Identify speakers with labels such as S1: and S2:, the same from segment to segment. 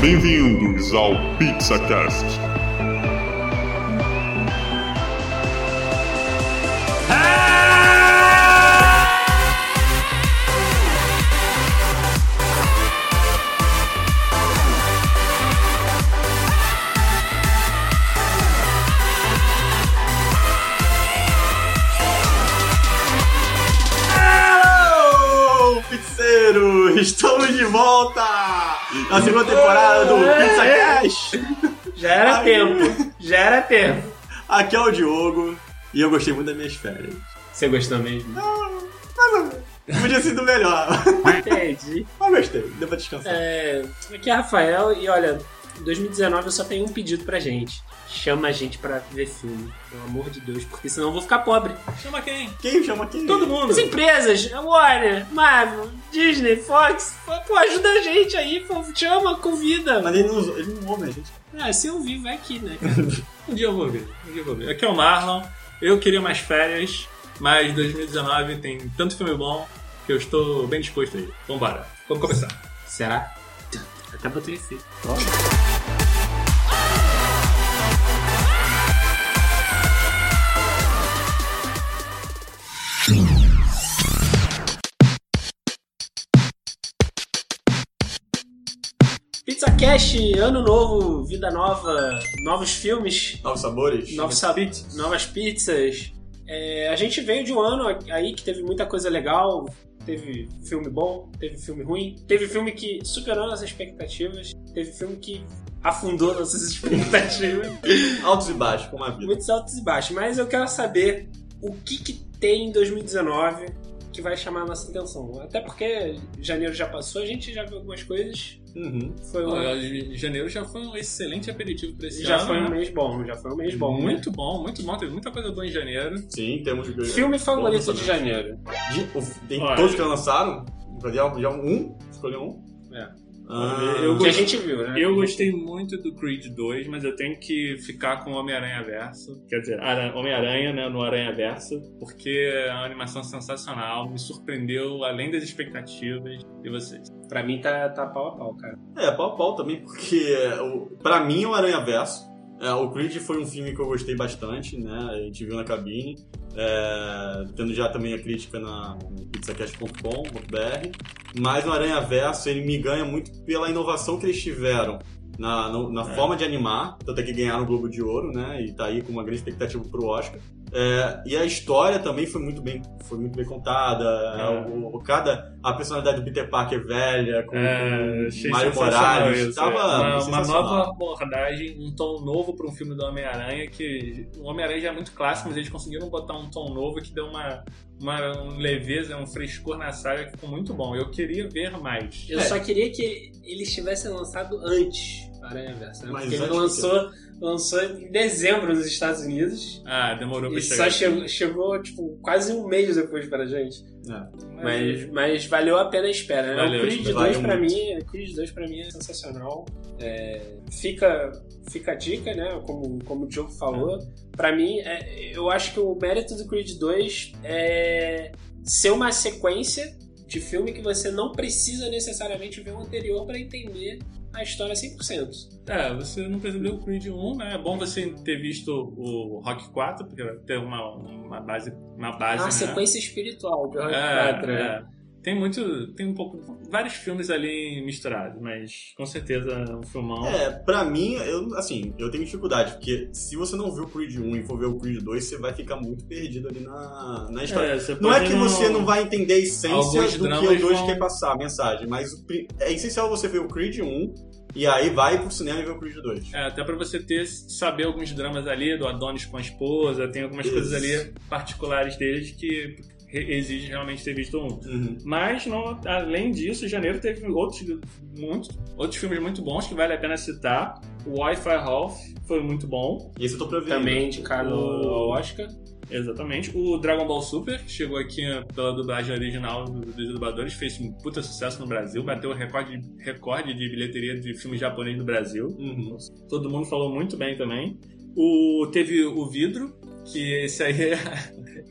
S1: Bem-vindos ao PizzaCast.
S2: Hello, pizzeiro! Estamos de volta na segunda temporada do Pizza Cash.
S3: Já era
S2: Ai.
S3: tempo. Já era tempo.
S2: Aqui é o Diogo e eu gostei muito das minhas férias.
S3: Você gostou mesmo?
S2: Podia sido melhor,
S3: Ah, Entendi.
S2: mas gostei. Deu pra descansar.
S3: É, aqui é Rafael e olha, 2019 eu só tenho um pedido pra gente. Chama a gente pra ver filme, pelo amor de Deus, porque senão eu vou ficar pobre.
S4: Chama quem?
S2: Quem chama quem?
S4: Todo mundo.
S3: As empresas, Warner, Marvel, Disney, Fox, pô, ajuda a gente aí, pô, chama, convida.
S2: Mas ele não, usou- ele não ouve a gente.
S3: Ah, se eu vivo é aqui, né?
S4: Um dia eu vou ver. Um dia eu vou ver. Aqui é o Marlon. Eu queria mais férias, mas 2019 tem tanto filme bom que eu estou bem disposto aí. Vambora. Vamos começar.
S3: Será? Até botei efeito. PizzaCast, ano novo, vida nova, novos filmes,
S2: Novos sabores?
S3: novos sabores, novas pizzas. É, a gente veio de um ano aí que teve muita coisa legal, teve filme bom, teve filme ruim, teve filme que superou nossas expectativas, teve filme que afundou nossas expectativas
S2: Altos e baixos, como a vida.
S3: muitos altos e baixos, mas eu quero saber o que, que tem em 2019 que vai chamar a nossa atenção. Até porque janeiro já passou, a gente já viu algumas coisas.
S2: Uhum.
S3: Foi um,
S4: Olha, Janeiro já foi um excelente aperitivo pra esse
S3: já
S4: ano.
S3: foi um
S4: né?
S3: mês bom, já foi um mês bom. né?
S4: Muito bom, muito bom. Teve muita coisa boa em janeiro.
S2: Sim, temos...
S3: Filme favorito
S2: Bom,
S3: de janeiro.
S2: De, o- tem
S4: Olha.
S2: todos que lançaram. Já, já um? Escolheu um?
S4: É.
S2: Ah,
S4: Eu
S3: Que a
S4: gosto-
S3: gente viu, né?
S4: Eu gostei muito do Creed 2, mas eu tenho que ficar com o Homem-Aranha Verso. Quer dizer, Ara- Homem-Aranha, né? No Aranha Verso. Porque é uma animação sensacional. Me surpreendeu além das expectativas. E vocês?
S3: Pra mim tá, tá pau a pau, cara.
S2: É, pau a pau também, porque é, o, pra mim é o Aranha Verso. É, o Creed foi um filme que eu gostei bastante, né? A gente viu na cabine. é, tendo já também a crítica na no pizzacast.com.br. Mas o Aranha Verso, ele me ganha muito pela inovação que eles tiveram na, no- na
S4: É.
S2: forma de animar. Tanto é que ganharam o Globo de Ouro, né? E tá aí com uma grande expectativa pro Oscar. É, e a história também foi muito bem, foi muito bem contada.
S4: É.
S2: O, o- cada, a personalidade do Peter Parker velha, com,
S4: É, achei
S2: Mário
S4: sensacional
S2: Morales,
S4: isso,
S2: tava
S4: é. uma, uma
S2: sensacional.
S4: nova abordagem, um tom novo para um filme do Homem-Aranha, que o Homem-Aranha já é muito clássico, mas eles conseguiram botar um tom novo que deu uma, uma um leveza, um frescor na saga que ficou muito bom. Eu queria ver mais.
S3: Eu
S2: É.
S3: só queria que eles tivessem lançado antes do Aranha Versa, né?
S2: Mas
S3: Porque ele
S2: antes do
S3: lançou, lançou em dezembro nos Estados Unidos.
S4: Ah, demorou pra
S3: E
S4: chegar.
S3: só chegou, chegou, tipo, quase um mês depois pra gente.
S2: É.
S4: Mas-
S3: Mas, mas valeu a pena a espera, né?
S4: Valeu,
S3: o Creed
S4: valeu
S3: 2 pra
S2: muito.
S3: mim, o Creed 2 pra mim é sensacional. É, fica, fica a dica, né? Como, como o Diogo falou.
S4: Uhum.
S3: Pra mim, é, eu acho que o mérito do Creed 2 é ser uma sequência de filme que você não precisa necessariamente ver o anterior pra entender a história 100%.
S4: É, você não percebeu o Creed 1, né? É bom você ter visto o Rock 4, porque vai ter uma, uma base. Uma
S3: É
S4: base
S3: uma
S4: né?
S3: sequência espiritual de Rock
S4: É,
S3: 4, né?
S4: é. Tem muito. Tem um pouco. Vários filmes ali misturados, mas com certeza é um filmão.
S2: É, pra mim, eu, assim, eu tenho dificuldade, porque se você não viu o Creed 1 e for ver o Creed 2, você vai ficar muito perdido ali na, na história.
S4: É, você
S2: Não é
S4: pode
S2: que você não vai entender a essência
S4: Alguns
S2: do que o
S4: dramas
S2: 2
S4: vão-
S2: quer passar, a mensagem, mas o pri- é essencial você ver o Creed 1 e aí vai pro cinema e ver o Creed 2.
S4: É, até pra você ter, saber alguns dramas ali do Adonis com a esposa, tem algumas
S2: Isso.
S4: coisas ali particulares deles que re- exige realmente ter visto um.
S2: Uhum.
S4: Mas, não, além disso, em janeiro teve outros, muito, outros filmes muito bons que vale a pena citar. O Wi-Fi Half foi muito bom,
S2: E esse eu tô né? pra ver.
S3: Também indicado ao Oscar.
S4: exatamente. O Dragon Ball Super, que chegou aqui pela dublagem original do- dos dubladores, fez um puta sucesso no Brasil, bateu o recorde, recorde de bilheteria de filmes japonês no Brasil.
S2: Uhum.
S4: Todo mundo falou muito bem também. O, teve o Vidro, que esse aí é,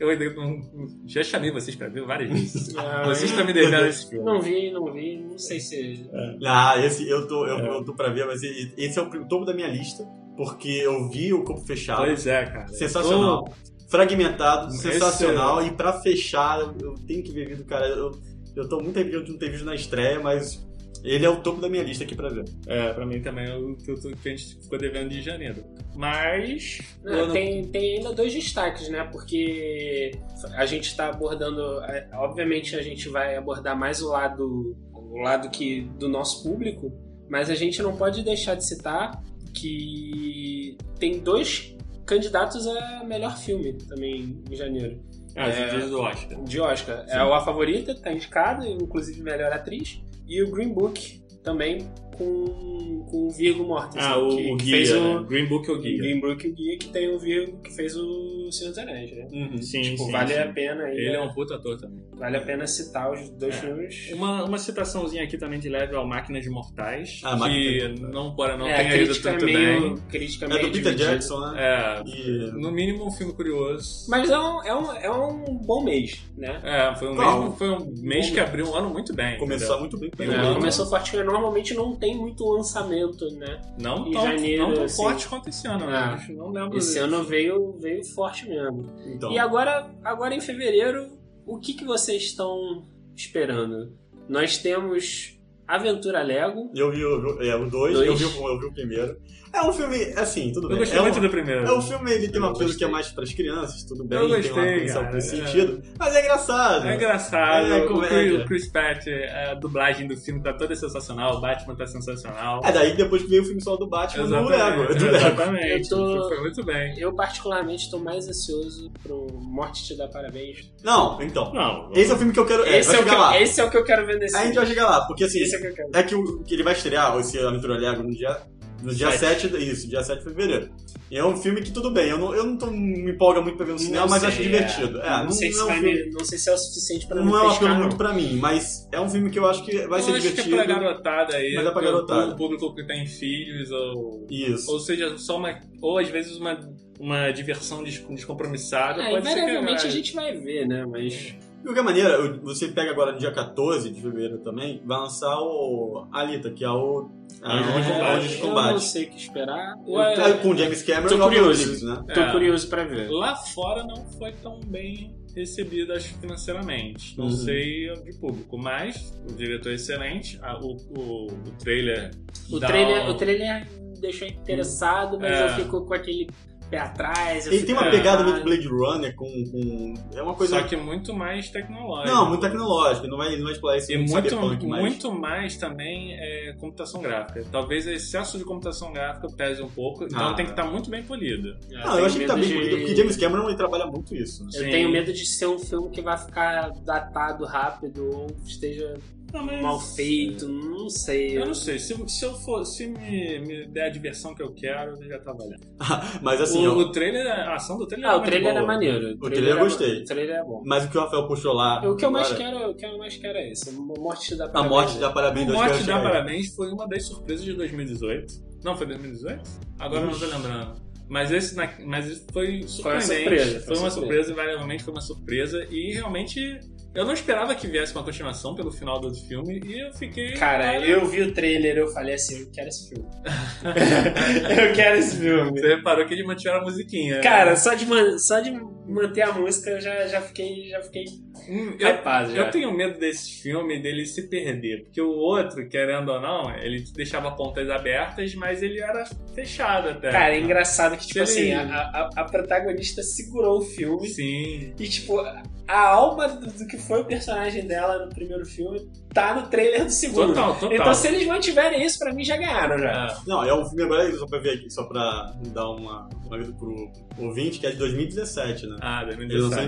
S4: Eu ainda não- já chamei vocês pra ver várias vezes.
S3: Ah,
S4: Vocês
S3: eu
S4: estão me devendo esse filme.
S3: Não vi, não vi, não sei se.
S2: Ah, esse eu tô,
S4: É.
S2: eu, eu tô pra ver, mas e- esse é o pri- topo da minha lista, porque eu vi o Corpo Fechado,
S4: Pois é, cara.
S2: sensacional. Fragmentado,
S4: Esse
S2: sensacional. E pra fechar, eu, eu tenho que ver vídeo, cara. Eu, eu tô muito arrependido de não ter visto na estreia, mas ele é o topo da minha lista aqui pra ver.
S4: É, pra mim também é o que eu tô- que a gente ficou devendo de janeiro. Mas.
S3: Ah,
S4: eu não-
S3: tem, tem ainda dois destaques, né? Porque a gente está abordando, é, obviamente a gente vai abordar mais o lado, o lado que do nosso público, mas a gente não pode deixar de citar que tem dois candidatos a melhor filme também em janeiro
S4: Ah, você
S3: É.
S4: diz do Oscar.
S3: de Oscar. É o A Favorita, tá indicado, inclusive melhor atriz, e o Green Book também com, com o Viggo Mortensen,
S4: Ah, o,
S3: que,
S4: o
S3: que
S4: Guia.
S3: fez o
S4: né? Green Book ou Guia.
S3: Green Book e o Guia, que tem o Virgo que fez o Senhor dos Anéis, né?
S4: Sim,
S3: tipo,
S4: sim,
S3: vale
S4: sim.
S3: a pena aí,
S4: Ele é
S3: né?
S4: um puto ator também.
S3: vale a pena citar os dois
S4: É.
S3: filmes.
S4: Uma, uma citaçãozinha aqui também de leve ao Máquinas Mortais,
S2: Ah,
S4: que
S2: Máquinas Mortais.
S4: não, bora, não
S3: é,
S4: tem
S3: a
S4: ido
S3: crítica é
S4: tanto
S3: meio,
S4: bem.
S3: crítica
S2: É
S3: meio
S2: do Peter
S3: dividida.
S2: Jackson, né?
S4: É,
S2: E-
S4: no mínimo um filme curioso.
S3: Mas é um, é, um, é um bom mês, né?
S4: É, foi um,
S2: Qual?
S4: mês, foi um mês que abriu um ano muito bem.
S2: Começou muito bem.
S4: É,
S2: pra né?
S3: Ele
S2: mim.
S3: começou forte, porque normalmente não tem muito lançamento, né?
S4: entendeu? Não
S3: em
S4: tão,
S3: janeiro,
S4: não tão
S3: assim.
S4: forte quanto esse ano, né?
S3: Ah,
S4: Acho que Não lembro.
S3: Esse
S4: disso.
S3: ano veio, veio forte mesmo.
S2: Então,
S3: E agora, agora em fevereiro, o que, que vocês estão esperando? Nós temos Aventura Lego.
S2: eu vi o, é, o dois,
S3: Dois.
S2: Eu, vi, o- eu vi o primeiro. É um filme, assim, tudo
S4: Eu
S2: bem.
S4: gostei
S2: é um,
S4: muito do primeiro.
S2: É um filme, ele tem
S3: Eu
S2: uma coisa que
S3: gostei.
S2: é mais pras crianças, tudo bem,
S4: Eu
S2: tem uma
S4: gostei,
S2: atenção
S4: cara,
S2: nesse
S4: é.
S2: sentido, mas é engraçado.
S4: É engraçado,
S2: É,
S4: o,
S2: comédia.
S4: Chris, o Chris Pratt, a dublagem do filme tá toda sensacional, o Batman tá sensacional.
S2: É, daí depois que veio o filme só do Batman, do
S4: Exatamente,
S2: Lego, do Lego.
S4: Exatamente,
S3: Eu tô-
S4: foi muito bem.
S3: Eu, particularmente, estou mais ansioso pro Morte Te Dá Parabéns.
S2: Não, então,
S4: Não,
S2: esse é o filme que eu quero, é,
S3: Esse
S2: vai
S3: é, o que,
S2: chegar lá.
S3: eu- esse é o que eu quero ver nesse
S2: A gente vai chegar lá, porque assim,
S3: Esse é o que eu quero.
S2: é que, o, que ele vai estrear, esse Aventura Lego, no dia, no dia
S4: Sete.
S2: 7, isso, dia 7 de fevereiro. E é um filme que tudo bem, eu não, eu não tô, me empolga muito pra ver no cinema, mas
S3: sei,
S2: acho divertido.
S3: é.
S2: É,
S3: não,
S2: não,
S3: sei se
S2: não é um
S3: vai
S2: filme-
S3: me- não sei se é o suficiente pra
S2: não
S3: me
S2: é um
S3: pescar.
S2: apelo muito pra mim, mas é um filme que eu acho que vai
S4: eu
S2: ser
S4: acho
S2: divertido.
S4: que é pra garotada aí.
S2: Mas é pra
S4: pro-
S2: garotada.
S4: pro público que tem filhos, ou.
S2: Isso.
S4: Ou seja, só uma. Ou às vezes uma, uma diversão des-
S2: Ah,
S4: descompromissada.
S3: É,
S4: pode ser
S3: invariavelmente
S4: que-
S3: a gente vai ver, né? Mas
S2: De qualquer maneira, eu- você pega agora no dia 14 de fevereiro também, vai lançar o Alita, que é o a
S4: Anjo de
S2: Anjo de
S4: Combate.
S2: Anjo de
S3: eu não
S2: Combate.
S3: sei o que esperar.
S4: Ué,
S3: eu
S2: É, com o James Cameron
S3: Tô
S2: e o Keanu
S3: curioso.
S2: Reeves, né?
S3: tô, tô
S4: É.
S3: curioso pra ver.
S4: Lá fora não foi tão bem recebido, acho, financeiramente. Não
S2: Uhum.
S4: sei de público, mas o diretor é excelente. a- o, o, o trailer.
S3: O
S4: dá
S3: trailer,
S4: um-
S3: o trailer me deixou interessado, mas
S4: É.
S3: eu fico com aquele pé atrás. eu
S2: Ele
S3: fico-
S2: tem uma
S4: É.
S2: pegada muito Blade Runner com, com é uma coisa
S4: Só que muito mais tecnológico.
S2: não, muito tecnológica, não vai, ele não vai explorar esse
S4: E muito,
S2: cyberpunk, mas
S4: muito mais também é computação gráfica. Talvez o excesso de computação gráfica pese um pouco, então
S2: Ah.
S4: tem que estar muito bem polido. Ah,
S2: Não,
S3: Eu
S2: eu
S3: tenho
S2: acho que tá
S3: medo
S2: bem bonito, porque James Cameron ele trabalha muito isso. né?
S3: Eu
S4: Sim.
S3: tenho medo de ser um filme que vai ficar datado rápido ou esteja
S4: Não, mas-
S3: mal feito, não sei.
S4: Eu não sei, se, se eu for, se me, me der a diversão que eu quero, eu já tá valendo.
S2: Mas assim,
S4: o,
S2: ó,
S4: o trailer, a ação do trailer
S3: Ah,
S4: é
S3: o
S4: muito
S3: trailer
S4: boa.
S3: é maneiro.
S2: O trailer eu gostei.
S3: é- O trailer é bom.
S2: mas o que o Rafael puxou lá,
S3: O que eu mais
S2: agora,
S3: quero, é o que eu mais quero é esse. A morte da
S2: a morte dá parabéns
S4: O
S2: dois quero
S4: Morte dá
S2: chegar aí.
S4: parabéns foi uma das surpresas de 2018. Não, foi 2018? Agora eu não tô lembrando. Mas esse, na- mas esse foi surpreendente.
S3: Foi uma surpresa,
S4: Foi uma surpresa, invariavelmente foi uma surpresa. E realmente eu não esperava que viesse uma continuação pelo final do filme. E eu fiquei.
S3: Cara, eu vi o trailer, eu falei assim, eu quero esse filme. eu quero esse filme.
S4: Você reparou que eles mantiveram a musiquinha.
S3: Cara, só de, man- só de manter a música eu já, já fiquei. Já fiquei
S4: Hum,
S3: é
S4: eu,
S3: hypado. Já.
S4: eu tenho medo desse filme dele se perder. Porque o outro, querendo ou não, ele deixava pontas abertas, mas ele era fechado até.
S3: Cara, é engraçado que, tipo assim,
S4: Se ele-
S3: a, a- a protagonista segurou o filme
S4: Sim.
S3: e, tipo, a alma do, do que foi o personagem dela no primeiro filme tá no trailer do segundo.
S4: Total, total.
S3: Então, se eles mantiverem isso, pra mim já ganharam já.
S4: É.
S2: Não, é um filme agora, só pra ver aqui, só pra dar uma, uma vida pro ouvinte, que é de 2017, né?
S4: Ah,
S2: Ele lançou em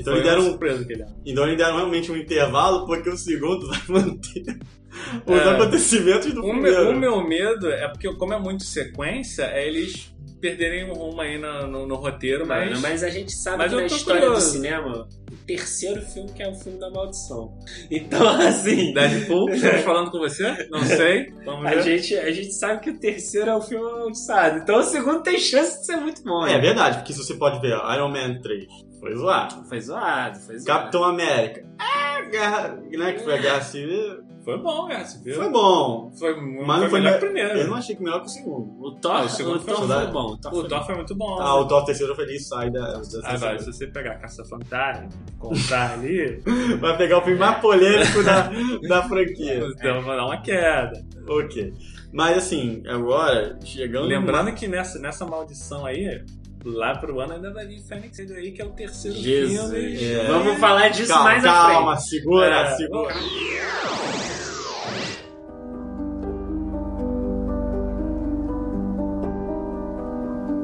S2: 2017. Então,
S4: Foi
S2: eles deram,
S4: uma surpresa que ele é. era.
S2: então eles deram realmente um intervalo, porque o segundo vai manter os
S4: É. um
S2: acontecimentos do
S4: O
S2: primeiro.
S4: meu, o meu medo é porque, como é muito sequência, é eles perderem o rumo aí na- no, no roteiro, mas.
S3: Mano, mas a gente sabe
S4: mas
S3: que
S4: eu
S3: na
S4: tô
S3: história
S4: curioso.
S3: do cinema, o terceiro filme que é o filme da maldição. Então, assim,
S4: Né? Deadpool, estamos falando com você? Não sei. Vamos
S3: a
S4: ver.
S3: gente, a gente sabe que o terceiro é o filme amaldiçado. Então o segundo tem chance de ser muito bom.
S2: É
S3: né?
S2: verdade, porque se você pode ver ó, Iron Man 3, Foi zoado.
S3: Foi zoado, foi zoado.
S2: Capitão América. Ah, guerra, né? Que foi a guerra civil.
S4: Foi bom, cara, você viu?
S2: Foi bom.
S4: Foi, muito
S2: Mas não
S4: foi
S2: foi
S4: melhor
S2: me-
S4: que o primeiro.
S2: Eu não achei que melhor que o segundo.
S3: O Thor,
S4: Ah, o
S3: o
S4: segundo
S3: Thor
S2: foi
S3: foi
S2: zoado.
S3: bom. O Thor
S4: O
S3: foi
S4: Thor foi muito bom.
S2: Ah, o Thor terceiro foi ali, sai da. da
S4: Ah, vai, se você pegar Caça Fantasma, contar ali,
S2: Vai pegar o filme mais polêmico da, da franquia.
S4: então vai dar uma queda.
S2: Ok. Mas assim, agora, chegando.
S4: Lembrando que nessa, nessa maldição aí, lá pro ano ainda vai vir Fênix Negra aí, que é o terceiro
S3: Jesus.
S4: filme.
S2: É.
S3: Vamos falar disso
S2: calma,
S3: mais à frente.
S2: calma, segura,
S4: É.
S2: segura.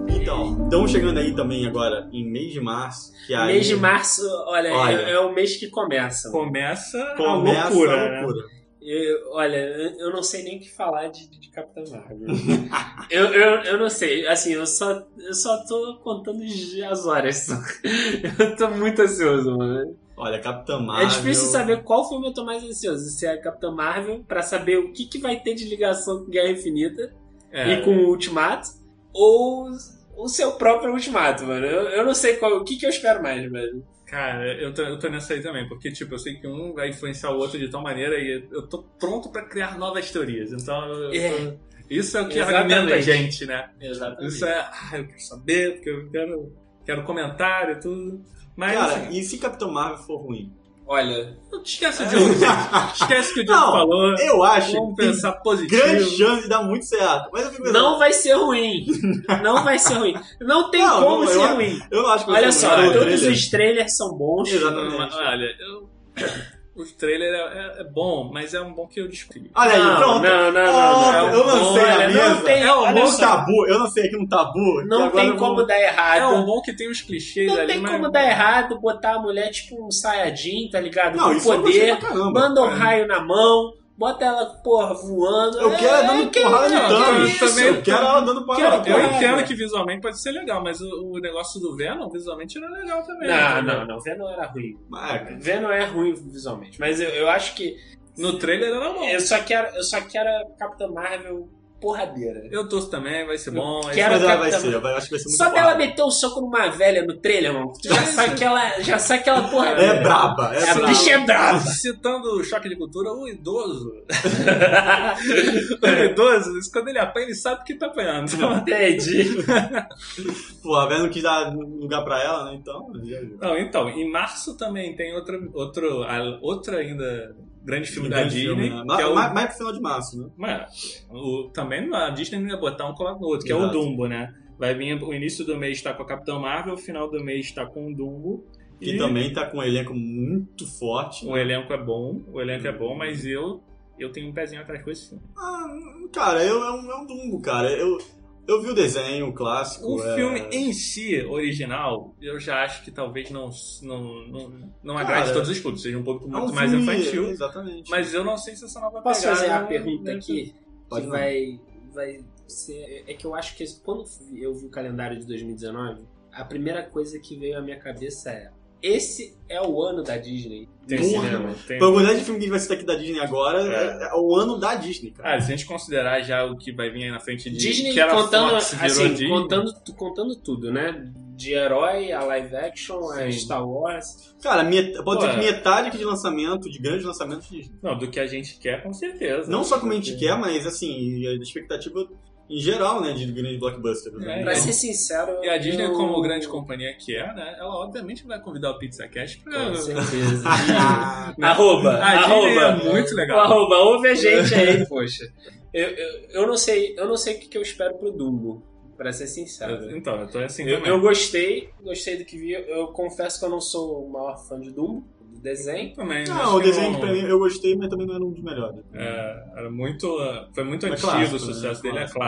S2: Então, estamos chegando aí também agora em mês de março. Que aí
S3: Mês de março, olha,
S2: Olha.
S3: É, é o mês que começa.
S4: Começa,
S3: é
S2: começa
S4: a loucura, né?
S3: Eu- olha, eu eu não sei nem o que falar de, de Capitão Marvel. eu, eu, eu não sei, assim, eu só, eu só tô contando os- as horas. só. Eu tô muito ansioso, mano.
S2: Olha, Capitã Marvel.
S3: É difícil saber qual filme eu tô mais ansioso. Se é Capitão Marvel, pra saber o que, que vai ter de ligação com Guerra Infinita
S4: É.
S3: e com o Ultimato, ou é o seu próprio Ultimato, mano. Eu, eu não sei qual, o que, que eu espero mais, velho.
S4: Cara, eu tô, eu tô nessa aí também, porque, tipo, eu sei que um vai influenciar o outro de tal maneira e eu tô pronto pra criar novas teorias. Então, eu-
S3: É.
S4: isso é o que
S3: Exatamente.
S4: alimenta a gente, né?
S3: Exatamente.
S4: Isso é, ah, eu quero saber, porque eu quero, quero comentário e tudo. Mas,
S2: Cara,
S4: assim,
S2: e se Capitão Marvel for ruim?
S3: Olha,
S4: não esquece
S2: É.
S3: um
S4: o Diogo, gente. Esquece o que o Diogo
S2: Não,
S4: falou.
S2: Eu acho
S4: Vamos
S2: que tem
S4: pensar positivo.
S2: grande chance de dar muito certo. Mas eu fico pensando,
S3: não vai ser ruim. Não vai ser ruim. Não tem
S2: Não,
S3: como
S2: não,
S3: ser
S2: eu-
S3: ruim.
S2: eu não acho que vai
S3: Olha
S2: ser
S3: só,
S2: ruim, não, o
S3: todos
S2: trailer.
S3: os trailers são bons.
S2: Exatamente.
S4: Olha, eu... Os trailers é, é- é bom, mas é um bom que eu descobri.
S2: Olha aí,
S3: não,
S2: pronto.
S3: Não, não, não.
S2: Ah,
S3: não.
S2: eu lancei a
S3: Olha,
S2: mesa.
S3: Não tem,
S4: É um
S3: olha
S2: Olha um
S3: só,
S2: tabu, eu não sei aqui um tabu. que
S3: não
S2: agora
S3: tem
S2: eu
S3: como
S2: vou-
S3: dar
S4: É um
S2: então
S3: errado.
S4: bom que tem os clichês
S3: Não
S4: ali,
S3: tem
S4: mas...
S3: como dar errado botar a mulher tipo um saiyajin, tá ligado?
S2: Não,
S3: Com
S2: isso eu gostei
S3: poder.
S2: pra caramba.
S3: Manda um
S4: É.
S3: raio na mão. Bota ela, porra, voando. É,
S2: Eu quero ela dando
S3: que
S2: porrada
S4: não,
S2: no
S4: que
S2: Thanos.
S4: isso?
S2: Eu quero ela dando porrada no
S4: Cara, eu
S3: É.
S2: Thanos.
S4: entendo que visualmente pode ser legal, mas o, o negócio do Venom visualmente era legal também. né?
S3: Não, né?
S4: entendeu?
S3: não, não. Venom era ruim.
S2: Mas, cara,
S3: Venom é ruim visualmente. Mas eu, eu acho que
S4: No trailer era bom.
S3: Eu só quero, eu só quero a Capitã Marvel porradeira.
S4: Eu torço também, vai ser bom. vai
S3: Quero-
S4: ser-
S2: mas ela vai
S3: Capitão-
S2: ser, vai- acho que vai ser é muito
S3: Só é dela
S2: porrada.
S3: meter o soco numa velha no trailer, mano. Tu já sabe que ela, já sabe que ela porradeira.
S2: É braba, é
S3: a
S2: braba.
S3: bicha é brava.
S4: Citando o choque de cultura, o idoso.
S3: É.
S4: o idoso, isso, quando ele apanha, ele sabe que tá apanhando. Então,
S3: Entendi.
S2: Pô, a Vera não quis dar lugar pra ela, né? Então. já-
S4: Não, então, em março também tem outro, outro, a- outra ainda grande filme da
S2: grande
S4: Disney.
S2: filme, né?
S4: que é
S2: Ma-
S4: o,
S2: ma- Mais pro final de março, né?
S4: mas, o- também a Disney não ia botar um colado no outro, que é o
S2: Exato.
S4: Dumbo, né? Vai vir o início do mês tá com a Capitão Marvel, o final do mês tá com o Dumbo.
S2: Que também tá com um elenco muito forte.
S4: O elenco é bom, o elenco é bom, mas eu eu tenho um pezinho atrás com esse filme.
S2: Ah, cara, eu, é, um, é um Dumbo, cara. Eu, eu vi o desenho, o clássico.
S4: O
S2: é-
S4: filme em si, original, eu já acho que talvez não não, não, não agrade
S2: Cara,
S4: todos os públicos, seja um público
S2: é um
S4: muito mais
S2: filme-
S4: infantil.
S2: Exatamente.
S4: Mas eu não sei se essa nova
S3: Posso
S4: pegada
S3: fazer uma
S4: não-
S3: pergunta
S4: não-
S3: aqui?
S2: Pode
S3: que
S2: não.
S3: vai, vai ser. É que eu acho que quando eu vi o calendário de 2019, a primeira coisa que veio à minha cabeça é: esse é o ano da Disney.
S4: Tem
S2: Porra,
S4: cinema, tem.
S2: Pela quantidade de filme que a gente vai citar aqui da Disney agora,
S4: É.
S2: é, é o ano da Disney, cara.
S4: Ah, se a gente considerar já o que vai vir aí na frente de
S3: Disney
S4: que era
S3: contando,
S4: Fox, virou
S3: assim,
S4: Disney.
S3: contando, contando tudo, né? De herói a live action, a
S4: Sim.
S3: Star Wars.
S2: Cara, met- pode
S4: Pô,
S2: dizer que
S4: é.
S2: metade aqui de lançamento, de grandes lançamentos de Disney.
S4: Não, do que a gente quer, com certeza.
S2: Não só como a gente
S4: Porque-
S2: quer, mas assim, a expectativa em geral, né, de grande blockbuster.
S4: É,
S2: Né?
S3: Pra
S4: então.
S3: ser sincero.
S4: E a Disney,
S3: eu-
S4: como grande companhia que é, né? Ela obviamente vai convidar o Pizza Cash pra.
S3: Com certeza.
S2: Ah,
S3: arroba,
S4: A Disney é
S3: arroba.
S4: muito
S3: O
S4: legal. É.
S3: arroba, ouve a gente aí, poxa. Eu, eu, eu não sei, eu não sei o que que eu espero pro Dumbo, pra ser sincero.
S4: Então, eu tô assim
S3: Tá. Eu,
S4: também.
S3: eu gostei, gostei do que vi. Eu confesso que eu não sou o maior fã de Dumbo, do desenho.
S4: também. acho
S2: não, Ah, o
S4: que
S2: desenho
S4: não-
S2: que pra mim eu gostei, mas também não era um dos melhores.
S4: É, era muito, eh, foi muito
S2: É
S4: antigo
S2: clássico,
S4: o sucesso
S2: né?
S4: dele, é
S2: Clássico.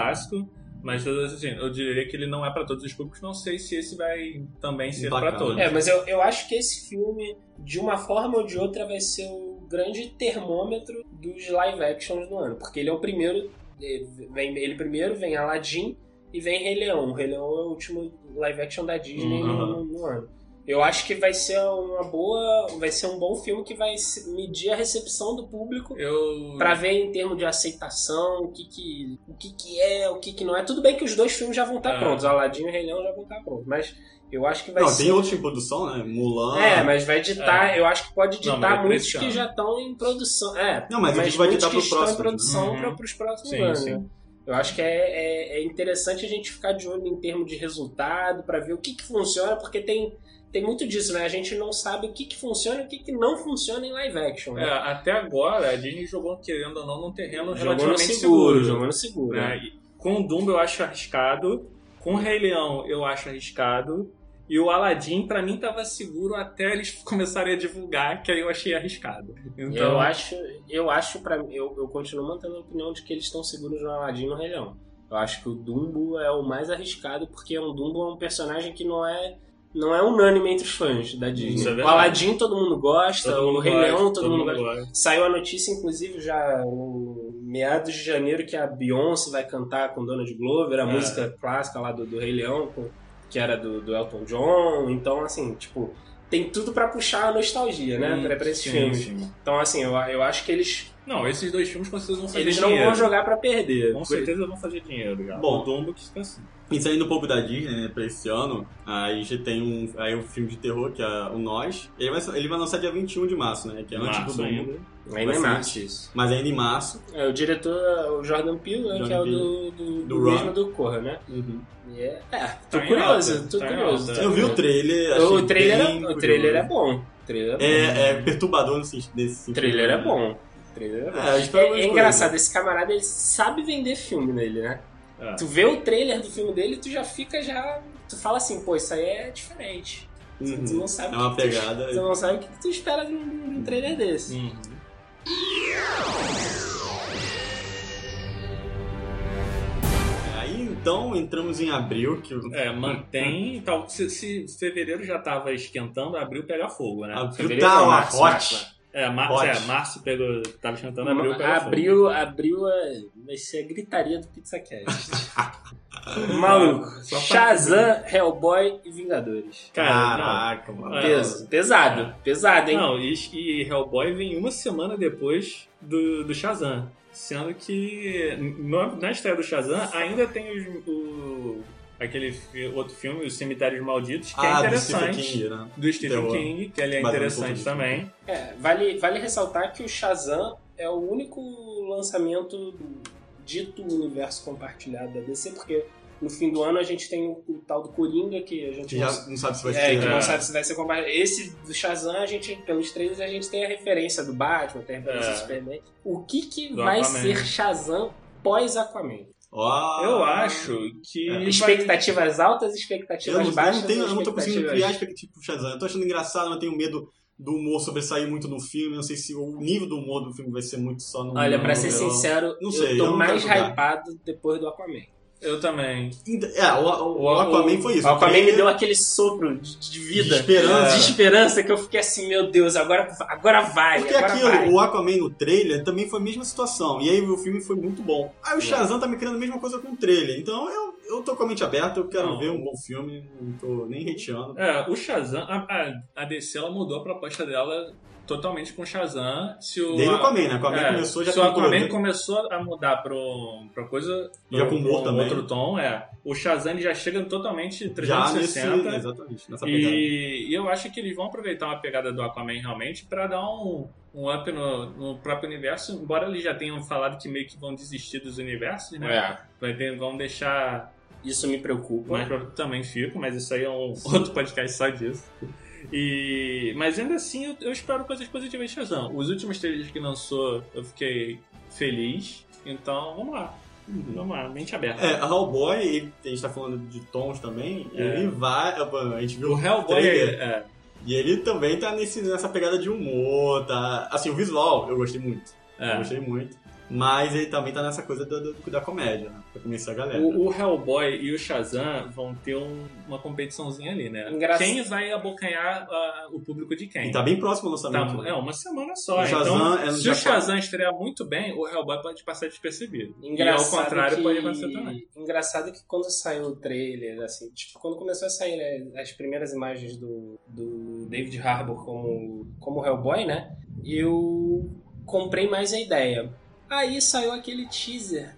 S4: clássico. Mas todas assim, eu diria que ele não é pra todos os públicos. Não sei se esse vai também ser pra
S2: Bacana.
S4: todos.
S3: É, mas eu, eu acho que esse filme, de uma forma ou de outra, vai ser o grande termômetro dos live actions do ano. Porque ele é o primeiro. eh, Vem, ele primeiro vem Aladdin e vem Rei Leão. O Rei Leão é o último live action da Disney
S2: Uhum.
S3: no, no ano. Eu acho que vai ser uma boa. Vai ser um bom filme que vai se- medir a recepção do público
S4: Eu.
S3: Pra ver em termos de aceitação, o que que, o que que é, o que que não é. Tudo bem que os dois filmes já vão estar
S4: É.
S3: prontos, Aladdin e Rei Leão já vão estar prontos, mas eu acho que vai
S2: Não,
S3: ser...
S2: tem outros em produção, né? Mulan.
S3: É, mas vai ditar, eu acho que pode
S4: Não, mas é
S3: ditar
S4: pra
S3: muitos
S4: esse
S3: que
S4: ano.
S3: já estão em produção. É,
S2: Não, mas o que vai
S3: muitos
S2: ditar
S3: que
S2: pro
S3: estão
S2: próximo,
S3: em produção
S4: né?
S3: para os próximos
S4: Sim,
S3: anos.
S4: sim.
S3: né? Eu acho que é, é, é interessante a gente ficar de olho em termos de resultado, para ver o que, que funciona, porque tem, tem muito disso, né? A gente não sabe o que, que funciona e o que, que não funciona em live action.
S4: É,
S3: Né?
S4: até agora, a Disney jogou, querendo ou não, num terreno
S3: Jogando
S4: relativamente
S3: seguro,
S4: seguro.
S3: jogando seguro.
S4: né? E Com o Dumbo eu acho arriscado. Com o Rei Leão eu acho arriscado. E o Aladdin, pra mim, tava seguro até eles começarem a divulgar, que aí eu achei arriscado. Então,
S3: eu acho, eu acho para eu, eu continuo mantendo a opinião de que eles estão seguros no Aladdin e no Rei Leão. Eu acho que o Dumbo é o mais arriscado porque o Dumbo é um personagem que não é não é unânime entre os fãs da
S4: Isso é
S3: Disney. o
S4: verdade.
S3: Aladdin todo mundo gosta,
S4: todo
S3: o
S4: mundo
S3: Rei
S4: gosta,
S3: Leão todo, mundo gosta.
S4: gosta.
S3: Saiu a notícia, inclusive, já no meados de janeiro, que a Beyoncé vai cantar com Donald Glover, a
S4: É.
S3: música clássica lá do, do Rei Leão, com- que era do, do Elton John. Então, assim, tipo, tem tudo pra puxar a nostalgia, né?
S4: Hum,
S3: pra, pra esses
S4: sim,
S3: filmes.
S4: sim.
S3: Então, assim, eu, eu acho que eles,
S4: Não, esses dois filmes com certeza vão fazer
S3: eles não
S4: dinheiro.
S3: vão jogar pra perder.
S4: Com certeza vão fazer dinheiro. Já.
S2: Bom.
S4: o Dumbo que fica assim.
S2: E saindo um pouco da Disney, né, pra esse ano, aí já tem um, aí um filme de terror, que é o Nós. Ele vai, ele vai lançar dia 21 de março, né? Que é antes do
S4: Março
S2: Dumbo.
S4: ainda.
S3: Ainda é
S2: Vai ser
S3: massa isso.
S2: Mas ainda em março.
S3: É, o diretor é o Jordan Peele, né, que é o
S2: Jordan
S3: do, do,
S2: Do
S3: do
S2: Ron.
S3: mesmo do Corra, né?
S4: Uhum.
S3: E é, é, tô
S4: Tá em
S3: curioso,
S4: alta,
S3: tô
S4: tá em
S3: curioso.
S4: alta.
S3: tô
S2: Eu vi o
S3: curioso.
S2: trailer, achei
S3: O trailer,
S2: bem
S3: é, o trailer é
S2: curioso.
S3: bom. O trailer é bom.
S2: É, é perturbador nesse, nesse
S3: O
S2: sentido.
S3: trailer é bom. O trailer é bom.
S2: É, eu
S3: É,
S2: espero
S3: é
S2: algumas
S3: engraçado, esse camarada ele sabe vender filme nele, né?
S4: É.
S3: Tu vê o trailer do filme dele, tu já fica já. Tu fala assim, pô, isso aí é diferente.
S2: coisas, né?
S3: Tu
S2: Uhum.
S3: não sabe
S2: É
S3: o
S2: uma
S3: que tu-
S2: pegada.
S3: Tu não sabe o que tu espera de um de um trailer desse.
S4: Uhum.
S2: Aí então entramos em abril, que
S3: né?
S4: É, mantém. Tal, se, se fevereiro já tava esquentando, abril pega fogo, né?
S2: abril
S3: Fevereiro
S2: tá
S3: é
S2: uma
S3: março,
S2: hot.
S4: É, mar,
S2: Hot.
S4: é, março pegou, tava esquentando, abril pega fogo.
S3: abril, abril é- vai ser a gritaria do PizzaCast. Maluco.
S4: Só pra-
S3: Shazam, Hellboy e Vingadores.
S4: Cara,
S3: tá
S4: não.
S2: Caraca, mano.
S4: É.
S3: Peso. Pesado. Pesado, hein?
S4: Não, e, e Hellboy vem uma semana depois do, do Shazam. Sendo que no- na estreia do Shazam ainda tem os- o, aquele fi- outro filme, Os Cemitérios Malditos, que é
S2: Ah, do Stephen
S4: interessante.
S2: King, né?
S4: Do Stephen
S2: Terror.
S4: King, que ele é
S2: Batendo
S4: interessante
S2: um pouco de
S4: também.
S3: É, vale, vale ressaltar que o Shazam é o único lançamento do dito universo compartilhado da DC, porque no fim do ano a gente tem o, o tal do Coringa, que a
S2: A gente
S3: gente não
S2: já não sabe se vai
S3: É,
S2: ser.
S3: que
S4: É.
S3: não sabe se vai ser compartilhado. Esse do Shazam, a gente, pelos trailers, a gente tem a referência do Batman, tem a referência
S4: É.
S3: do Superman. O que, que
S4: Do
S3: vai
S4: Aquaman.
S3: ser Shazam pós Aquaman?
S2: Ó.
S4: Eu acho que.
S2: é.
S4: vai-
S3: Expectativas altas,
S2: Eu
S3: expectativas
S2: não, eu
S3: baixas.
S2: não, tenho, eu não tô
S3: expectativas-
S2: conseguindo criar expectativa pro Shazam. Eu tô achando engraçado, mas tenho medo do humor sobressair muito no filme. Eu Não sei se o nível do humor do filme vai ser muito só no.
S3: Olha, pra
S2: no-
S3: ser
S2: no-
S3: sincero,
S2: Não sei,
S3: eu
S2: eu
S3: tô
S2: não
S3: mais
S2: quero julgar.
S3: hypado depois do Aquaman.
S4: Eu também.
S2: É, o, o- o Aquaman foi isso.
S3: O Aquaman me
S2: Trailer-
S3: deu aquele sopro de, de vida,
S2: De esperança.
S3: de esperança, que eu fiquei assim, meu Deus, agora, agora vai,
S2: Porque
S3: agora
S2: aquilo,
S3: vai.
S2: o Aquaman no trailer também foi a mesma situação. E aí o filme foi muito bom. Aí o
S3: É.
S2: Shazam tá me criando a mesma coisa com o trailer. Então eu, eu tô com a mente aberta, eu quero
S4: Não.
S2: ver um bom filme, não tô nem hateando.
S4: É, o Shazam. A, a- a DC ela mudou a proposta dela totalmente com o Shazam. Se o,
S2: Desde o Aquaman, né? O Aquaman
S4: É,
S2: começou já
S4: se o
S2: com
S4: Aquaman
S2: colorido.
S4: começou a mudar pro, pra coisa
S2: Já
S4: pro-
S2: com humor
S4: pro
S2: também.
S4: outro tom, é. O Shazam ele já chega totalmente
S2: Já nesse,
S4: 360.
S2: exatamente, nessa pegada.
S4: e, e eu acho que eles vão aproveitar uma pegada do Aquaman realmente pra dar um, um up no, no próprio universo, embora eles já tenham falado que meio que vão desistir dos universos, né?
S3: É,
S4: Vai ter- vão deixar
S3: isso me preocupa.
S4: mas eu também fico, mas isso aí é um outro podcast só disso. E, mas ainda assim, eu, eu espero coisas positivas de Shazam. Os últimos trailers que lançou, eu fiquei feliz. Então, vamos lá. Vamos lá, mente aberta.
S2: É, a Hellboy, ele- a gente tá falando de tons também,
S4: É.
S2: ele vai. A gente viu
S4: O Hellboy
S2: trailer.
S4: é,
S2: E ele também tá nesse, nessa pegada de humor, tá. Assim, o visual eu gostei muito.
S4: é,
S2: Eu gostei muito. Mas ele também tá nessa coisa do- do- da comédia, né? Pra convencer a galera.
S4: O, o Hellboy e o Shazam vão ter um- uma competiçãozinha ali, né?
S3: Engraç-
S4: Quem vai abocanhar ah, o público de quem?
S2: E tá bem próximo ao
S4: Tá,
S2: lançamento.
S4: é uma semana só.
S2: O Shazam
S4: então,
S2: é no
S4: se
S2: dia
S4: o Shazam estrear muito bem, o Hellboy pode passar despercebido.
S3: Engraçado
S4: e ao contrário,
S3: que...
S4: pode acontecer também.
S3: Engraçado que quando saiu o trailer, assim, tipo, quando começou a sair né, as primeiras imagens do, do David Harbour como, como Hellboy, né? Eu comprei mais a ideia. Aí saiu aquele teaser.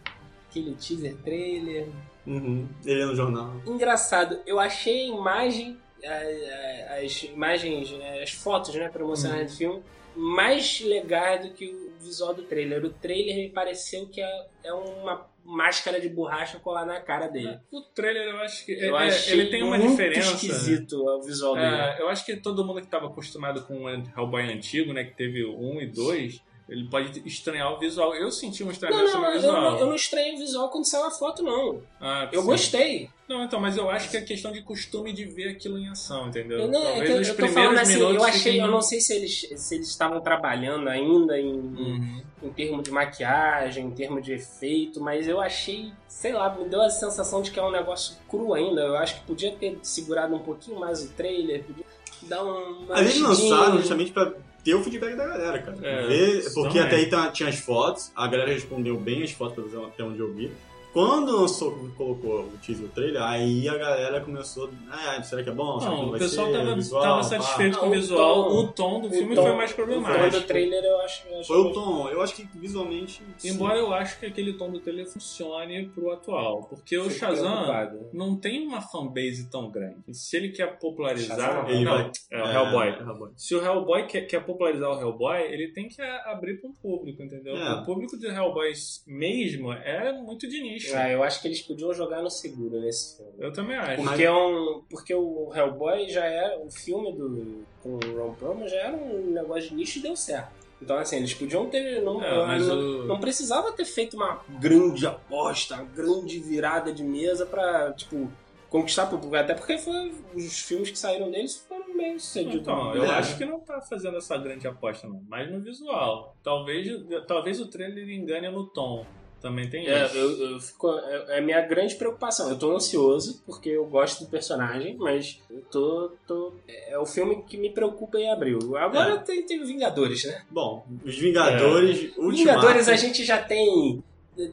S3: Aquele teaser trailer.
S2: Uhum. Ele é no jornal.
S3: Engraçado, eu achei a imagem, a- a- as imagens, né, as fotos né, promocionais
S4: Uhum.
S3: do filme mais legais do que o visual do trailer. O trailer me pareceu que é, é uma máscara de borracha colar na cara dele.
S4: O trailer, eu acho que.
S3: Eu
S4: é- é-
S3: achei
S4: ele tem uma
S3: muito
S4: diferença. né?
S3: esquisito o visual dele.
S4: É, eu acho que todo mundo que estava acostumado com o Hellboy antigo, né? Que teve o 1 e 2, ele pode estranhar o visual. Eu senti um
S3: Não,
S4: estranhamento
S3: não,
S4: sobre o
S3: eu, não-
S4: visual.
S3: eu não estranhei o visual quando saiu a foto, não.
S4: Ah,
S3: Eu
S4: sim.
S3: gostei.
S4: Não, então, mas eu acho que é questão de costume de ver aquilo em ação, entendeu?
S3: Eu não, é
S4: Talvez
S3: que eu,
S4: os
S3: eu tô
S4: primeiros
S3: falando assim, eu
S4: minutos
S3: achei,
S4: fiquem-
S3: eu não sei se eles se eles estavam trabalhando ainda em,
S4: Uhum.
S3: em termos de maquiagem, em termos de efeito, mas eu achei, sei lá, me deu a sensação de que é um negócio cru ainda. Eu acho que podia ter segurado um pouquinho mais o trailer, podia dar um uma.
S2: Mas eles
S3: mexidinha.
S2: lançaram justamente pra ter o feedback da galera, cara.
S4: É,
S2: Ver- porque
S4: também.
S2: até aí tá- tinha as fotos, a galera respondeu bem as fotos, pelo menos até onde eu vi. Quando lançou, colocou o teaser e o trailer, aí a galera começou. Ah, será que é bom? Será que
S4: Não, o
S2: vai
S4: pessoal
S2: ser?
S4: tava,
S2: Visual,
S4: tava
S2: pá.
S4: satisfeito
S3: Ah,
S4: com o
S3: o
S4: visual.
S3: tom-
S4: o tom do
S3: O
S4: filme
S3: tom-
S4: foi mais
S3: O tom Então, do
S4: problemático.
S3: trailer eu acho. eu acho
S2: Foi o
S3: que-
S2: tom. Eu acho que visualmente. sim.
S4: Embora eu acho que aquele tom do trailer funcione pro atual. Porque o
S3: Fiquei
S4: Shazam
S3: preocupado.
S4: não tem uma fanbase tão grande. Se ele quer popularizar.
S3: Shazam? um
S2: Ele
S4: não,
S2: vai-
S4: é, o Hellboy.
S2: É, Hellboy.
S4: Se o Hellboy quer, quer popularizar o Hellboy, ele tem que a- abrir para um público, entendeu?
S2: É.
S4: O público de Hellboy mesmo é muito de nicho.
S3: Ah, eu acho que eles podiam jogar no seguro nesse filme.
S4: Eu também acho.
S3: Porque, é um, porque o Hellboy já era. O filme do, com o Ron Perlman já era um negócio de nicho e deu certo. Então, assim, eles podiam ter. Não,
S4: É, mas
S3: não,
S4: o-
S3: não precisava ter feito uma grande aposta, uma grande virada de mesa pra, tipo, conquistar público. Até porque foi, os filmes que saíram deles foram meio né? sucedidos.
S4: Então, eu
S2: É.
S4: acho que não tá fazendo essa grande aposta, não. Mas no visual. Talvez, talvez o trailer engane no tom. Também tem
S3: É,
S4: isso.
S3: eu, eu fico, é, é a minha grande preocupação. Eu tô ansioso, porque eu gosto do personagem, mas eu tô. tô é o filme que me preocupa em abril. Agora
S2: É.
S3: tem, tem Vingadores, né?
S2: Bom, os
S4: É.
S2: Vingadores, Ultimato.
S3: Vingadores a gente já tem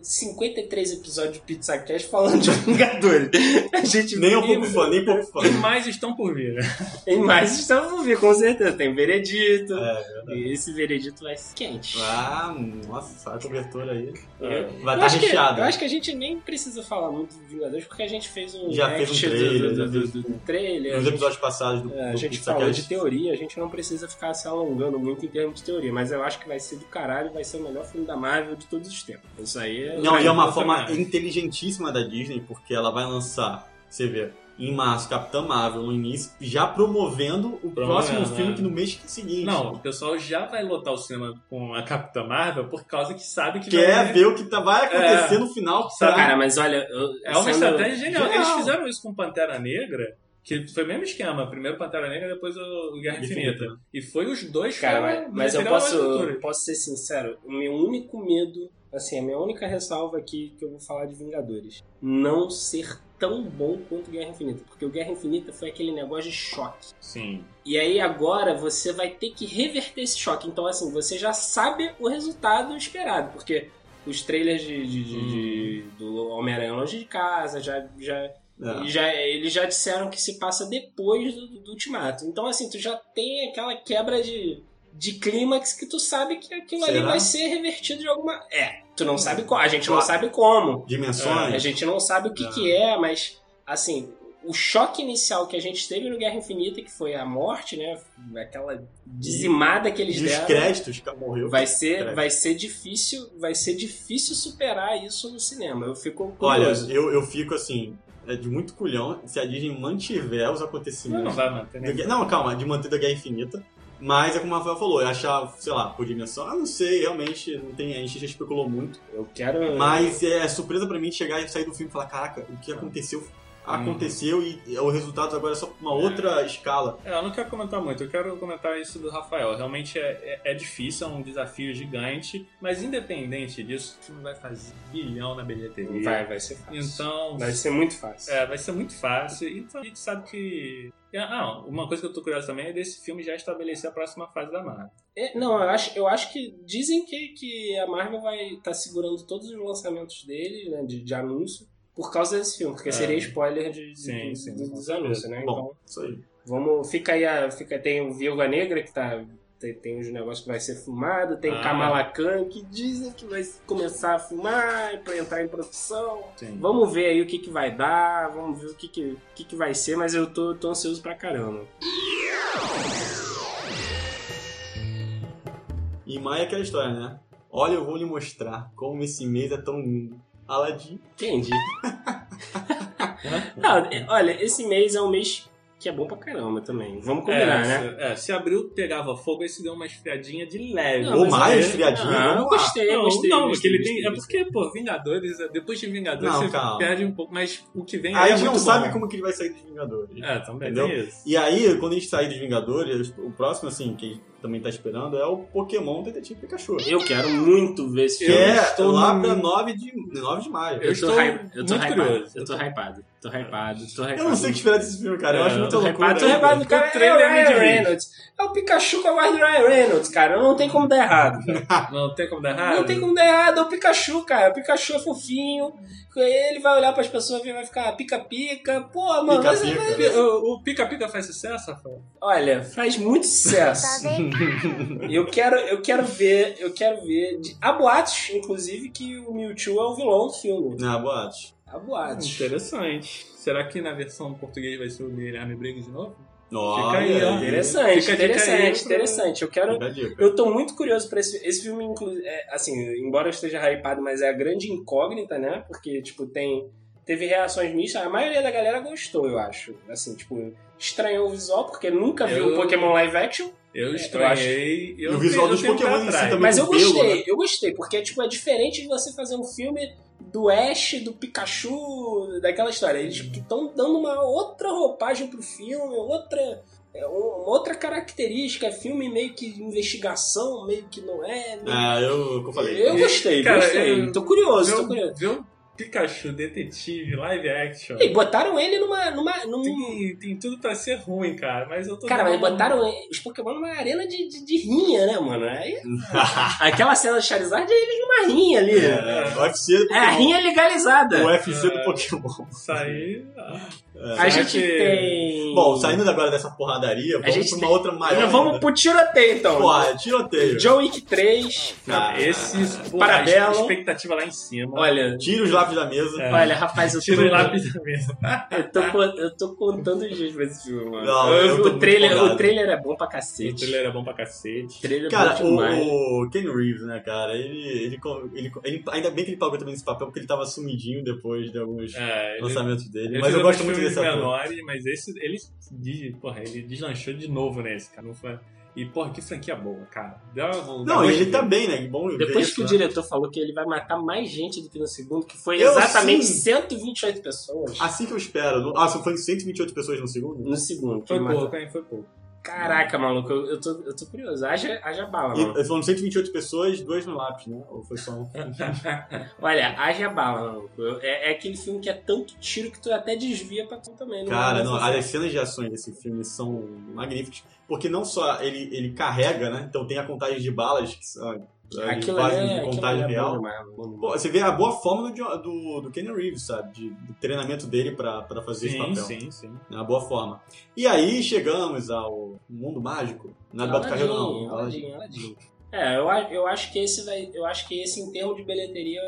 S3: 53 episódios de Pizza Cash falando de Vingadores. A gente
S2: Nem um
S3: vive-
S2: pouco fã, nem pouco fã.
S4: E mais estão por vir, né?
S3: Tem mais estamos por vir, com certeza. Tem Veredito.
S2: É,
S3: e esse Veredito vai ser quente.
S2: Ah, tá nossa, a cobertura aí.
S4: É,
S3: Eu-
S2: Vai
S3: eu
S2: estar
S3: acho que-
S2: recheada.
S3: eu acho que a gente nem precisa falar muito de Vingadores, porque a gente fez um
S2: Já fez um
S3: react do-
S2: trailer,
S3: do,
S2: já fez
S3: do- do trailer, a
S2: Nos
S3: gente-
S2: episódios passados do,
S3: É, a
S2: do
S3: gente
S2: Pizza
S3: falou
S2: Cast.
S3: de teoria, a gente não precisa ficar se alongando muito em termos de teoria, mas eu acho que vai ser do caralho, vai ser o melhor filme da Marvel de todos os tempos. Isso aí
S4: um
S3: é.
S2: Não, e é uma
S4: Eu
S2: forma
S4: também acho.
S2: inteligentíssima da Disney, porque ela vai lançar, você vê, em março, Capitã Marvel, no início, já promovendo o próximo
S4: Promovendo,
S2: filme
S4: é.
S2: que no mês seguinte.
S4: Não, o pessoal já vai lotar o cinema com a Capitã Marvel por causa que sabe que vai
S2: Quer ver o que tá- vai acontecer
S4: É.
S2: no final.
S4: Sabe,
S2: pra-
S3: Cara, mas olha. eu-
S4: É uma
S3: sendo-
S4: estratégia genial.
S2: Genial.
S4: Eles fizeram isso com Pantera Negra, que foi o mesmo esquema. Primeiro Pantera Negra, depois o Guerra
S2: Infinita.
S4: Infinita. E foi os dois
S3: Cara,
S4: foram
S3: mas, mas eu
S4: material
S3: posso,
S4: aventura.
S3: posso ser sincero, o meu único medo, assim, a minha única ressalva aqui que eu vou falar de Vingadores, não ser tão bom quanto Guerra Infinita, porque o Guerra Infinita foi aquele negócio de choque.
S4: Sim.
S3: E aí agora você vai ter que reverter esse choque. Então, assim, você já sabe o resultado esperado, porque os trailers de, de- de- de- do Homem-Aranha longe de casa já, já,
S2: É.
S3: já- eles já disseram que se passa depois do, do ultimato. Então, assim, tu já tem aquela quebra de, de clímax que tu sabe que aquilo ali
S2: Será?
S3: vai ser revertido de alguma. É, tu não sabe como. A gente não sabe como.
S2: Dimensões.
S3: A gente não sabe o que,
S2: É.
S3: que é, mas assim, o choque inicial que a gente teve no Guerra Infinita, que foi a morte, né? Aquela dizimada que eles
S2: E os
S3: deram.
S2: créditos, cara, morreu.
S3: Vai ser,
S2: Crédito.
S3: vai ser difícil, vai ser difícil superar isso no cinema. Eu fico
S2: Olha,
S3: curioso.
S2: eu, eu fico assim, é de muito culhão se a Disney mantiver os
S4: Não, não
S2: acontecimentos.
S4: vai manter, né?
S2: do- não, calma, de manter da Guerra Infinita. Mas é como o Rafael falou, eu achar, sei lá, por dimensão, eu não sei, realmente, não tem, a gente já especulou muito.
S3: eu quero
S2: Mas é surpresa pra mim chegar e sair do filme e falar: caraca, o que aconteceu aconteceu e, e o resultado agora é só uma outra escala.
S4: É, eu não quero comentar muito, eu quero comentar isso do Rafael. Realmente é, é, é difícil, é um desafio gigante, mas independente disso, tu não vai fazer bilhão na bilheteria.
S3: Vai, vai ser fácil.
S4: Então,
S3: Vai ser muito fácil.
S4: é, vai ser muito fácil. Então a gente sabe que. Ah, uma coisa que eu tô curioso também é desse filme já estabelecer a próxima fase da Marvel.
S3: É, não, eu acho, eu acho que dizem que, que a Marvel vai estar segurando todos os lançamentos dele, né, de, de anúncio, por causa desse filme, porque
S4: É.
S3: seria spoiler de, de-
S4: Sim, sim,
S3: dos-
S4: com
S3: dos
S4: certeza.
S3: anúncios, né?
S2: Bom, isso aí.
S3: Então, vamos, fica aí, a, fica, tem o Viúva Negra que tá... Tem, tem os negócios que vai ser filmado, tem
S4: Ah.
S3: Kamala Khan que dizem que vai começar a filmar pra entrar em produção.
S4: Sim.
S3: Vamos ver aí o que, que vai dar, vamos ver o que, que, o que, que vai ser, mas eu tô, tô ansioso pra caramba.
S2: E Maia é aquela história, né? Olha, eu vou lhe mostrar como esse mês é tão lindo. Aladdin.
S3: Entendi. Não, é- olha, esse mês é um mês que é bom pra caramba também. Vamos combinar,
S4: é,
S3: né?
S4: Se, é, se abriu, pegava fogo, esse deu uma esfriadinha de leve.
S3: Não,
S2: É, Ou
S3: mas
S2: mais,
S3: aí-
S2: esfriadinho.
S3: Ah, eu
S2: vamos lá.
S3: gostei,
S4: Não,
S3: gostei.
S4: não, porque
S3: gostei,
S4: ele
S3: gostei,
S4: tem. É
S3: gostei.
S4: porque, pô, Vingadores, é, depois de Vingadores,
S2: Não,
S4: você
S2: calma.
S4: perde um pouco, mas o que vem
S2: Aí
S4: é
S2: a gente
S4: muito
S2: não
S4: bom.
S2: sabe como que ele vai sair dos Vingadores.
S4: É, também
S2: Entendeu?
S4: tem isso.
S2: E aí, quando a gente sair dos Vingadores, o próximo, assim, que a gente também tá esperando é o Pokémon Detetive Pikachu.
S3: Eu quero muito ver esse
S2: Que
S4: Eu
S3: filme.
S2: é
S4: estou
S2: lá
S4: no-
S2: pra 9 de, 9 de maio.
S4: Eu-
S2: Eu,
S3: tô,
S4: estou
S3: hy- eu tô
S4: muito
S3: hypado.
S4: curioso.
S3: Eu tô hypado. Tô hypado. Tô hypado.
S2: não sei o que esperar desse filme, cara. Eu
S4: É,
S2: acho muito
S4: eu
S3: Tô
S2: loucura.
S3: hypado, tô hypado.
S4: O
S3: Cara, é
S4: trailer
S3: o
S4: me
S3: Ryan
S4: divide.
S3: Reynolds. É o Pikachu com a voz do Ryan Reynolds, cara. Não tem como dar errado. cara.
S4: Não tem como dar errado?
S3: Não tem como dar errado, é o Pikachu, cara. O Pikachu é fofinho. Ele vai olhar pras pessoas e vai ficar pica-pica. Pô, mano, mas-
S4: né,
S2: Pica-pica.
S4: O o Pica-Pica faz sucesso, Rafael?
S3: Olha, faz muito sucesso. eu quero, eu quero ver, eu quero ver. de- Há boatos, inclusive, que o Mewtwo é o vilão do filme.
S2: Na boate.
S3: Há boatos.
S4: Interessante. Será que na versão portuguesa vai ser o Guilherme Briggs de novo?
S2: Olha
S4: aí, ó.
S3: Interessante,
S4: Hum, Fica a dica aí
S3: interessante,
S4: pro-
S3: interessante. Eu quero.
S2: Fica a dica.
S3: Eu tô muito curioso pra esse, esse filme, inclu- é, assim, embora eu esteja hypado, mas é a grande incógnita, né? Porque, tipo, tem. Teve reações mistas, a maioria da galera gostou, eu acho. Assim, tipo, estranhou o visual, porque nunca viu
S4: Eu-
S3: um Pokémon live action.
S2: É,
S4: Eu
S3: acho.
S4: estranhei. Eu
S2: E o visual
S4: tenho- um
S2: dos
S4: eu tenho
S2: Pokémon
S4: pra
S2: em si
S4: trás.
S2: também.
S3: Mas eu
S2: com pelo,
S3: gostei,
S2: né?
S3: eu gostei, porque tipo, é diferente de você fazer um filme do Ash, do Pikachu, daquela história. Eles estão dando uma outra roupagem pro filme, outra, é, uma outra característica, É filme meio que de investigação, meio que não é. meio-
S2: Ah, eu, como eu falei.
S3: eu gostei,
S4: Cara,
S3: gostei.
S4: eu-
S3: Tô curioso, tô
S4: Ver
S3: curioso.
S4: o- ver o Pikachu detetive live action.
S3: E botaram ele numa. numa num-
S4: Tem, tem tudo pra ser ruim, cara. Mas eu tô. um
S3: Cara, mas botaram os Pokémon numa arena de, de, de rinha, né, mano? Aí,
S2: É,
S3: aquela cena do Charizard é eles numa rinha ali.
S2: o UFC do
S3: É a
S2: Pokémon.
S3: rinha legalizada.
S2: o UFC do Pokémon.
S4: Sair. ah.
S2: É.
S3: A
S4: Será
S3: gente
S4: que-
S3: tem.
S2: Bom, um. saindo agora dessa porradaria, vamos
S3: gente
S2: pra uma
S3: tem-
S2: outra maior.
S3: Agora vamos
S2: ainda.
S3: pro tiroteio então.
S2: Porra, tiroteio.
S3: John Wick 3.
S2: Ah,
S4: Esses. pô,
S3: Parabéns.
S4: a expectativa lá em cima.
S3: Olha,
S2: Tira os lápis da mesa.
S4: É.
S3: olha, rapaz, eu
S4: Tira o
S3: tô,
S4: lápis da mesa.
S3: eu tô, co- eu tô contando os dias pra esse filme, mano.
S2: Não, eu tô
S3: o,
S2: muito
S3: trailer,
S2: empolgado.
S3: o trailer é bom pra
S4: O
S3: cacete.
S4: trailer é bom pra cacete.
S3: O trailer é
S2: Cara,
S3: bom demais.
S2: o, o Ken Reeves, né, cara, ele, ele, co- ele, co- ele- Ainda bem que ele pagou também esse papel, porque ele tava sumidinho depois de alguns
S4: É, ele-
S2: lançamentos dele.
S4: ele
S2: mas
S4: fez
S2: eu gosto
S4: alguns
S3: um
S2: muito
S4: filmes
S2: desse ator.
S4: menores, mas esse, ele, de- porra, ele deslanchou de novo nesse, cara. Não foi... E, porra, que franquia boa, cara. Dá, dá
S2: Não,
S4: gosto
S2: ele
S4: de-
S2: também, né? que Bom,
S3: Depois
S2: ver
S3: que o
S2: isso, né?
S3: diretor falou que ele vai matar mais gente do que no segundo, que foi
S2: Eu
S3: exatamente
S2: sim.
S3: 128 pessoas
S2: Assim que eu espero. No- Ah, só foi 128 pessoas no segundo?
S3: no segundo. que
S4: Foi
S3: ele matou.
S4: pouco, hein? Foi pouco.
S3: Caraca, maluco, eu, eu tô, eu tô curioso. Haja, haja bala, mano.
S2: E foram 128 pessoas, dois no lápis, né? Ou foi só
S3: É,
S2: um?
S3: Olha, haja bala, maluco. Eu- É, é aquele filme que é tanto tiro que tu até desvia pra tu também. não é?
S2: Cara,
S3: vai
S2: não,
S3: fazer.
S2: as cenas de ações desse filme são magníficas. Porque não só ele, ele carrega, né? Então tem a contagem de balas, que são, eles
S3: Aquilo ali,
S2: fazem
S3: é-
S2: de
S3: aquilo
S2: contagem
S3: ali é
S2: real.
S3: bom demais, bom demais.
S2: Pô, Você vê a boa forma do, John- do, do Kenny Reeves, sabe? De, do treinamento dele pra, pra fazer esse
S4: Sim,
S2: papel.
S4: sim, sim.
S2: É uma boa forma. E aí chegamos ao mundo mágico. Não é do Beto Carreiro, não.
S3: Aladdin, Aladdin, Aladdin. É, eu, a- eu acho que esse vai. Eu acho que esse em termos de bilheteria.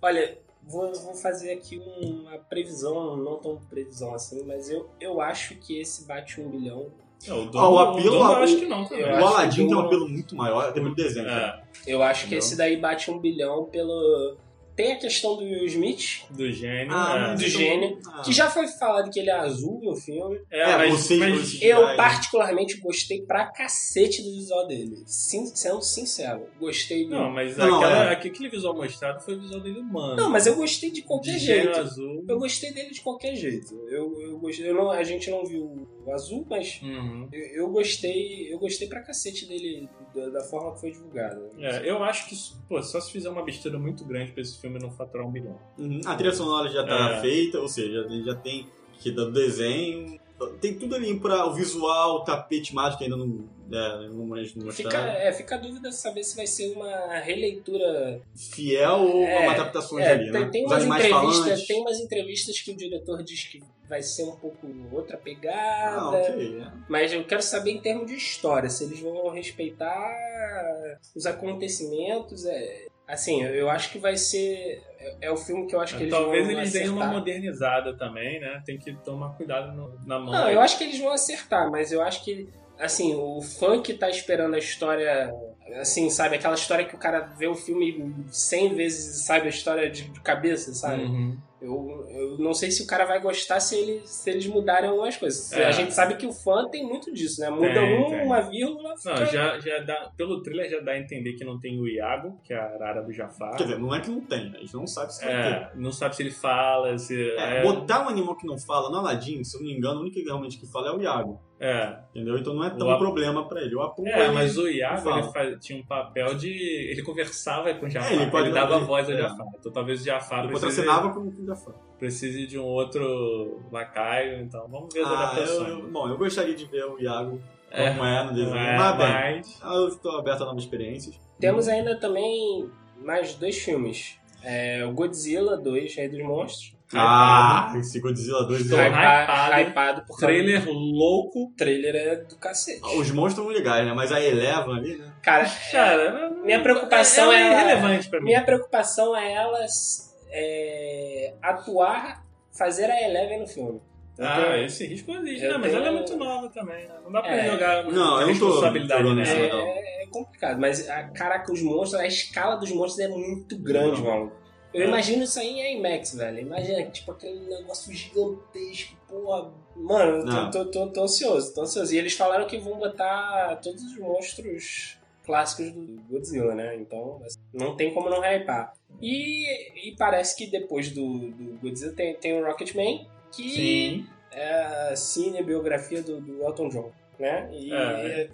S3: Olha, vou, vou fazer aqui uma previsão, não tão previsão assim, mas eu, eu acho que esse bate um bilhão.
S4: Não, É, o
S2: Ó, o apelo-
S4: Dom eu
S2: o-
S4: acho que não
S3: eu
S4: também.
S2: O
S3: acho que
S2: Aladdin tem um
S3: Dom-
S2: apelo muito maior, até pelo desenho. cara.
S4: É,
S3: Eu acho que
S2: Não.
S3: esse daí bate um bilhão pelo. Tem a questão do Will Smith,
S4: Do gênio.
S2: Ah,
S4: é.
S2: mas
S3: do
S2: então-
S3: gênio,
S2: ah.
S3: que já foi falado que ele é azul no filme.
S4: É,
S2: É,
S4: mas,
S2: vocês-
S4: mas
S2: vocês-
S3: Eu
S4: né?
S2: Verdade.
S3: particularmente gostei pra cacete do visual dele. Sin- sendo sincero, gostei do.
S4: Não, mas
S2: Não,
S4: aquela-
S2: é.
S4: aquele visual mostrado foi o visual dele humano.
S3: Não, mas eu gostei de qualquer
S4: de
S3: jeito.
S4: gênio azul.
S3: Eu gostei dele de qualquer jeito. Eu, eu gostei. eu não- a gente não viu o azul, mas
S4: Uhum.
S3: eu, eu gostei. Eu gostei pra cacete dele, da, da forma que foi divulgada.
S4: É, eu acho que isso- pô, só se fizer uma besteira muito grande pra esse filme não faturar um milhão.
S2: Uhum. A trilha sonora já tá
S4: É.
S2: feita, ou seja, a gente já tem que dar desenho. Tem tudo ali para o visual, o tapete mágico que ainda não, é, não, a gente não
S3: Fica,
S2: mostraram.
S3: é, fica a dúvida de saber se vai ser uma releitura.
S2: Fiel ou
S3: É,
S2: uma adaptações
S3: É,
S2: ali, né?
S3: tem, tem
S2: Os
S3: umas
S2: animais falantes.
S3: entrevistas, tem umas entrevistas que o diretor diz que vai ser um pouco outra pegada.
S2: Ah, ok. é.
S3: Mas eu quero saber em termos de história, se eles vão respeitar os acontecimentos. é- assim, eu- eu acho que vai ser. É, é o filme que eu acho que eles
S4: Talvez
S3: vão
S4: eles deem uma
S3: acertar.
S4: modernizada também, né? Tem que tomar cuidado no- na mão.
S3: Não, eu acho que eles vão acertar, mas eu acho que. Assim, o fã que tá esperando a história. Assim, sabe? Aquela história que o cara vê o filme 100 vezes e sabe a história de de cabeça, sabe?
S4: Uhum.
S3: Eu, eu não sei se o cara vai gostar se, ele, se eles mudarem algumas coisas.
S4: É.
S3: A gente sabe que o fã tem muito disso, né? Muda
S4: Tem,
S3: um,
S4: tem.
S3: uma vírgula.
S4: Não,
S3: fica-
S4: já, já dá, pelo trailer já dá a entender que não tem o Iago, que é a arara do Jafar.
S2: Quer dizer, não é que não tem, né? a gente não sabe se vai ter.
S4: É, não sabe se ele fala, se.
S2: É, Botar um animal que não fala no Aladdin, se eu não me engano, o único que realmente que fala é o Iago.
S4: é.
S2: Entendeu? Então não é tão
S4: O Ap-
S2: problema pra ele. O Apu
S4: É,
S2: ele- tipo,
S4: mas o Iago
S2: fala.
S4: ele faz- tinha um papel de. Ele conversava com o Jafar,
S2: É, ele
S4: ele,
S2: pode-
S4: dava voz ao
S2: é.
S4: Jafar. Então talvez o Jafar
S2: ele
S4: precise,
S2: contracenava com o Jafar.
S4: precise de um outro lacaio, então vamos ver as
S2: Ah, eu,
S4: adaptações.
S2: eu- bom, eu gostaria de ver o Iago
S4: É.
S2: como é no desenho.
S4: É,
S2: mas bem,
S4: mas-
S2: ah, eu estou aberto a novas experiências.
S3: Temos ainda também mais dois filmes. É, o Godzilla 2, Rei dos Monstros.
S4: É.
S2: Ah, esse Godzilla 2
S4: Tô
S2: é-
S4: hypado.
S3: hypado por causa
S4: Trailer Ah, louco.
S3: do trailer é do cacete.
S2: Os monstros vão ligar, né? Mas a Eleva ali, né?
S3: Cara,
S4: Cara,
S3: É, minha preocupação
S4: é,
S3: é-
S4: irrelevante pra mim.
S3: minha preocupação é elas é, atuar, fazer a Eleven no filme. Eu
S4: Ah,
S3: tenho-
S4: esse risco existe,
S3: Eu
S4: né? Mas
S3: tenho-
S4: ela é muito nova também. né? Não dá pra
S3: É.
S4: jogar
S2: Não, eu não tô
S4: responsabilidade
S2: jogando
S4: nessa.
S2: isso.
S3: é, é complicado, mas a, caraca, os monstros, a escala dos monstros é muito grande,
S2: Não.
S3: mano. Eu
S4: É.
S3: imagino isso aí em IMAX, velho. Imagina, tipo, aquele negócio gigantesco, porra. Mano, eu
S4: Ah.
S2: Não.
S3: tô, tô, tô, tô ansioso, tô ansioso. E eles falaram que vão botar todos os monstros clássicos do Godzilla, né? Então, assim, não tem como não hypar. E, e parece que depois do, do Godzilla tem, tem o Rocketman, que
S2: né?
S4: Sim.
S3: é a cinebiografia do, do Elton John, né? E
S4: É.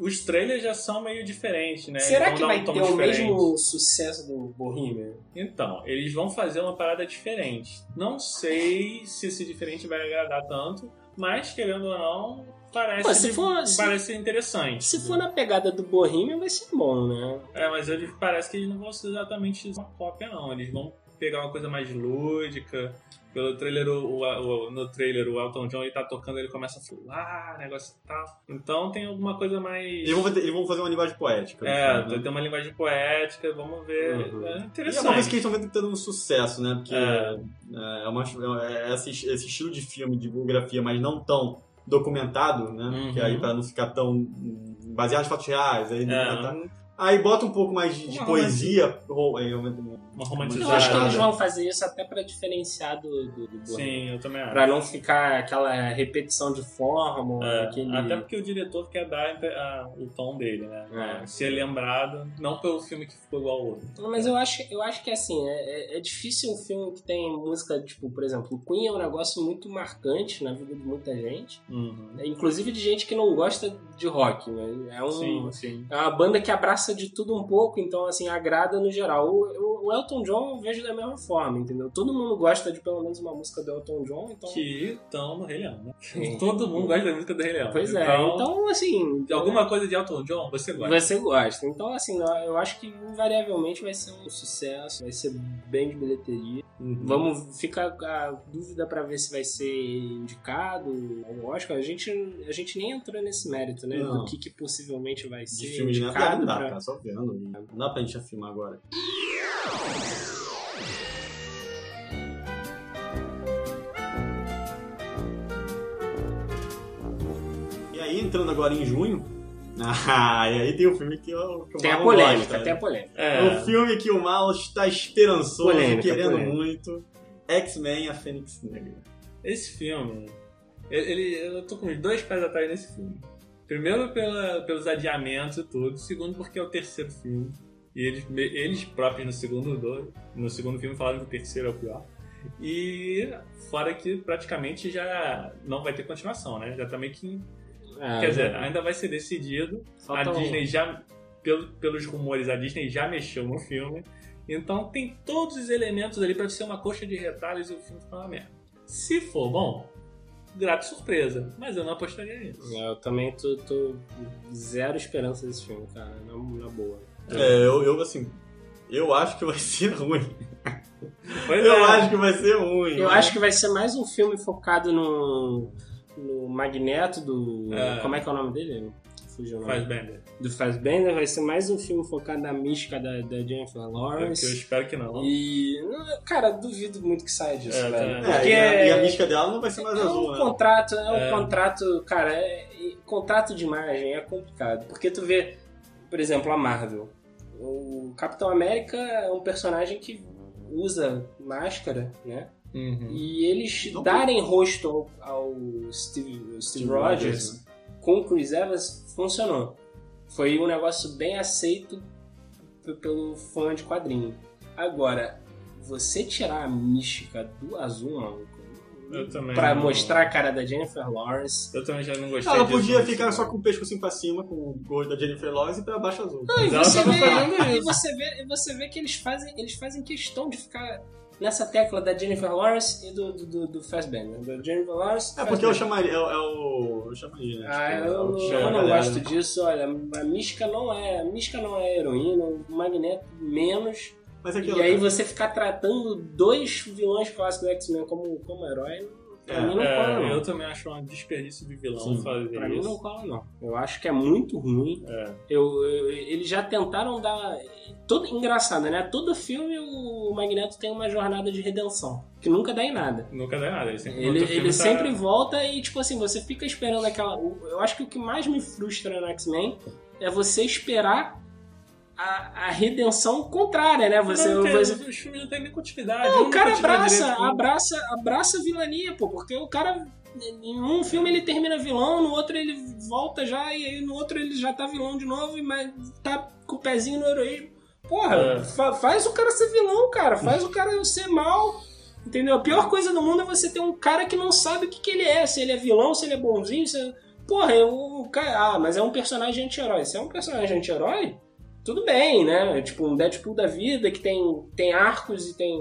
S4: Os trailers já são meio diferentes, né?
S3: Será
S4: Eles
S3: que
S4: vão dar
S3: vai
S4: um
S3: ter
S4: tom
S3: o
S4: diferente.
S3: mesmo sucesso do Bohemian?
S4: Então, eles vão fazer uma parada diferente. Não sei se esse diferente vai agradar tanto, mas querendo ou não, parece,
S3: Pô, se for- se-
S4: parece interessante.
S3: Se for na pegada do Bohemian, vai ser bom, né?
S4: É, mas eles, parece que eles não vão ser exatamente uma cópia, não. Eles vão pegar uma coisa mais lúdica. Pelo trailer, o, o- o- no trailer, o Elton John ele tá tocando, ele começa a falar, negócio e tal. Então tem alguma coisa mais.
S2: Eles vão, fazer, eles vão fazer uma linguagem poética.
S4: É,
S2: né?
S4: tem uma linguagem poética, vamos ver.
S2: Uhum.
S4: É
S2: E é uma vez
S4: interessante.
S2: que eles estão tendo um sucesso, né? Porque
S4: É.
S2: é, é uma- é esse, esse estilo de filme, de biografia, mas não tão documentado, né?
S4: Uhum.
S2: Que aí pra não ficar tão hum, baseado em fatos reais. Aí, documentar.
S4: É,
S2: aí bota um pouco mais de, de
S4: Uma
S2: poesia. ro- é, aumenta-
S4: uma
S3: Eu
S4: romantizada.
S3: acho que
S2: Exato.
S3: eles vão fazer isso até pra diferenciar do, do, do Bohemian.
S4: Sim, eu também acho.
S3: Pra não ficar aquela repetição de forma,
S4: É,
S3: aquele...
S4: Até porque o diretor quer dar a- o tom dele, né?
S3: É.
S4: Ser lembrado, não pelo filme que ficou igual ao outro.
S3: Mas eu acho, eu acho que assim, é, é- é difícil um filme que tem música, tipo, por exemplo, o Queen é um negócio muito marcante na vida de muita gente. né?
S4: Uhum.
S3: Inclusive de gente que não gosta de rock, né? É um,
S4: Sim, sim.
S3: É uma banda que abraça de tudo um pouco, então, assim, agrada no geral. O, o- o Elton John eu vejo da mesma forma, entendeu? Todo mundo gosta de pelo menos uma música do Elton John, então.
S4: Que estão no Rei Leão, né?
S3: Sim.
S4: Todo mundo gosta da música do Rei Leão.
S3: Pois é,
S4: Então,
S3: então, assim.
S4: de alguma coisa de Elton John, você gosta.
S3: Você gosta. Então, assim, eu- eu acho que invariavelmente vai ser um sucesso, vai ser bem de bilheteria.
S2: um
S3: Vamos ficar a dúvida pra ver se vai ser indicado ao Oscar. A gente, a gente nem entrou nesse mérito, né?
S2: Não.
S3: Do que, que possivelmente vai ser
S2: de filme de Natal.
S3: indicado.
S2: Não dá,
S3: pra-
S2: cara, só vendo. Não dá pra gente afirmar agora. E aí, entrando agora em junho, Ah, e aí tem o filme que, eu, que o
S3: Tem a
S2: Marlon
S3: polêmica,
S2: gosta.
S3: tem a polêmica.
S2: É
S4: É,
S2: um filme que o Mal está esperançoso,
S3: Polêmica,
S2: querendo
S3: polêmica.
S2: muito. X-Men, a Fênix Negra.
S4: esse filme, ele, eu tô com os dois pés atrás nesse filme. Primeiro pela, pelos adiamentos e tudo, segundo porque é o terceiro filme. E eles, me- eles próprios no segundo, do- no segundo filme falaram que o terceiro é o pior. E fora que praticamente já não vai ter continuação, né? Já tá meio que
S3: Ah, É,
S4: Quer dizer, ainda vai ser decidido.
S3: Falta
S4: a
S3: um.
S4: Disney já, pelo- pelos rumores, a Disney já mexeu no filme. Então tem todos os elementos ali pra ser uma coxa de retalhos e o filme ficar uma merda. Se for bom, grata surpresa. Mas eu não apostaria nisso.
S3: é, Eu também tô, tô zero esperança desse filme, cara. Na, na boa.
S2: É, eu, eu, assim, eu acho que vai ser ruim.
S4: Pois
S2: Eu
S4: é.
S2: acho que vai ser ruim.
S3: Eu acho que vai ser mais um filme focado no, no Magneto do.
S4: É.
S3: Como é que é o nome dele? Fugiu o nome.
S4: Faz bem, né?
S3: Do Fassbender. Vai ser mais um filme focado na mística da, da Jennifer
S4: É que eu
S3: Lawrence.
S4: espero que não.
S3: E. não, Cara, duvido muito que saia disso,
S4: É,
S3: velho.
S4: também.
S2: É,
S3: Porque
S2: e, a, e a mística dela não vai ser mais
S3: É
S2: azul,
S3: um
S2: né?
S3: contrato, é um
S4: É.
S3: contrato, cara, é, e contrato de imagem é complicado. Porque tu vê, por exemplo, a Marvel. O Capitão América é um personagem que usa máscara, né?
S4: Uhum.
S3: E eles
S2: Não-
S3: darem rosto ao, ao Steve, ao Steve Rogers
S2: né?
S3: com o Chris Evans funcionou. Foi um negócio bem aceito p- pelo fã de quadrinho. Agora, você tirar a mística do azul, maluco,
S4: Eu também
S3: pra
S4: não-
S3: mostrar a cara da Jennifer Lawrence.
S4: Eu também já não gostei
S2: Ela
S4: disso,
S2: podia
S4: mas-
S2: ficar só com o pesco assim pra cima, com o gordo da Jennifer Lawrence e pra baixo azul. É,
S3: Não, e
S4: Mas ela
S3: você,
S4: tava
S3: vê,
S4: fazendo
S3: e você vê, e você vê que eles fazem, eles fazem questão de ficar nessa tecla da Jennifer Lawrence e do, do, do, do Fassbender. Da Jennifer Lawrence.
S2: É porque eu chamaria.
S3: Fassbender.
S2: É, é o. Eu chamaria, né?
S3: Ah,
S2: Tipo,
S3: eu,
S2: é o que
S3: eu
S2: chama a
S3: não
S2: galera,
S3: gosto
S2: né?
S3: disso. Olha, a Mística não é, a Mística não é heroína, o Magneto menos.
S2: Mas é
S3: E
S2: aquilo.
S3: aí você ficar tratando dois vilões clássicos do X-Men é como, como herói, pra
S2: É,
S3: mim não cola
S4: É,
S3: não.
S4: eu também acho um desperdício de vilão
S2: Sim,
S4: fazer
S3: Pra mim
S4: isso.
S3: não cola não. Eu acho que é muito ruim.
S4: É.
S3: Eu, eu- eles já tentaram dar... Todo, engraçado, né? Todo filme o Magneto tem uma jornada de redenção, que nunca dá em nada.
S4: Nunca dá nada. Ele sempre,
S3: Ele,
S4: outro filme
S3: ele
S4: tá-
S3: sempre volta e, tipo assim, você fica esperando aquela. o- Eu acho que o que mais me frustra no X-Men é você esperar a, a redenção contrária, né? Você.
S4: não, tem,
S3: você-
S4: os filmes não tem nem continuidade.
S3: Não, o
S4: nunca
S3: cara
S4: tive
S3: abraça,
S4: direito com-
S3: abraça, abraça a vilania, pô, porque o cara. Em um filme ele termina vilão, no outro ele volta já, e aí no outro ele já tá vilão de novo, e mas tá com o pezinho no heroísmo. Porra,
S4: É.
S3: fa- faz o cara ser vilão, cara. Faz o cara ser mal. Entendeu? A pior coisa do mundo é você ter um cara que não sabe o que, que ele é. Se ele é vilão, se ele é bonzinho, se... Porra, eu- o cara... Ah, mas é um personagem anti-herói. Se é um personagem anti-herói, tudo bem, né? É Tipo, um Deadpool da vida que tem, tem arcos e tem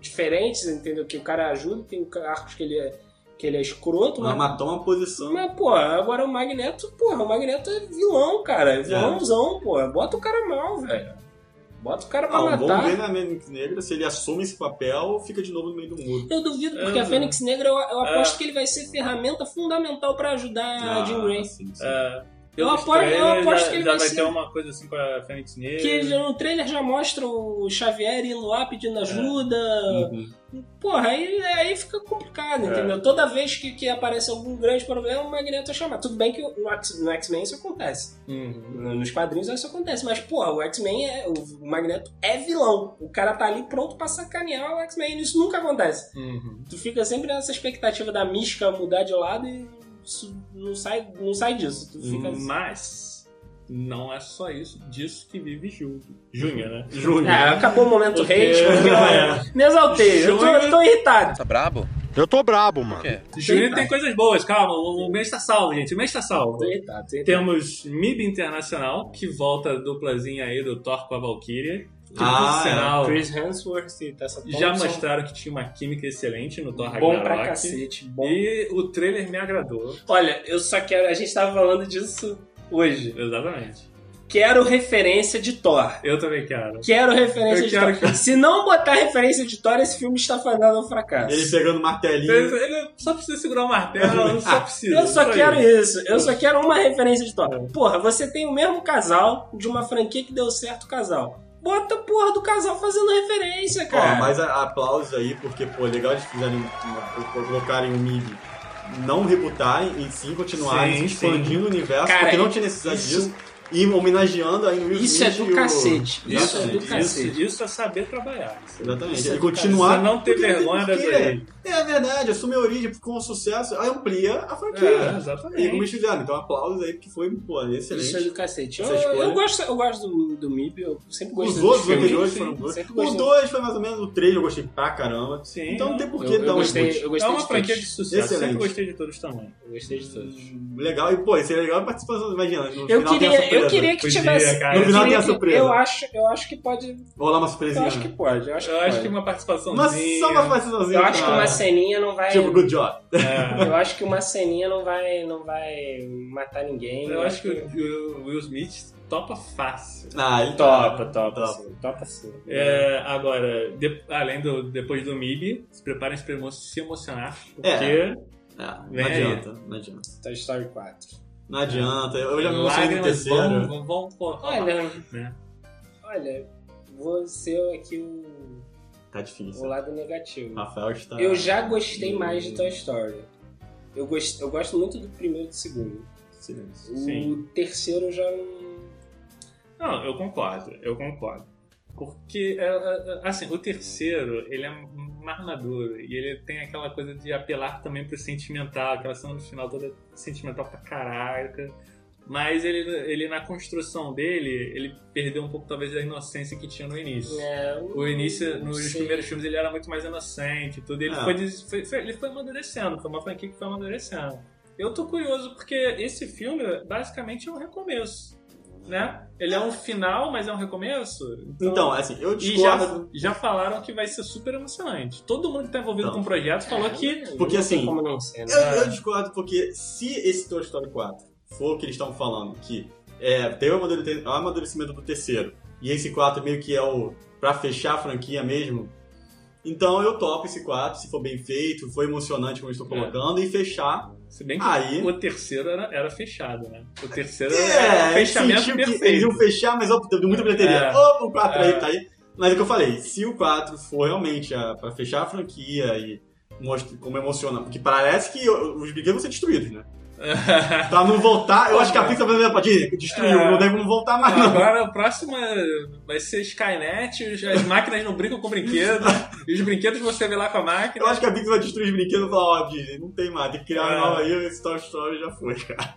S3: diferentes, entendeu? Que o cara ajuda, tem arcos que ele é, que ele é escroto,
S2: Mas
S3: mas...
S2: matou uma posição.
S3: Mas, pô, agora o Magneto, porra, o Magneto é vilão, cara. É vilãozão, pô. Bota o cara mal, velho. Bota o cara pra
S2: Não, vamos
S3: matar.
S2: ver na Fênix um Negra se ele assume esse papel fica de novo no meio do muro.
S3: Eu duvido, porque
S4: É,
S3: a Fênix Negra, eu, eu
S4: É.
S3: aposto que ele vai ser ferramenta fundamental pra ajudar
S2: Ah,
S3: a Jean Grey.
S2: sim, sim.
S4: É,
S3: Eu
S4: pelos
S3: aposto- eu
S4: trailers,
S3: aposto
S4: já,
S3: que ele
S4: já
S3: vai
S4: vai
S3: ser-
S4: ter uma coisa assim com a Fênix Negra.
S3: Que já- no trailer já mostra o Xavier indo lá pedindo ajuda.
S2: Uhum.
S3: Porra, aí, aí fica complicado,
S4: É.
S3: entendeu? Toda vez que, que aparece algum grande problema, o Magneto é chamado. Tudo bem que no X- no X-Men isso acontece.
S4: Uhum.
S3: No- Nos quadrinhos isso acontece. Mas, porra, o X-Men é. O Magneto é vilão. O cara tá ali pronto pra sacanear o X-Men. Isso nunca acontece.
S4: Uhum.
S3: Tu fica sempre nessa expectativa da mística mudar de lado e isso não sai, não sai disso. Tu
S4: Uhum.
S3: fica
S4: assim. Mas não é só isso disso que vive Júlio. Júnior, né?
S2: Júnior. É,
S3: É, acabou o momento
S4: Porque-
S3: hate, porque olha, me exaltei, eu tô, eu tô irritado.
S5: Tá brabo?
S6: Eu tô brabo, mano.
S4: Júnior tem coisas boas, calma. O o mês tá salvo, gente. O mês tá salvo.
S3: Tô irritado, tô irritado.
S4: Temos MIB Internacional, que volta a duplazinha aí do Thor com a Valkyria. Que,
S2: Ah,
S4: por sinal,
S3: Chris Hemsworth e tá Tessa Thompson.
S4: já mostraram que tinha uma química excelente no Thor
S3: Bom
S4: Ragnarok.
S3: pra cacete, bom.
S4: E o trailer me agradou.
S3: Olha, eu só quero, a gente tava falando disso hoje.
S4: Exatamente.
S3: Quero referência de Thor.
S4: Eu também quero.
S3: Quero referência
S4: Eu
S3: de
S4: quero
S3: Thor. Se não botar referência de Thor, esse filme está fazendo um fracasso.
S2: Ele pegando martelinho.
S4: Ele ele só precisa segurar o martelo, só precisa.
S3: Ah, Eu só
S4: isso É. aí.
S3: quero isso. Eu só quero uma referência de Thor. Porra, você tem o mesmo casal de uma franquia que deu certo o casal. Bota a porra do casal fazendo referência,
S2: Ó,
S3: cara.
S2: mas a- aplausos aí, porque, pô, legal eles fizerem, uma- um, colocarem o MIB não rebutarem e sim continuarem
S4: Sim,
S2: expandindo o universo,
S3: Cara,
S2: porque não tinha necessidade
S3: isso-
S2: disso, e homenageando aí o Will
S3: Isso é
S2: Smith
S3: do
S2: e o-
S3: cacete. Isso é
S2: Exatamente.
S3: do cacete.
S4: Isso, isso é saber trabalhar. Isso
S2: Exatamente.
S3: Isso é
S2: e
S3: do
S2: continuar.
S4: é não ter
S2: porque-
S4: vergonha da
S2: porque
S4: sua origem.
S2: É verdade, assume a origem com sucesso, aí amplia a franquia.
S4: É,
S2: E como
S4: exatamente.
S2: eles fizeram, então aplausos aí, porque foi, pô,
S3: Isso é do
S2: excelente.
S3: cacete. Eu,
S2: Essa escolha.
S3: eu gosto, eu gosto do, do MIB, eu sempre gostei
S2: Os
S3: dos
S2: outros
S3: filmes.
S2: anteriores
S4: sim,
S2: foram bons.
S3: sempre
S2: O
S3: gostei.
S2: 2 foi mais ou menos, o 3 eu gostei pra caramba.
S4: Sim,
S2: Então não
S4: é.
S2: tem por que
S3: Eu, eu
S2: dar um
S3: gostei,
S2: reboot.
S3: eu
S4: É
S3: gostei
S4: uma
S3: de
S4: franquia de
S3: todos.
S4: sucesso.
S2: Excelente.
S4: Sempre gostei de todos os tamanhos.
S3: Eu gostei de todos.
S2: Legal, e pô, isso é legal a participação, imagina. No
S3: Eu
S2: final tem a
S3: queria,
S2: surpresa.
S3: eu queria que
S4: Podia,
S3: tivesse.
S4: cara.
S3: eu
S4: No
S2: final tem
S3: queria
S2: a
S3: que-
S2: surpresa.
S3: Eu acho, eu acho que pode.
S2: Vou rolar uma
S3: Eu
S2: surpresinha.
S3: acho que pode. é Eu acho que,
S4: Eu acho que
S3: pode.
S4: uma participaçãozinha.
S2: Mas só uma participaçãozinha.
S3: Eu acho que
S2: pra-
S3: uma ceninha não vai.
S2: Ah. Tipo, good job.
S4: É.
S3: Eu acho que uma ceninha não vai, não vai matar ninguém.
S4: Eu acho que o o Will Smith topa fácil.
S2: Ah, ele tá
S3: Topa, topa,
S2: Topa.
S3: sim. Topa sim.
S4: É, agora, de- além do depois do MIB, se preparem para emo- se emocionar, porque
S2: É. É, não
S4: Vem aí.
S2: adianta, não adianta.
S3: Toy Story 4.
S2: Não adianta, eu eu já me emocionei no
S4: lágrimas
S2: terceiro.
S4: vão, vão, vão correr.
S3: Olha,
S4: Né?
S3: olha, vou ser aqui o,
S2: Tá
S3: o
S2: difícil.
S3: lado negativo.
S2: Rafael está.
S4: Ah,
S3: Eu já gostei mais de Toy Story. Eu, gost, eu gosto muito do primeiro e do segundo.
S2: Silêncio.
S3: O
S4: Sim.
S3: terceiro eu já não.
S4: Não, eu concordo, eu concordo. Porque, é, é, é, assim, o terceiro, ele é mais maduro e ele tem aquela coisa de apelar também pro sentimental, aquela cena no final toda sentimental pra caraca. Mas ele, ele, na construção dele, ele perdeu um pouco, talvez, da inocência que tinha no início.
S3: É,
S4: O início,
S3: não
S4: nos
S3: sei.
S4: primeiros filmes, ele era muito mais inocente e tudo. Ele,
S2: Ah.
S4: foi, des- foi- foi- ele foi amadurecendo, foi uma franquia que foi amadurecendo. Eu tô curioso porque esse filme, basicamente, é um recomeço, né? Ele é um final, mas é um recomeço.
S2: Então, assim, eu
S4: e já,
S2: discordo.
S4: já falaram que vai ser super emocionante. Todo mundo que tá envolvido
S2: Então.
S4: com o projeto falou que...
S2: Porque,
S3: É, não tem
S2: assim,
S3: Como não ser, né?
S2: Eu, eu discordo porque se esse Toy Story 4 for o que eles estão falando, que é, tem o amadure- o amadurecimento do terceiro, e esse 4 meio que é o pra fechar a franquia mesmo, então eu topo esse 4, se for bem feito, foi emocionante como eu estou colocando, e fechar.
S4: Se bem que
S2: Aí-
S4: o terceiro era, era fechado, né? O terceiro era um
S2: É,
S4: fechamento
S2: sentiu que eles
S4: perfeito.
S2: iam fechar, mas ó, deu muita bilheteria.
S4: É.
S2: Ó, o 4
S4: É.
S2: aí tá aí. Mas é o que eu falei, se o 4 for realmente a, pra fechar a franquia e mostra como emociona, porque parece que os brinquedos vão ser destruídos, né? Pra não voltar, eu acho que a Pixar vai pra Disney, destruiu,
S4: É.
S2: não deve não voltar
S3: Ah,
S2: mais não.
S4: Agora o próximo é- vai ser Skynet, os- as máquinas não brincam com brinquedo, e os brinquedos você vê lá com a máquina.
S2: Eu acho que a Pixar vai destruir os brinquedos e falar, ó, Disney, não tem mais, tem que criar
S4: É.
S2: uma nova aí, esse Toy Story já foi, cara.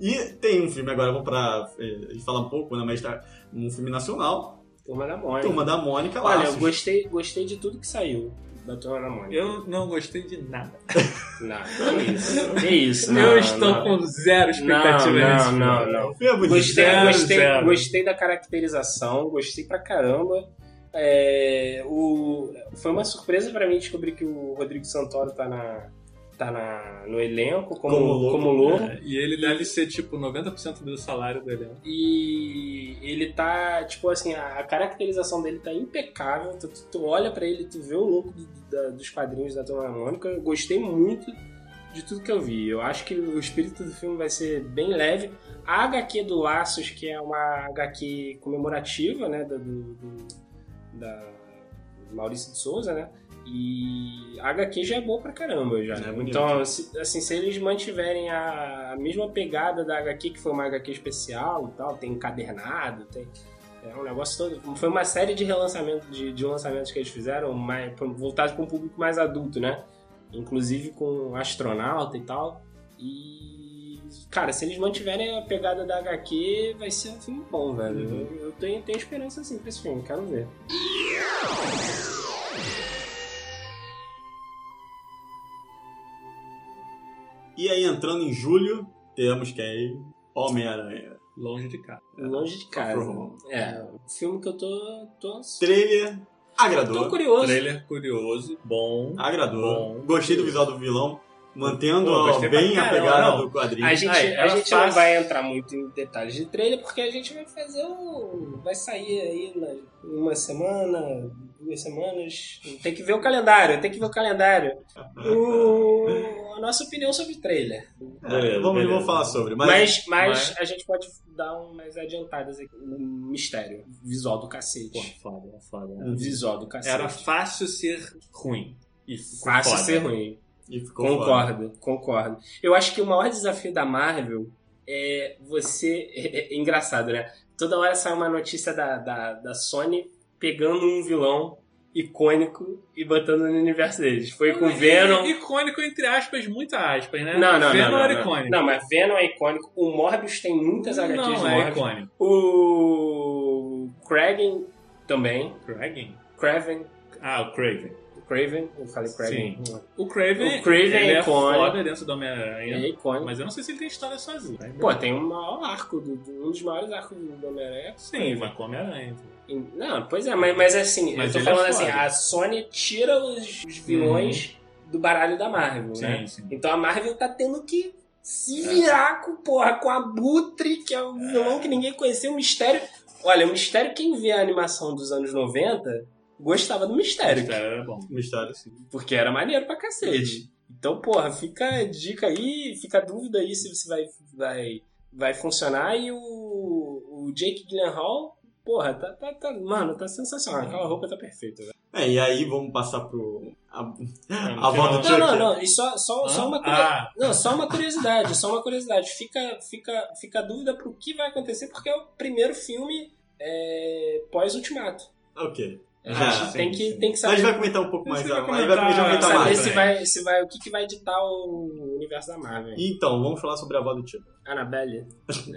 S2: E tem um filme agora, vamos pra eh, falar um pouco, né, mas tá um filme nacional,
S3: Turma da Mônica.
S2: Turma da Mônica, lá.
S3: Olha, eu gostei, gostei de tudo que saiu da Turma da Mônica.
S4: Eu não gostei de nada.
S3: Não, que isso. Que isso, não,
S4: eu estou
S3: não.
S4: com zero expectativa
S3: Não,
S4: nesse filme.
S3: não, não,
S2: O filme é bonito.
S3: Gostei,
S4: Zero,
S3: gostei,
S4: zero.
S3: gostei da caracterização, gostei pra caramba. É, o, foi uma surpresa pra mim descobrir que o Rodrigo Santoro tá, na, tá na, no elenco como,
S2: Como
S3: como
S2: louco.
S3: louco. né?
S4: E ele deve ser tipo 90% do salário é do elenco.
S3: E ele tá, tipo assim, a, a caracterização dele tá impecável. Tu, tu- tu olha pra ele, tu vê o louco do- da- dos quadrinhos da Turma da Mônica. Eu gostei muito de tudo que eu vi. Eu acho que o espírito do filme vai ser bem leve. A HQ do Laços, que é uma HQ comemorativa, né, do, do- do- da Maurício de Souza, né? E a HQ já é boa pra caramba, já.
S2: É
S3: né?
S2: bonito.
S3: então, se, assim, se eles mantiverem a, a mesma pegada da HQ, que foi uma HQ especial e tal, tem encadernado, tem... É um negócio todo... Foi uma série de relançamento, de, de lançamentos que eles fizeram, mais, voltados para um público mais adulto, né? Inclusive com astronauta e tal. E... Cara, se eles mantiverem a pegada da HQ, vai ser um filme bom, velho.
S2: Uhum.
S3: Eu, eu tenho, tenho esperança, assim, pra esse filme. Quero ver.
S2: E aí, entrando em julho, temos que aí Homem-Aranha.
S4: Longe de casa.
S2: É,
S3: Longe de casa.
S2: Far From Home.
S3: É, um filme que eu tô. tô,
S2: Trailer,
S3: tô
S2: agradou,
S3: curioso.
S4: Trailer curioso, bom.
S2: agradou.
S4: Bom.
S2: Gostei do visual do vilão, mantendo
S4: Pô,
S2: ó,
S4: gostei pra
S2: bem a
S4: caramba,
S2: pegada
S4: não.
S2: do quadrinho.
S3: A gente,
S4: Aí,
S3: a
S4: ela
S3: gente
S4: faz-
S3: não vai entrar muito em detalhes de trailer, porque a gente vai fazer o. Vai sair aí na- uma semana, duas semanas. Tem que ver o calendário, tem que ver o calendário.
S2: Ah.
S3: Uh. O- a nossa opinião sobre o trailer.
S2: É,
S4: Beleza,
S2: vamos,
S4: beleza.
S2: vamos falar sobre, mas...
S3: Mas, mas,
S4: mas-
S3: a gente pode dar umas adiantadas aqui. Um mistério. Visual do
S4: Pô,
S3: cacete.
S4: foda, foda.
S3: Visual do cacete.
S4: Era fácil ser ruim. E
S3: fácil
S4: foda.
S3: ser ruim.
S2: E ficou foda.
S3: Concordo, concordo. Eu acho que o maior desafio da Marvel é você. É, é engraçado, né? Toda hora sai uma notícia da, da, da Sony pegando um vilão icônico e botando no universo deles. Foi com Venom.
S4: Icônico, entre aspas, muita aspas, né?
S3: Não, não,
S4: Venom
S3: não, não,
S4: era
S3: não.
S4: icônico.
S3: Não, mas Venom é icônico. O Morbius tem muitas HQs de
S4: não é
S3: Morbius.
S4: icônico.
S3: O Kraven também.
S4: Kraven?
S3: Kraven.
S4: Ah, o Kraven.
S3: Kraven? Eu falei Kraven.
S4: O Kraven,
S3: O Kraven
S4: ele
S3: é
S4: é
S3: icônico.
S4: foda dentro do
S3: É
S4: Homem-Aranha.
S3: icônico.
S4: Mas eu não sei se ele tem história sozinho.
S3: Pô, tem o maior arco, do, do- um dos maiores arcos do Homem-Aranha.
S4: Sim, mas com Homem-Aranha. então.
S3: Em- Não, pois é, mas, mas assim,
S4: Mas
S3: eu tô
S4: ele é
S3: falando
S4: foda. Uhum.
S3: assim, a Sony tira os, os vilões do baralho da Marvel, né?
S4: Sim, É. sim.
S3: Então a Marvel tá tendo que se virar com, porra, com a Butre, que é um vilão que ninguém conhecia, o Mistério. Olha, o Mistério, quem vê a animação dos anos 90, gostava do Mistério,
S4: Cara, era é bom.
S2: Mistério, sim.
S3: porque era maneiro pra cacete. Então, porra, fica a dica aí, fica a dúvida aí se você vai, vai, vai funcionar. E o, o Jake Gyllenhaal, porra, tá, tá, tá- mano, tá sensacional. Aquela roupa tá perfeita, velho.
S2: É, e aí vamos passar pro.
S3: É,
S2: A,
S4: Não,
S2: a volta
S4: não.
S2: do
S3: Não,
S2: Chuck.
S3: não, não, e só, só,
S4: Hã?
S3: só uma curiosidade.
S4: Ah,
S3: Não, só uma curiosidade, só uma curiosidade. Fica, fica, fica a dúvida pro que vai acontecer, porque é o primeiro filme é, pós-ultimato.
S2: Ok.
S3: A É, gente
S2: Ah,
S3: tem,
S4: sim,
S3: que,
S4: sim.
S3: tem que
S2: a
S3: saber,
S2: gente vai comentar um pouco
S4: A
S2: mais.
S4: gente vai
S2: agora. A gente vai comentar,
S4: comentar-
S2: mais.
S3: saber
S4: mais,
S3: se,
S4: né?
S3: vai, se vai, o que, que vai editar o universo da Marvel.
S2: Então, vamos falar sobre a avó do Chuck.
S3: Annabelle.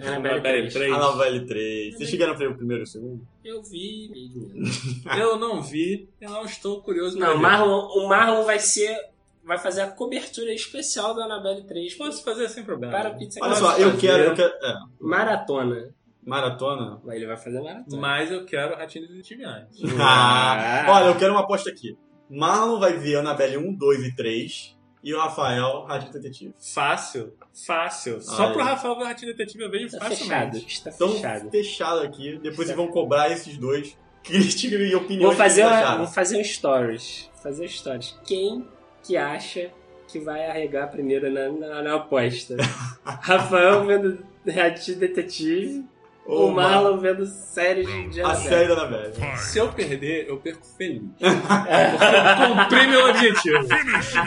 S4: Annabelle
S3: Annabelle 3.
S4: três.
S2: A novela 3. Vocês chegaram a ver o primeiro e o segundo?
S3: Eu vi. meio de medo.
S4: Eu não vi, eu não estou curioso. pra
S3: Não, o
S4: ver.
S3: Marlon, o Marlon vai ser. Vai fazer a cobertura especial da Annabelle 3. Pô,
S4: Posso fazer sem problema.
S3: para a pizza
S2: Olha
S3: que
S2: só,
S3: vai
S2: eu
S3: fazer.
S2: quero. Eu quero é,
S3: Maratona.
S2: maratona?
S3: Ele vai fazer maratona.
S4: Mas eu quero Ratinho Detetive antes.
S3: Ah.
S2: Olha, eu quero uma aposta aqui. Marlon vai ver Anabelle 1, 2 e 3. E o Rafael, Rádio Detetive.
S4: Fácil, fácil. Só
S2: Aí.
S4: pro Rafael ver Ratinho Detetive eu vejo
S3: Está Tá fechado.
S4: facilmente.
S3: Está
S2: Então,
S3: fechado.
S2: fechado aqui. Depois vocês vão cobrar esses dois. Crítica e opinião.
S3: Vou fazer, uma, vou fazer um stories. Fazer um stories. Quem que acha que vai arregar primeiro na, na, na aposta? Rafael vendo Ratinho Detetive ou o Marlon vendo séries de
S2: A
S3: Annabelle?
S2: série da Anabelle.
S4: Se eu perder, eu perco feliz. Eu cumpri meu objetivo.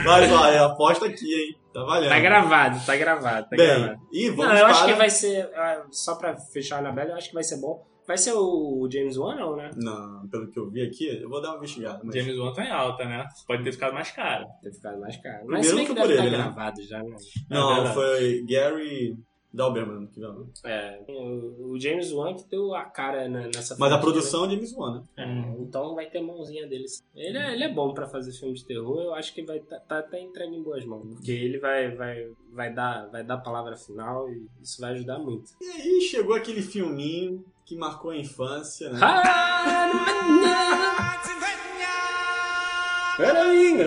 S2: Mas olha, é aposta aqui, hein? Tá valendo.
S3: Tá gravado, tá gravado, tá gravado.
S2: Bem, e vamos
S3: Não, eu acho
S2: para-
S3: que vai ser. ah, Só pra fechar a Anabelle, eu acho que vai ser bom. Vai ser o James Wan, não, né?
S2: Não, pelo que eu vi aqui, eu vou dar uma investigada. Mas...
S4: James Wan tá em alta, né? Pode ter ficado mais caro.
S3: Ter ficado mais caro.
S2: Primeiro
S3: Mas se bem
S2: foi
S3: que deve
S2: por
S3: estar
S2: ele, né?
S3: gravado já, né?
S4: É
S2: Não,
S4: verdade.
S2: foi Gary Dauberman que viu.
S3: É, o, o James Wan que deu a cara na- nessa
S2: Mas a
S3: franquia,
S2: produção é James Wan, né?
S3: né? É, então vai ter mãozinha dele. sim. Ele é, ele é bom pra fazer filme de terror, eu acho que vai tá, tá, tá entrando em boas mãos. Porque ele vai, vai, vai, dar, vai dar a palavra final e isso vai ajudar muito.
S2: E aí chegou aquele filminho que marcou a infância, né?
S3: Peraí,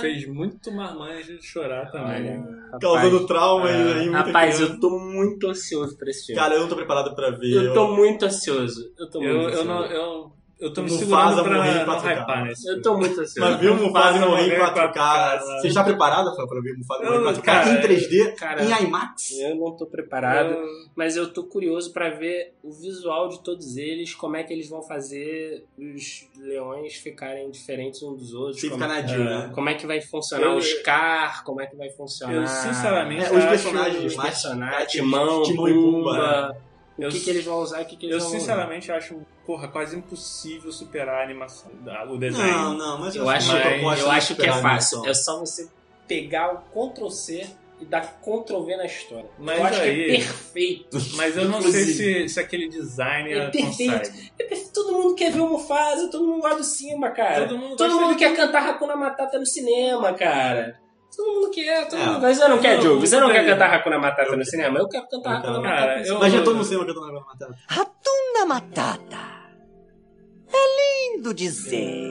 S4: Fez muito marmanjo chorar também.
S2: Causando trauma e aí muita
S3: é, Rapaz,
S2: criança.
S3: eu tô muito ansioso pra esse filme.
S2: Cara, eu não tô preparado pra ver.
S3: eu tô muito ansioso. Eu tô muito
S4: Eu, eu,
S3: ansioso.
S4: não, eu, eu tô me
S2: Mufasa
S4: segurando pra
S2: morrer em
S4: não
S2: 4K.
S4: hypar né? nesse
S3: Eu tô muito ansioso.
S2: Mas ver o Mufasa
S4: Mufasa
S2: morrer em
S4: morrer em
S2: 4K.
S4: 4K.
S2: Você está preparado, Rafael, pra ver o Mufasa morrer em
S4: Eu,
S2: 4K
S4: cara,
S2: em 3D,
S3: né? Cara,
S2: em IMAX?
S3: eu não tô preparado.
S4: filme.
S3: Mas eu tô curioso pra ver o visual de todos eles, como é que eles vão fazer os leões ficarem diferentes uns dos outros.
S2: Sem
S3: Como,
S2: ficar nadinho, né?
S3: como é que vai funcionar
S4: Eu-
S3: o Scar, como é que vai funcionar.
S4: Eu, sinceramente,
S2: É,
S4: acho-
S2: os personagens
S3: Os
S2: mais.
S3: personagens, Timão,
S2: Timão e Pumba,
S3: Pumba, o
S4: Eu
S3: que, que eles vão usar, o que, que eles
S4: Eu
S3: vão usar.
S4: sinceramente acho, porra, quase impossível superar a animação, da- o desenho.
S2: Não, não, mas
S3: Eu acho,
S2: que
S4: Mas- assim,
S2: a proposta
S3: eu
S2: não
S3: acho que é
S2: superar a
S3: fácil.
S2: animação.
S3: É só você pegar o Ctrl C e dar Ctrl V na história.
S4: Mas
S3: eu acho que
S4: aí-
S3: é perfeito.
S4: Mas eu não sei
S2: Inclusive.
S4: se, se aquele design
S3: É perfeito.
S4: consegue.
S3: É perfeito. Todo mundo quer ver o Mufasa, todo mundo gosta do Simba, cara.
S4: Todo mundo,
S3: Todo
S4: gosta
S3: mundo
S4: de-
S3: quer cantar Hakuna Matata no cinema, cara. Todo mundo quer, todo
S2: É.
S3: mundo. Mas você não quer,
S4: Eu-
S3: Diogo? Você não
S4: eu-
S3: quer cantar Hakuna Matata
S2: eu-
S3: no cinema? Eu quero cantar
S2: eu-
S3: Hakuna
S2: cara,
S3: Matata. no
S4: eu-
S3: cinema.
S2: Mas já tô no cinema que eu tô na Matata.
S5: Ratunda Matata. É lindo dizer.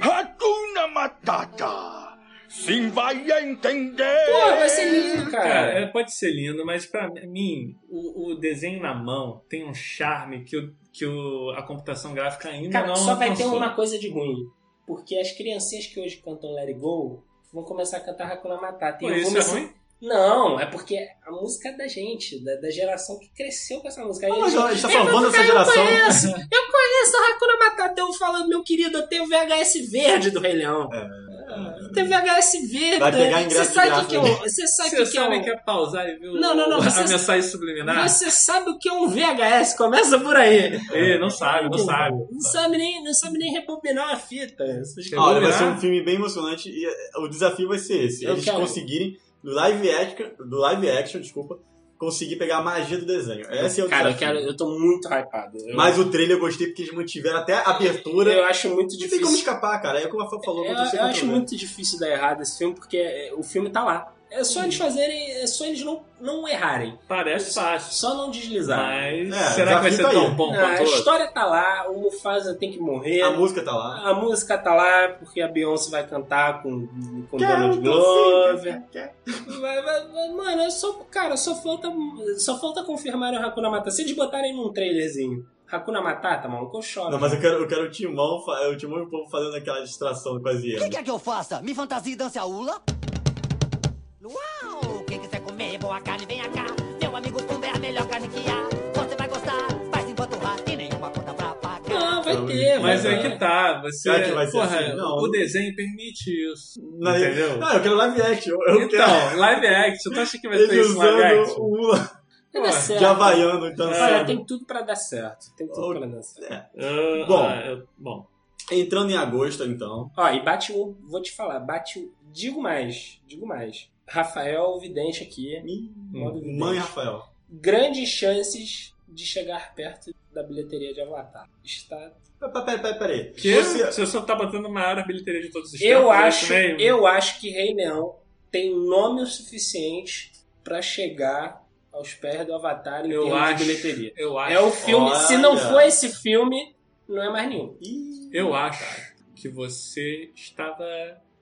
S6: Hakuna Matata! Sim vai entender!
S3: Pô, vai ser lindo,
S4: Cara,
S3: cara.
S4: é, pode ser lindo, mas pra mim, o, o desenho na mão tem um charme que, o, que o, a computação gráfica ainda
S3: Cara,
S4: não
S3: só vai ter
S4: alcançou.
S3: uma coisa de ruim. Porque as criancinhas que hoje cantam Let It Go vão começar a cantar Hakuna Matata.
S4: Pô,
S3: e eu vou
S4: isso
S3: me
S4: é
S3: sen-
S4: ruim?
S3: Não, é porque a música é da gente, da, da geração que cresceu com essa música. Aí
S2: Ah,
S3: eles
S2: mas a gente tá
S3: Eu
S2: salvando
S3: não-
S2: essa
S3: Eu
S2: geração.
S3: conheço, eu conheço a Hakuna Matata. Eu falando, meu querido, eu tenho VHS verde do Rei Leão. É,
S7: Ah, Tem VHS verde.
S2: Vai pegar ingresso
S7: Você sabe o
S2: de
S7: que que é
S2: graça,
S7: um- Você sabe o
S4: Você
S7: que que é
S4: sabe
S7: um...
S4: que é pausar e ver o-
S7: Não, não, não,
S4: a
S7: você-
S4: mensagem subliminar?
S7: Você sabe o que é um VHS? Começa por aí.
S4: Ê, não sabe, não sabe.
S7: Não sabe nem, não sabe nem rebobinar a fita.
S2: É.
S7: Essas
S4: Chegou,
S2: Olha, vai
S4: né?
S2: ser um filme bem emocionante e eh, o desafio vai ser esse.
S7: Eu
S2: eles
S7: quero.
S2: conseguirem, do live, action, do live action, desculpa, conseguir pegar a magia do desenho. Esse é o
S3: Cara, eu,
S2: desafio.
S3: quero, eu tô muito hypado. Eu,
S2: Mas o trailer eu gostei porque eles mantiveram até a abertura.
S3: eu acho muito
S2: não tem como
S3: difícil.
S2: escapar, cara. É como a Fá falou.
S3: Eu,
S2: aconteceu
S3: eu
S2: com
S3: acho
S2: tudo, né?
S3: muito difícil dar errado esse filme, porque é, o filme tá lá. É só eles fazerem, é só eles não, não errarem.
S4: Parece fácil.
S3: Só não deslizar.
S4: Mas
S2: É,
S4: será que vai
S2: desafio
S4: ser
S2: tá
S4: tão
S2: aí.
S4: Ah, bom
S3: a
S4: quanto o outro?
S3: história tá lá, o Mufasa tem que morrer.
S2: A música tá lá.
S3: A música tá lá porque a Beyoncé vai cantar com, com Donald
S2: Quero,
S3: Glover.
S2: sim, quero.
S3: Vai- vai- vai- Mano, eu só, cara, só falta, só falta confirmarem o Hakuna Matata. Se eles botarem num trailerzinho Hakuna Matata, maluco, eu choro.
S2: Não, mas eu quero, eu quero o Timão, fa- o Timão e o povo fazendo aquela distração com as
S5: O que
S2: hienas.
S5: quer que eu faça? Me fantasia e dance a hula? Uau! Quem quiser comer boa carne, vem cá. Meu amigo, comer a melhor carne que há. Você vai gostar, vai se empanturrar e nenhuma conta pra pagar.
S3: Não, vai ter.
S4: Mas
S3: vai
S4: é
S3: ter.
S4: que tá, você.
S2: Será que vai ser
S4: porra,
S2: assim? Não.
S4: o desenho permite isso.
S2: Não,
S4: entendeu?
S2: Não, eu quero live action. Eu quero
S4: Então, live action, tu acha que vai ser
S2: ele
S4: isso live
S2: usando
S4: action?
S2: o Lula
S3: Vai dar certo.
S2: de Havaiano então,
S3: Olha,
S2: dançando.
S3: tem tudo pra dar certo. Tem tudo
S2: Oh,
S3: pra dar certo.
S4: Ah,
S2: Bom.
S4: ah, eu- bom.
S2: Entrando em agosto, então.
S3: Ó, e bate o. Vou te falar, bate o. Digo mais, digo mais. Rafael Vidente aqui. modo vidente.
S2: Hum. Mãe Rafael.
S3: Grandes chances de chegar perto da bilheteria de Avatar. Está
S2: Peraí, peraí, peraí. peraí.
S4: Que?
S2: Você-
S4: Você só tá botando a maior bilheteria de todos os tempos.
S3: Eu
S4: é
S3: acho,
S4: isso mesmo?
S3: eu acho que Rei Leão tem nome o suficiente pra chegar aos pés do Avatar em
S4: Eu
S3: termos
S4: acho.
S3: de bilheteria.
S4: Eu acho.
S3: É o filme, se não
S2: Olha.
S3: for esse filme, não é mais nenhum.
S2: Ih,
S4: Eu acho que você estava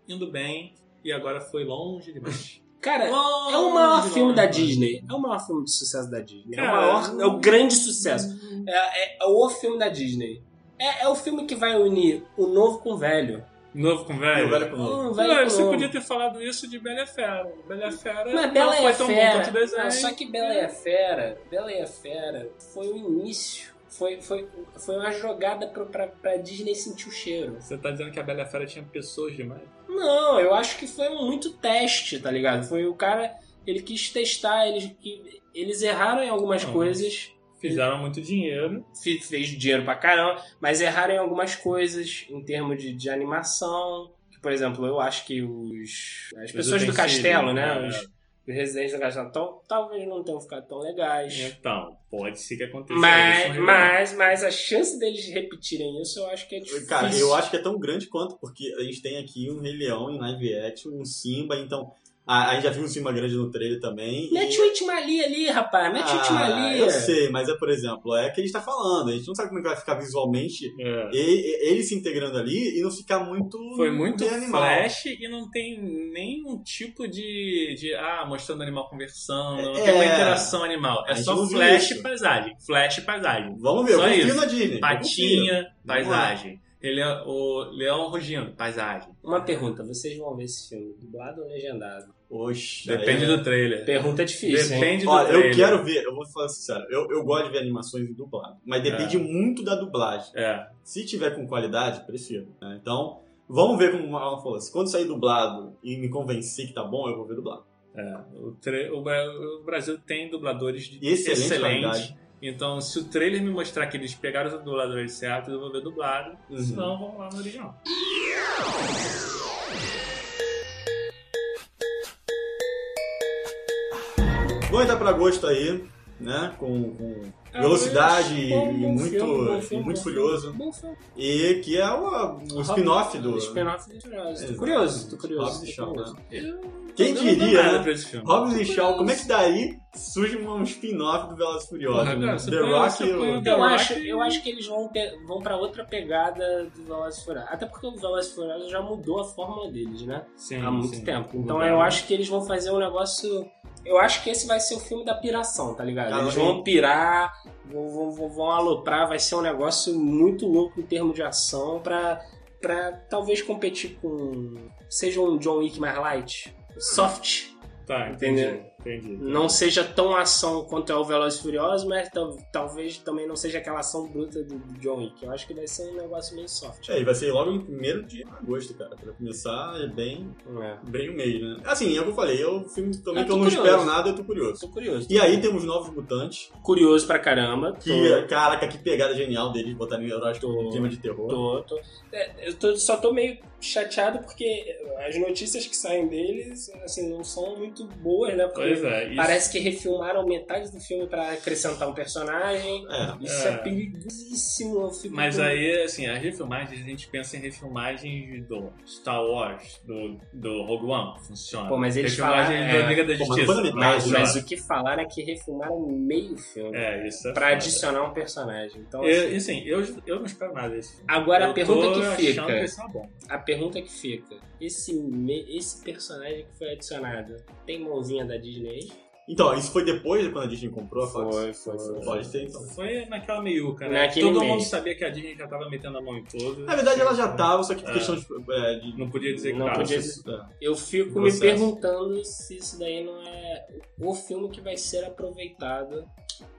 S4: indo bem e agora foi longe demais.
S3: Cara,
S4: Longe,
S3: é o maior
S4: longe,
S3: filme da
S4: longe.
S3: Disney. É o maior filme de sucesso da Disney. é, o
S4: Cara, Uhum.
S3: maior, é o grande sucesso. É, é o filme da Disney. É, é o filme que vai unir o novo com o velho.
S4: Novo com velho.
S2: meu velho com novo.
S3: O velho
S4: Ué,
S3: com
S4: você
S3: o novo.
S4: podia ter falado isso de Bela e a Fera. Bela e a Fera
S3: Mas
S4: não
S3: Bela
S4: foi
S3: é
S4: tão bom
S3: Fera.
S4: quanto o desenho.
S3: Ah, só que Bela é Fera, Bela é Fera foi o início. Foi, foi, foi uma jogada pro, pra, pra Disney sentir o cheiro.
S4: Você tá dizendo que a Bela e a Fera tinha pessoas demais?
S3: Não, eu acho que foi muito teste, tá ligado? Foi o cara. Ele quis testar, eles, que- eles erraram em algumas
S4: Não.
S3: coisas.
S4: Fizeram muito dinheiro.
S3: fe- Fez dinheiro pra caramba, mas erraram em algumas coisas em termos de, de animação. Que, por exemplo, eu acho que os. As pessoas do
S4: utensílios,
S3: castelo, né?
S4: né?
S3: Os, os residentes do castelo tão- talvez não tenham ficado tão legais.
S4: Então, pode ser que aconteça isso.
S3: Mas,
S4: no
S3: mas, mas a chance deles repetirem isso eu acho que é difícil.
S2: Cara, eu acho que é tão grande quanto, porque a gente tem aqui um Rei Leão em live action, um Simba, então. A, a gente já viu um Simba grande no trailer também.
S3: Mete
S2: e- Ah,
S3: o Itmali ali, rapaz. Mete o Itmali.
S2: Eu sei, mas é, por exemplo, é o que a gente tá falando. A gente não sabe como é que vai ficar visualmente
S4: É.
S2: e- e- ele se integrando ali e não ficar muito.
S4: Foi muito
S2: bem animal.
S4: flash e não tem nenhum tipo de, de ah, mostrando o animal conversando, não
S2: É.
S4: tem uma interação animal.
S2: A
S4: É
S2: gente
S4: só
S2: não viu
S4: flash
S2: isso.
S4: e paisagem, flash e paisagem.
S2: Vamos ver, eu
S4: Só
S2: confio
S4: isso.
S2: na Disney. eu confio.
S4: Patinha,
S2: Vamos
S4: paisagem. Ele é o leão rugindo, paisagem.
S3: Uma pergunta: vocês vão ver esse filme dublado ou legendado?
S2: Oxe.
S4: Depende
S2: aí,
S4: do trailer.
S3: Pergunta difícil. hein?
S4: é. Depende do
S2: Olha,
S4: trailer.
S2: eu quero ver, eu vou falar sincero, eu, eu gosto de ver animações em dublado, mas depende muito da dublagem.
S4: É.
S2: Se tiver com qualidade, prefiro. né? Então, vamos ver como o Marlon falou. Se quando sair dublado e me convencer que tá bom, eu vou ver dublado.
S4: é. O, tra- o Bra- o Brasil tem dubladores de
S2: E excelente
S4: excelentes.
S2: qualidade.
S4: Então, se o trailer me mostrar que eles pegaram os dubladores certos, eu vou ver dublado.
S2: Uhum.
S4: Se não, vamos lá no original.
S2: Vou entrar pra agosto aí, né? Com, com velocidade
S3: Ah, Bom,
S2: e
S3: bom
S2: muito,
S3: filme, bom
S2: e
S3: filme,
S2: muito
S3: bom
S2: furioso.
S3: filme, bom filme.
S2: E que é o, o spin-off do.
S3: O spin-off é do Curioso.
S2: Exato.
S3: Tô curioso, tô curioso.
S2: Hobbs e
S3: tô
S2: Shaw,
S3: curioso.
S2: né?
S4: Eu
S2: Quem
S4: não dou nada
S2: diria, né?
S4: pra esse filme.
S2: Hobbs e Shaw, como é que daí surge um spin-off do Velozes e Furiosos?
S4: Porra,
S2: né?
S4: cara, Uhum. você
S2: The
S4: põe-
S2: Rock
S4: você
S2: e o...
S4: põe-
S3: Então, Eu
S4: Eu
S3: acho,
S4: acho que-
S3: eu acho que eles vão, pe- vão pra outra pegada do Velozes e Furiosos. Até porque o Velozes e Furiosos já mudou a fórmula deles, né?
S4: Sim,
S3: há muito
S4: sim.
S3: tempo. Então
S2: né?
S4: Mudaram.
S3: eu acho que eles vão fazer um negócio. Eu acho que esse vai ser o filme da piração, tá ligado?
S2: Cara,
S3: eles
S2: eu-
S3: vão pirar, vão, vão- vão- vão aloprar, vai ser um negócio muito louco em termos de ação pra, pra talvez competir com. Seja um John Wick mais light, soft,
S4: Tá, entendi.
S3: Entendeu?
S4: Entendi.
S3: Não seja tão ação quanto é o Velozes e Furiosos, mas tal- talvez também não seja aquela ação bruta do do John Wick. Eu acho que deve ser um negócio meio soft.
S2: É, e vai ser logo no primeiro de agosto, cara. Pra começar é bem,
S3: É.
S2: bem o mês, né? Assim, é o que eu falei, é um filme também
S3: Eu
S2: que eu
S3: tô
S2: não
S3: curioso.
S2: espero nada, eu tô curioso.
S3: Tô curioso.
S2: E aí temos Novos Mutantes,
S3: Curioso pra caramba. Tô,
S2: que, é, caraca, que pegada genial deles botarem heróis com
S3: Tô.
S2: é um clima de terror.
S3: tô, tô. É, eu tô- só tô meio chateado porque as notícias que saem deles, assim, não são muito boas, né? Porque
S4: Pois é, isso.
S3: parece que refilmaram metade do filme pra acrescentar um personagem.
S2: É,
S3: Isso é,
S4: É.
S3: perigosíssimo. Eu fico
S4: Mas
S3: com-
S4: aí, assim, as refilmagens, a gente pensa em refilmagens do Star Wars, do, do Rogue One, funciona.
S3: Pô, mas eles
S4: refilmagem
S3: falaram-
S4: da
S3: é.
S4: Liga da
S2: Pô, mas
S4: Justiça.
S2: quando ele
S4: mas
S2: traz-
S4: funciona.
S3: Mas o que falaram é que refilmaram meio filme
S4: É, isso é
S3: pra
S4: foda.
S3: adicionar um personagem. Então,
S4: Eu,
S3: assim,
S4: e, assim, eu, eu não espero nada desse filme.
S3: agora
S4: Eu
S3: a pergunta
S4: tô
S3: que
S4: achando
S3: fica,
S4: Que isso é bom.
S3: a pergunta que fica, esse me- esse personagem que foi adicionado, tem mãozinha da Disney?
S2: Então, isso foi depois de quando a Disney comprou a Fox?
S3: Foi, foi, foi.
S2: Pode ser, então.
S4: Foi naquela meiuca, né?
S3: Naquele
S4: Todo
S3: mês.
S4: mundo sabia que a Disney já tava metendo a mão em tudo.
S2: Na verdade, ela já tá. tava, só que por
S4: É.
S2: questão de, é, de-
S4: Não podia dizer que
S3: Não
S4: tava.
S3: podia dizer.
S2: é.
S3: Eu fico
S4: Processo.
S3: me perguntando se isso daí não é o filme que vai ser aproveitado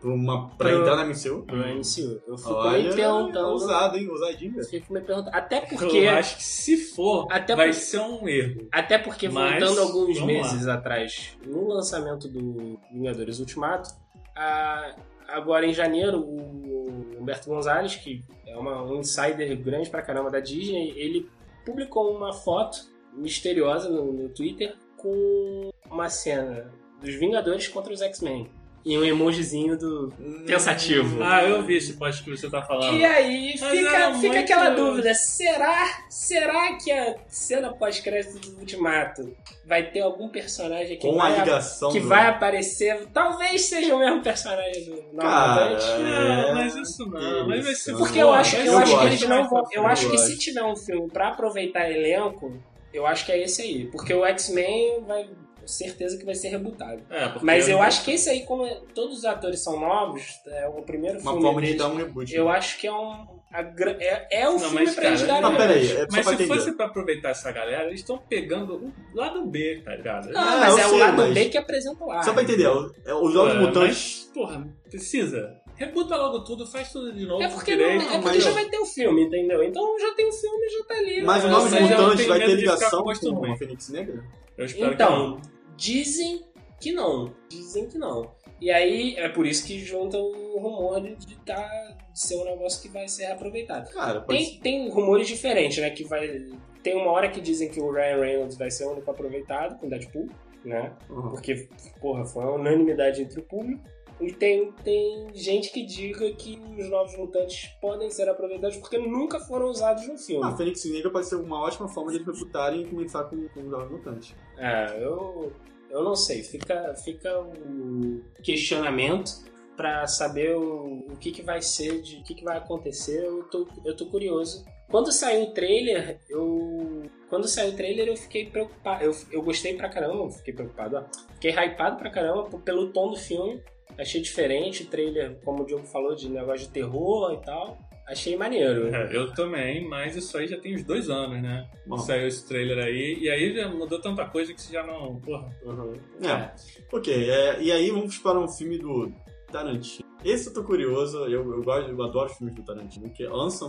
S2: Pra, uma, pra
S3: Eu-
S2: entrar na MCU.
S3: pro
S4: Hum.
S3: MCU. Eu fico me
S2: Olha,
S3: perguntando.
S2: ousado, hein? Ousadinho.
S3: Eu fico me perguntando. Até porque.
S4: Eu acho que se for,
S3: Até
S4: vai
S3: porque-
S4: ser um erro.
S3: Até porque,
S4: Mas,
S3: voltando alguns
S4: vamos
S3: meses atrás, no lançamento do Vingadores Ultimato, a- agora em janeiro, o Humberto Gonzalez, que é uma- um insider grande pra caramba da Disney, ele publicou uma foto misteriosa no, no Twitter com uma cena dos Vingadores contra os X-Men. E um emojizinho do pensativo.
S4: Ah, eu vi esse post que você tá falando.
S3: E aí
S4: Mas era
S3: fica, fica
S4: muito-
S3: aquela dúvida: será, será que a cena pós-crédito do Ultimato vai ter algum personagem que,
S2: Com a
S3: vai,
S2: ligação
S3: que
S2: do-
S3: vai aparecer? Talvez seja o mesmo personagem do
S2: Cara,
S3: Novamente.
S4: Não, Ah, mas isso não. Mas vai ser
S3: Porque eu acho,
S4: Mas
S3: eu
S2: eu
S3: acho que
S2: gosto.
S3: eles não vão. Eu
S2: Eu
S3: acho que
S2: gosto.
S3: se tiver um filme pra aproveitar elenco, eu acho que é esse aí. Porque o X-Men vai. Certeza que vai ser rebutado.
S4: É, porque
S3: Mas eu acho que esse aí, como todos os atores são novos, é o primeiro
S2: Uma
S3: filme
S2: forma de
S3: deles
S2: dar um reboot.
S3: eu acho que é um. a gra- é, é o
S4: Não,
S3: filme
S4: mas,
S3: pra
S4: cara,
S3: eles darem.
S2: Não, peraí, é só
S4: Mas
S2: pra
S4: se
S2: entender.
S4: fosse pra aproveitar essa galera, eles estão pegando o lado B, tá ligado?
S3: Não,
S2: Ah,
S3: mas
S2: eu
S3: é o
S2: sei,
S3: lado
S2: mas-
S3: B que apresenta o ar.
S2: Só pra entender, o- é, os Jogos
S4: É,
S2: Mutantes.
S4: mas, porra, precisa. Rebuta logo tudo, faz tudo de novo.
S3: É porque, não,
S4: direito,
S3: é porque
S2: mas-
S3: já vai ter o filme, entendeu? Então já tem o filme já tá ali.
S2: Mas o
S3: né?
S2: Novos
S3: Ou seja,
S4: eu
S2: Mutantes
S4: tenho
S2: vai
S4: medo
S2: ter
S4: de ficar
S2: ligação com
S4: posto ruim.
S2: o Fênix Negra?
S4: Eu espero
S3: Então,
S4: que não.
S3: dizem que não. Dizem que não. E aí é por isso que junta o rumor de, de tá, de ser um negócio que vai ser aproveitado.
S2: Cara, pode ser.
S3: Tem, tem rumores diferentes, né? Que vai. Tem uma hora que dizem que o Ryan Reynolds vai ser o único aproveitado com Deadpool, né?
S2: Uhum.
S3: Porque, porra, foi uma unanimidade entre o público. E tem, tem gente que diga que os novos mutantes podem ser aproveitados porque nunca foram usados no
S2: Ah,
S3: filme.
S2: Fênix Negra pode ser uma ótima forma de eles rebutarem e começar com, com os Jogos Mutantes.
S3: É, eu, eu não sei. Fica, fica o questionamento pra saber o, o que, que vai ser, de, o que, que vai acontecer. Eu tô, eu tô curioso. Quando saiu o trailer, eu. Quando saiu o trailer, eu fiquei preocupado. Eu, eu gostei pra caramba, eu fiquei preocupado, ó. Fiquei hypado pra caramba p- pelo tom do filme. Achei diferente o trailer, como o Diogo falou, de negócio de terror e tal. Achei maneiro.
S4: É, eu também, mas isso aí já tem uns dois anos, né?
S2: Bom.
S4: Saiu esse trailer aí, e aí já mudou tanta coisa que você já não. Porra.
S3: Uhum.
S2: É. Ok, é, e aí vamos para um filme do Tarantino. Esse eu tô curioso, eu, eu, gosto, eu adoro os filmes do Tarantino, que é Once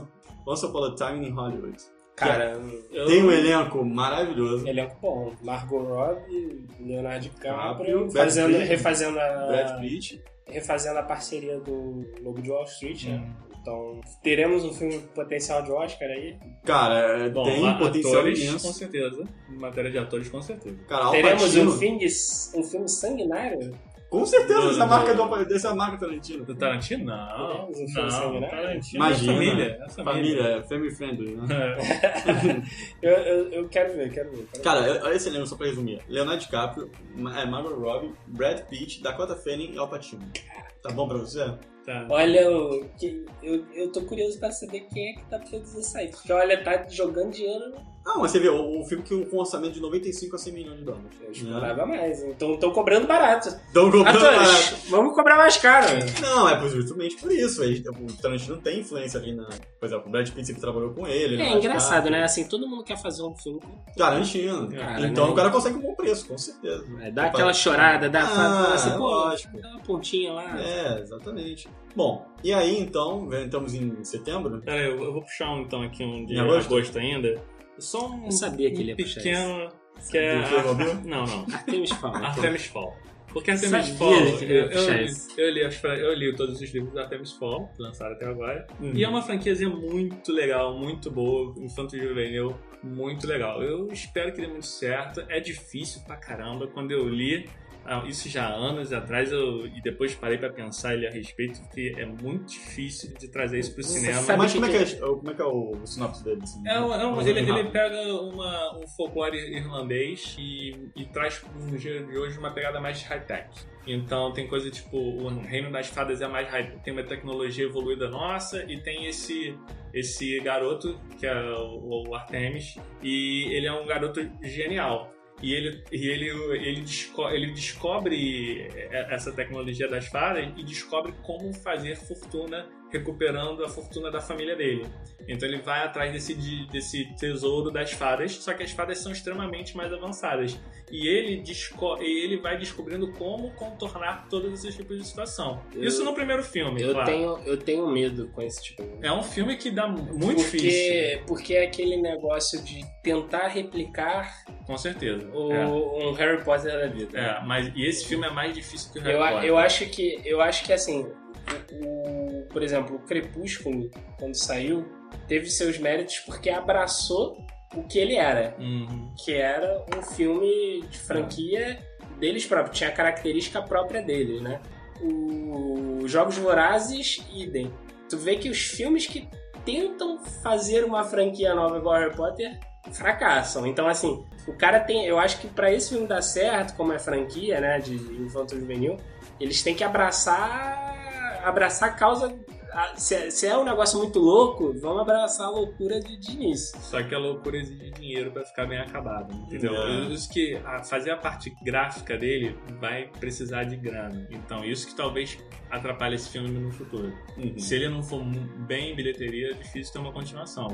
S2: Once Upon a Time in Hollywood.
S3: Cara,
S4: Eu,
S2: Tem um elenco maravilhoso.
S3: elenco bom. Margot Robbie, Leonardo
S2: Caprio,
S3: DiCaprio,
S2: Brad
S3: fazendo,
S2: Pitt.
S3: refazendo, a,
S4: Ah.
S2: Brad Pitt.
S3: refazendo a parceria do Lobo de Wall Street,
S2: Hum.
S3: né? Então, teremos um filme com potencial de Oscar aí.
S2: Cara, é,
S4: Bom,
S2: tem
S4: a-
S2: potencial
S4: atores, com
S2: imenso.
S4: certeza. Em matéria de atores, com certeza.
S2: Cara, Al
S3: teremos um
S2: Pacino.
S3: filme, um filme sanguinário?
S2: Com certeza,
S4: Do-
S2: essa
S4: do-
S2: marca do, dessa marca Tarantino.
S4: Do Tarantino? Não.
S3: Não, não foi
S4: Não,
S3: sangue, né?
S4: Tarantino
S2: Imagina.
S4: é família. É família.
S2: Família, é family friendly, né?
S4: É.
S3: Eu, eu, eu quero ver, quero ver. Quero ver.
S2: Cara, eu- olha esse elenco só pra resumir. Leonardo DiCaprio, Ma- é, Margot Robbie, Brad Pitt, Dakota Fanning e Al Pacino. Tá bom pra você?
S4: Tá.
S3: Olha, o é que- eu, eu tô curioso pra saber quem é que tá produzindo isso aí. Porque, olha, tá jogando dinheiro
S2: Ah, mas você vê, o, o filme que com um orçamento de 95 a 100 milhões de dólares.
S3: Eles
S2: Né?
S3: cobravam mais, então estão cobrando barato.
S2: Então,
S3: Ah,
S2: comprando barato.
S3: Atores, vamos cobrar mais caro.
S2: Não, é por- justamente por isso. Ele, o Tarantino tem influência ali na. Pois é, o Brad Pitt sempre trabalhou com ele. ele
S3: É
S2: faz
S3: engraçado,
S2: parte.
S3: né? Assim, todo mundo quer fazer um filme.
S2: Tarantino.
S3: Cara,
S2: então
S3: né?
S2: o cara consegue um bom preço, com certeza.
S3: É, dá aquela chorada, dá, fala
S2: Ah,
S3: assim, pô,
S2: lógico.
S3: dá uma pontinha lá.
S2: É, exatamente. Bom, e aí então, estamos em setembro? né?
S4: Pera aí, eu, eu vou puxar um então aqui, um de
S2: Em
S4: agosto,
S2: agosto?
S4: ainda. Só um,
S3: Eu sabia que ele ia
S4: um
S3: puxar
S4: pequeno que é...
S2: Do Chernobyl?
S4: Não, não.
S3: Artemis Fowl.
S4: Artemis Fall. Porque
S3: Sabia
S4: Artemis Fall,
S3: que
S4: eu,
S3: ele ia
S4: eu,
S3: puxar
S4: li,
S3: isso.
S4: eu, li as fra- eu li todos os livros da Artemis Fall, que lançaram até agora.
S3: Hum.
S4: E é uma franquia muito legal, muito boa, infanto juvenil, muito legal. Eu espero que dê muito certo. É difícil pra caramba. Quando eu li ah, isso já há anos atrás, eu, e depois parei pra pensar ele a respeito, porque é muito difícil de trazer isso pro
S3: Você
S4: cinema.
S3: Sabe
S2: Mas
S3: que
S2: como é, que
S3: que-
S2: é, como é que é o, o sinopse dele? assim?
S4: É, um- é um-
S2: Vamos
S4: ele,
S2: lá.
S4: ele pega uma- um folclore irlandês e, e traz no dia de hoje uma pegada mais high-tech. Então tem coisa tipo, o Reino das Fadas é mais high tem uma tecnologia evoluída nossa e tem esse, esse garoto, que é o, o Artemis, e ele é um garoto genial. E ele, e ele, ele, desco- ele descobre é, essa tecnologia das fadas e descobre como fazer fortuna recuperando a fortuna da família dele. Então ele vai atrás desse, de- desse tesouro das fadas, só que as fadas são extremamente mais avançadas. E ele, desco- e ele vai descobrindo como contornar todos esses tipos de situação.
S3: Eu-
S4: Isso no primeiro filme,
S3: um- Eu,
S4: claro.
S3: tenho, eu tenho medo com esse tipo de
S4: É um filme que dá muito
S3: porque,
S4: difícil,
S3: Porque é aquele negócio de tentar replicar
S4: com certeza.
S3: o,
S4: É.
S3: um Harry Potter da vida.
S4: É, mas e esse filme é mais difícil que o Harry
S3: Eu, a-
S4: Potter.
S3: eu acho que eu acho que assim, o, o- por exemplo, o Crepúsculo quando saiu teve seus méritos porque abraçou o que ele era,
S4: Uhum.
S3: que era um filme de franquia deles próprios, tinha a característica própria deles, né? O Jogos Vorazes, idem. Tu vê que os filmes que tentam fazer uma franquia nova igual Harry Potter fracassam. Então, assim, o cara tem. Eu acho que pra esse filme dar certo, como é franquia, né, de infanto juvenil, eles têm que abraçar. abraçar a causa. a- Se é, se é um negócio muito louco, vamos abraçar a loucura de, de início.
S4: Só que a loucura exige dinheiro pra ficar bem acabado, entendeu?
S2: É.
S4: Isso que a- fazer a parte gráfica dele vai precisar de grana. Então, isso que talvez atrapalhe esse filme no futuro.
S2: Uhum.
S4: Se ele não for mu- bem em bilheteria, é difícil ter uma continuação.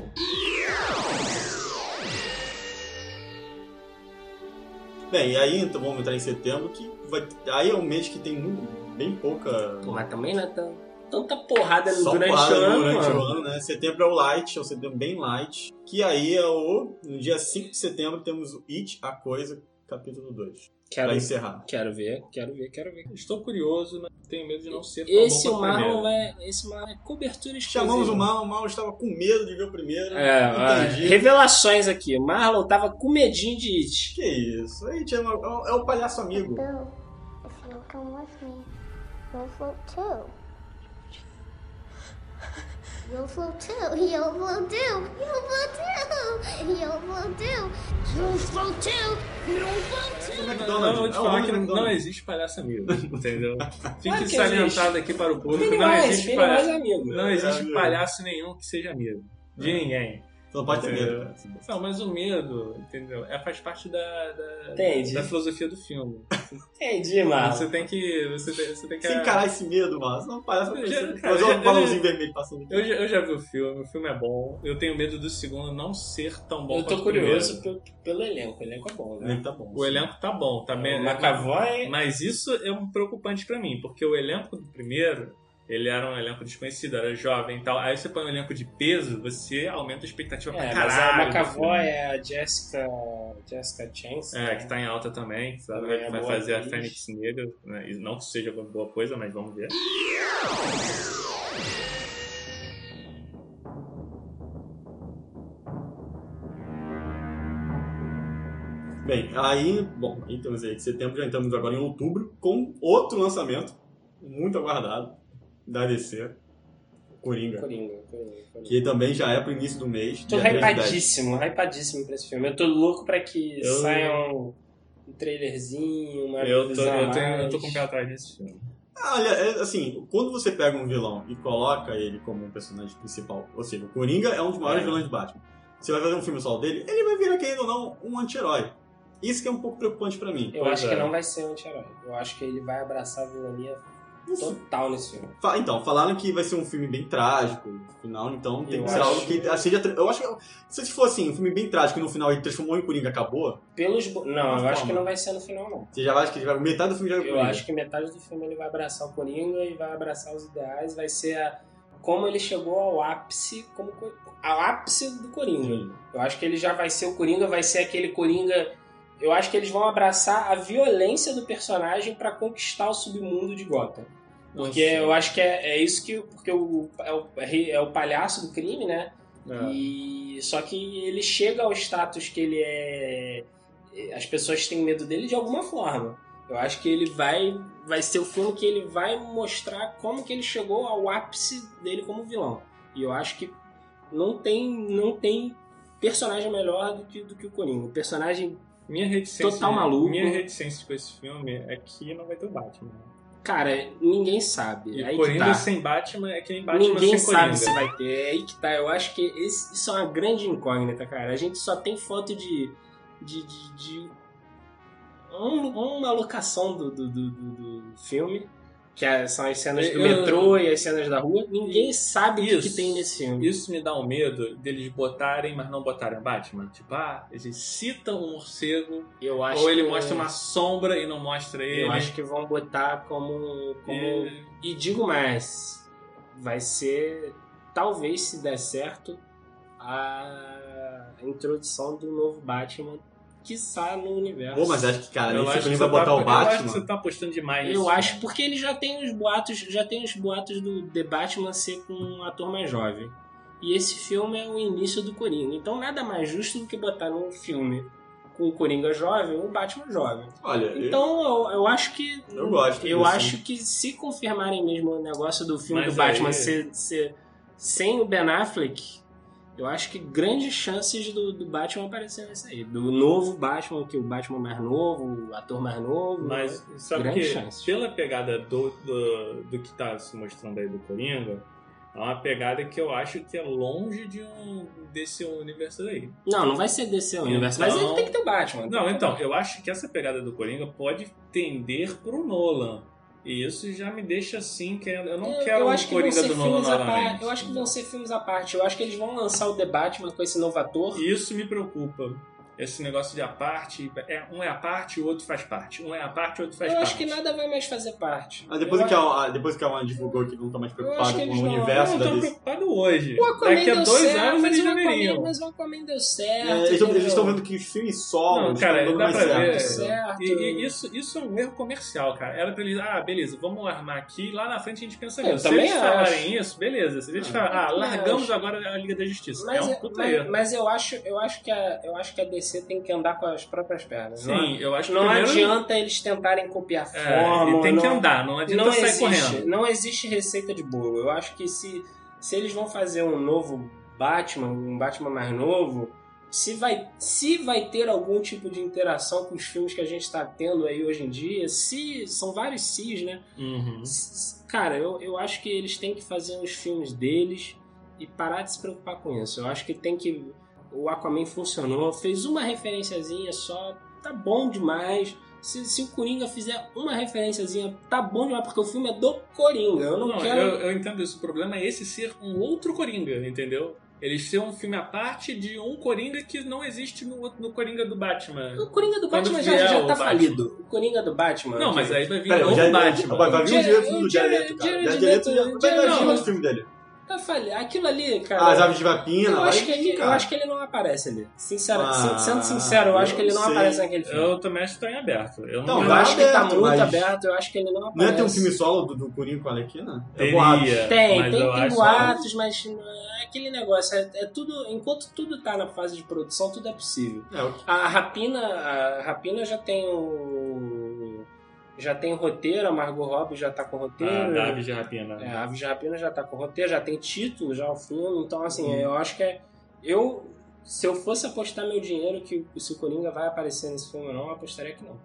S2: Bem, e aí então vamos entrar em setembro, que vai, aí é um mês que tem muito, bem pouca.
S3: Pô, mas também não é tão- tanta porrada
S2: Só
S3: durante
S2: porrada
S3: o ano.
S2: durante
S3: mano.
S2: o ano, né? Setembro é o light, é um setembro bem light. Que aí é o. No dia 5 de setembro temos o It, a Coisa, capítulo 2.
S3: Quero,
S2: Pra encerrar.
S3: quero ver, quero ver, quero ver.
S4: Estou curioso, mas tenho medo de não ser tão
S3: Esse
S4: Tá bom
S3: o
S4: quanto
S3: Marlon
S4: primeiro.
S3: vai. Esse Marlon é cobertura exclusiva.
S2: Chamamos o Mal, o Mal estava com medo de ver o primeiro.
S3: É,
S2: entendi.
S3: revelações aqui. O Marlon tava com medinho de it.
S2: Que isso? It é, uma- é o palhaço amigo.
S8: Boo, if you'll come with me, you'll float too. You'll float too. You'll float too. You'll float too. You'll float too. You'll float too. You'll float too.
S2: É
S4: Não, não, eu vou te
S2: é o
S4: falar
S2: homem
S4: que não,
S2: do
S4: não
S2: McDonald's.
S4: existe palhaço amigo, entendeu?
S3: Claro
S4: Fique
S3: que
S4: salientado aqui para o público, um não
S3: Pennywise,
S4: existe
S3: Pennywise
S4: palhaço,
S3: amigo.
S4: não existe
S2: É,
S4: palhaço nenhum que seja amigo. De ninguém.
S2: Você não pode
S4: É.
S2: ter medo, cara.
S4: Não, mas o medo, entendeu? É, faz parte da, da,
S3: Entendi.
S4: da filosofia do filme.
S3: Entendi, Marlon.
S4: Você tem que. Você tem, você tem que
S2: Se encarar esse medo, Mal, senão parece
S4: Eu
S2: que
S4: já-
S2: você
S4: cara,
S2: fazer
S4: eu já-
S2: um balãozinho vermelho passando aqui.
S4: Eu já, eu já vi o filme, o filme é bom. Eu tenho medo do segundo não ser tão bom
S3: Eu
S4: quanto
S3: tô
S4: o primeiro.
S3: curioso pelo, pelo elenco. O elenco é bom, né?
S2: Ele tá bom.
S4: O elenco tá bom, tá me-
S3: O McAvoy.
S4: Mas isso é um preocupante pra mim, porque o elenco do primeiro, ele era um elenco desconhecido, era jovem e tal. Aí você põe um elenco de peso, você aumenta a expectativa pra
S3: É, mas a
S4: caralho.
S3: McAvoy é a Jessica. Jessica Chance.
S4: É,
S3: né?
S4: que tá em alta também, sabe?
S3: Também é
S4: vai
S3: boa
S4: fazer a
S3: atriz.
S4: Fênix Negra, né? E não que seja uma boa coisa, mas vamos ver.
S2: Bem, aí, bom, aí temos aí de setembro, já entramos agora em outubro, com outro lançamento, muito aguardado, da DC, Coringa.
S3: né? Coringa, Coringa, Coringa.
S2: Que também já é pro início do mês.
S3: Tô
S2: dia 3 de dez.
S3: hypadíssimo, hypadíssimo pra esse filme. Eu tô louco pra que
S4: Eu-
S3: saia um, um trailerzinho, uma
S4: Eu tô,
S3: visão
S4: eu,
S3: a
S4: tenho- eu
S3: mais.
S4: tô com o pé atrás desse filme.
S2: Ah, Olha, é, assim, quando você pega um vilão e coloca ele como um personagem principal, ou seja, o Coringa é um dos maiores vilões de Batman. você vai fazer um filme solo dele, ele vai virar, querendo ou não, um anti-herói. Isso que é um pouco preocupante pra mim.
S3: Eu
S4: Pois
S3: acho que
S4: é.
S3: não vai ser um anti-herói. Eu acho que ele vai abraçar a vilania total nesse filme.
S2: Fa- Então, falaram que vai ser um filme bem trágico no final, então tem
S3: Eu
S2: que ser
S3: acho-
S2: algo que acende a tra- Eu acho que se for assim, um filme bem trágico e no final ele transformou em Coringa e acabou,
S3: Pelos. bo- Não, eu
S2: Calma.
S3: acho que não vai ser no final, não.
S2: você já vai, acho que já- metade do filme já é o
S3: Eu
S2: Coringa.
S3: acho que metade do filme ele vai abraçar o Coringa e vai abraçar os ideais, vai ser a- como ele chegou ao ápice, como co- ao ápice do Coringa. Eu acho que ele já vai ser o Coringa, vai ser aquele Coringa. Eu acho que eles vão abraçar a violência do personagem pra conquistar o submundo de Gotham. Porque eu acho que é, é isso que. Porque o, é, o, é o palhaço do crime, né?
S4: É.
S3: E só que ele chega ao status que ele é. As pessoas têm medo dele de alguma forma. Eu acho que ele vai. Vai ser o filme que ele vai mostrar como que ele chegou ao ápice dele como vilão. E eu acho que não tem, não tem personagem melhor do que, do que o Coringa. O personagem.
S4: Minha reticência,
S3: Total maluco.
S4: Minha reticência com esse filme é que não vai ter o Batman.
S3: Cara, ninguém sabe.
S4: E
S3: Aí que
S4: Coringa
S3: tá.
S4: sem Batman é que nem Batman
S3: Ninguém
S4: sem
S3: sabe
S4: Coringa.
S3: se vai ter. É aí que tá. Eu acho que esse- isso é uma grande incógnita, cara. A gente só tem foto de. de. de. de um- uma locação do, do, do, do- do filme. Que é- são as cenas do
S4: Eu-
S3: metrô e as cenas da rua. Ninguém sabe o que que,
S4: Isso.
S3: tem nesse filme.
S4: Isso me dá um medo deles botarem, mas não botarem o Batman. Tipo, ah, eles citam o morcego,
S3: Eu acho
S4: ou ele
S3: que-
S4: mostra uma sombra e não mostra ele. É,
S3: Eu acho que vão botar como. como E digo mais, vai ser, talvez se der certo, a introdução do novo Batman, quiçá no universo.
S2: Pô, mas acho é que, cara, nem
S4: Eu
S2: se o
S4: acho que
S2: Coringa
S4: você
S2: vai botar
S4: tá-
S2: o Batman.
S4: Eu acho que você tá apostando demais.
S3: Eu
S4: nisso.
S3: acho, porque ele já tem os boatos, já tem os boatos do The Batman ser com um ator mais jovem. E esse filme é o início do Coringa. Então nada mais justo do que botar num filme com o Coringa jovem o Batman jovem.
S2: Olha, eu-
S3: Então eu, eu acho que.
S2: Eu gosto
S3: Eu
S2: disso.
S3: acho que se confirmarem mesmo o negócio do filme
S4: Assim. Mas
S3: do Batman
S4: aí-
S3: ser, ser sem o Ben Affleck, eu acho que grandes chances do, do Batman aparecer nessa aí. Do novo Batman, que o Batman mais novo, o ator mais novo.
S4: Mas sabe
S3: Uhum. Grande
S4: que
S3: chance.
S4: pela pegada do, do, do que tá se mostrando aí do Coringa, é uma pegada que eu acho que é longe de um desse universo aí.
S3: Não, não vai ser DC o universo. Mas
S4: Então-
S3: ele tem que ter o Batman.
S4: Não, então, eu acho que essa pegada do Coringa pode tender pro Nolan. E isso já me deixa assim, que eu não quero
S3: eu
S4: um
S3: acho que vão
S4: Coringa
S3: ser
S4: do Nolan
S3: filmes à parte.
S4: novamente.
S3: Eu acho que vão ser filmes à parte. Eu acho que eles vão lançar o The Batman com esse novo ator.
S4: E Isso me preocupa. Esse negócio de a parte, é, um é a parte e o outro faz parte. Um é a parte e o outro
S3: Eu
S4: faz parte.
S3: acho que nada vai mais fazer parte.
S2: Ah, depois,
S3: Eu
S2: que a, ah, depois que a Warner divulgou que não tá mais preocupado
S3: que
S2: com
S3: eles
S2: o
S3: não-
S4: Eu
S2: universo
S4: não
S2: da
S4: tô
S2: DC.
S4: preocupado hoje.
S3: O Aquaman
S4: Daqui a
S3: deu
S4: dois
S3: certo,
S4: anos
S3: mas
S4: eles
S3: o Aquaman,
S4: deveriam.
S3: mas o Aquaman deu
S2: É, eles
S3: certo.
S2: tão- eles
S3: entendeu?
S2: estão vendo que os filmes solo
S4: Não, cara,
S2: estão dando
S4: dá
S2: mais
S4: pra
S2: certo.
S4: ver.
S2: entendeu?
S3: certo.
S4: E, e isso, isso é um erro comercial, cara. Era pra eles, ah, beleza, vamos armar aqui, lá na frente a gente pensa
S3: Eu
S4: nisso. Se
S3: também
S4: eles
S3: acho.
S4: falarem isso, beleza. Se eles falarem, ah,
S3: Eu também
S4: largamos
S3: acho.
S4: agora a Liga da Justiça.
S3: Mas,
S4: é um
S3: eu-
S4: puta
S3: mas,
S4: erro.
S3: mas eu acho, eu acho que a, eu acho que a DC tem que andar com as próprias pernas. não, é?
S4: Sim, eu acho que
S3: não
S4: primeiro-
S3: adianta eles tentarem copiar a
S4: É,
S3: forma.
S4: e tem que
S3: não-
S4: andar, não adianta
S3: não
S4: sair
S3: existe,
S4: correndo.
S3: Não existe receita de bolo. Eu acho que se, se eles vão fazer um novo Batman, um Batman mais novo, se vai, se vai ter algum tipo de interação com os filmes que a gente está tendo aí hoje em dia, se são vários cis, né?
S4: Uhum.
S3: S- Cara, eu, eu acho que eles têm que fazer os filmes deles e parar de se preocupar com isso. Eu acho que tem que. O Aquaman funcionou, fez uma referenciazinha só, tá bom demais. Se, se o Coringa fizer uma referenciazinha, tá bom demais, porque o filme é do Coringa. Eu não,
S4: Não,
S3: quero.
S4: eu, eu entendo isso. O problema é esse ser um outro Coringa, entendeu? Eles ser um filme à parte de um Coringa que não existe no, outro- no Coringa do Batman.
S3: O Coringa do
S4: Quando
S3: Batman já,
S4: vier
S3: já
S4: o
S3: tá
S4: Batman.
S3: falido. O Coringa do Batman.
S4: Não,
S3: que-
S4: mas aí vai vir
S2: Peraí, o
S4: outro
S2: Jared-
S4: é,
S3: um
S4: Batman.
S2: Vai vai vir o
S3: Jared-
S2: direito do Jared
S3: Jared-
S2: Leto, cara.
S3: Jared
S2: Jared Leto já-
S3: Leto-
S2: vai
S3: Jared-
S2: dar
S4: não.
S2: o filme dele.
S3: Tá falido. Aquilo ali,
S4: Ah,
S3: cara.
S2: As aves de rapina,
S3: eu,
S2: vai
S3: acho que ele,
S2: vir,
S3: eu
S2: cara.
S3: acho que ele não aparece ali. Sincero,
S2: Ah,
S3: sin- sendo sincero, eu acho que ele não
S2: eu sei.
S3: aparece naquele filme.
S4: Eu também acho que tá em aberto. Eu não,
S2: Não,
S3: Eu
S2: vai
S3: acho que tá
S2: aberto,
S3: muito
S2: mas-
S3: aberto, eu acho que ele não
S2: Não
S3: aparece.
S2: ia ter um filme solo do, do Coringa com a Alequina? É boato.
S4: teria,
S3: Tem,
S4: mas
S3: tem,
S4: eu
S3: tem
S4: acho-
S3: boatos, mas não é aquele negócio. É, é tudo, enquanto tudo tá na fase de produção, tudo é possível.
S2: É, o que-
S3: A Rapina, a Rapina já tem o. Já tem o roteiro, a Margot Robbie já tá com o
S4: Ah,
S3: roteiro.
S4: da Aves de Rapina.
S3: É, a Aves de Rapina já tá com o roteiro, já tem título, já o filme. Então, assim,
S4: Uhum.
S3: eu acho que é. Eu. Se eu fosse apostar meu dinheiro que o- se o Coringa vai aparecer nesse filme ou não, eu apostaria que não.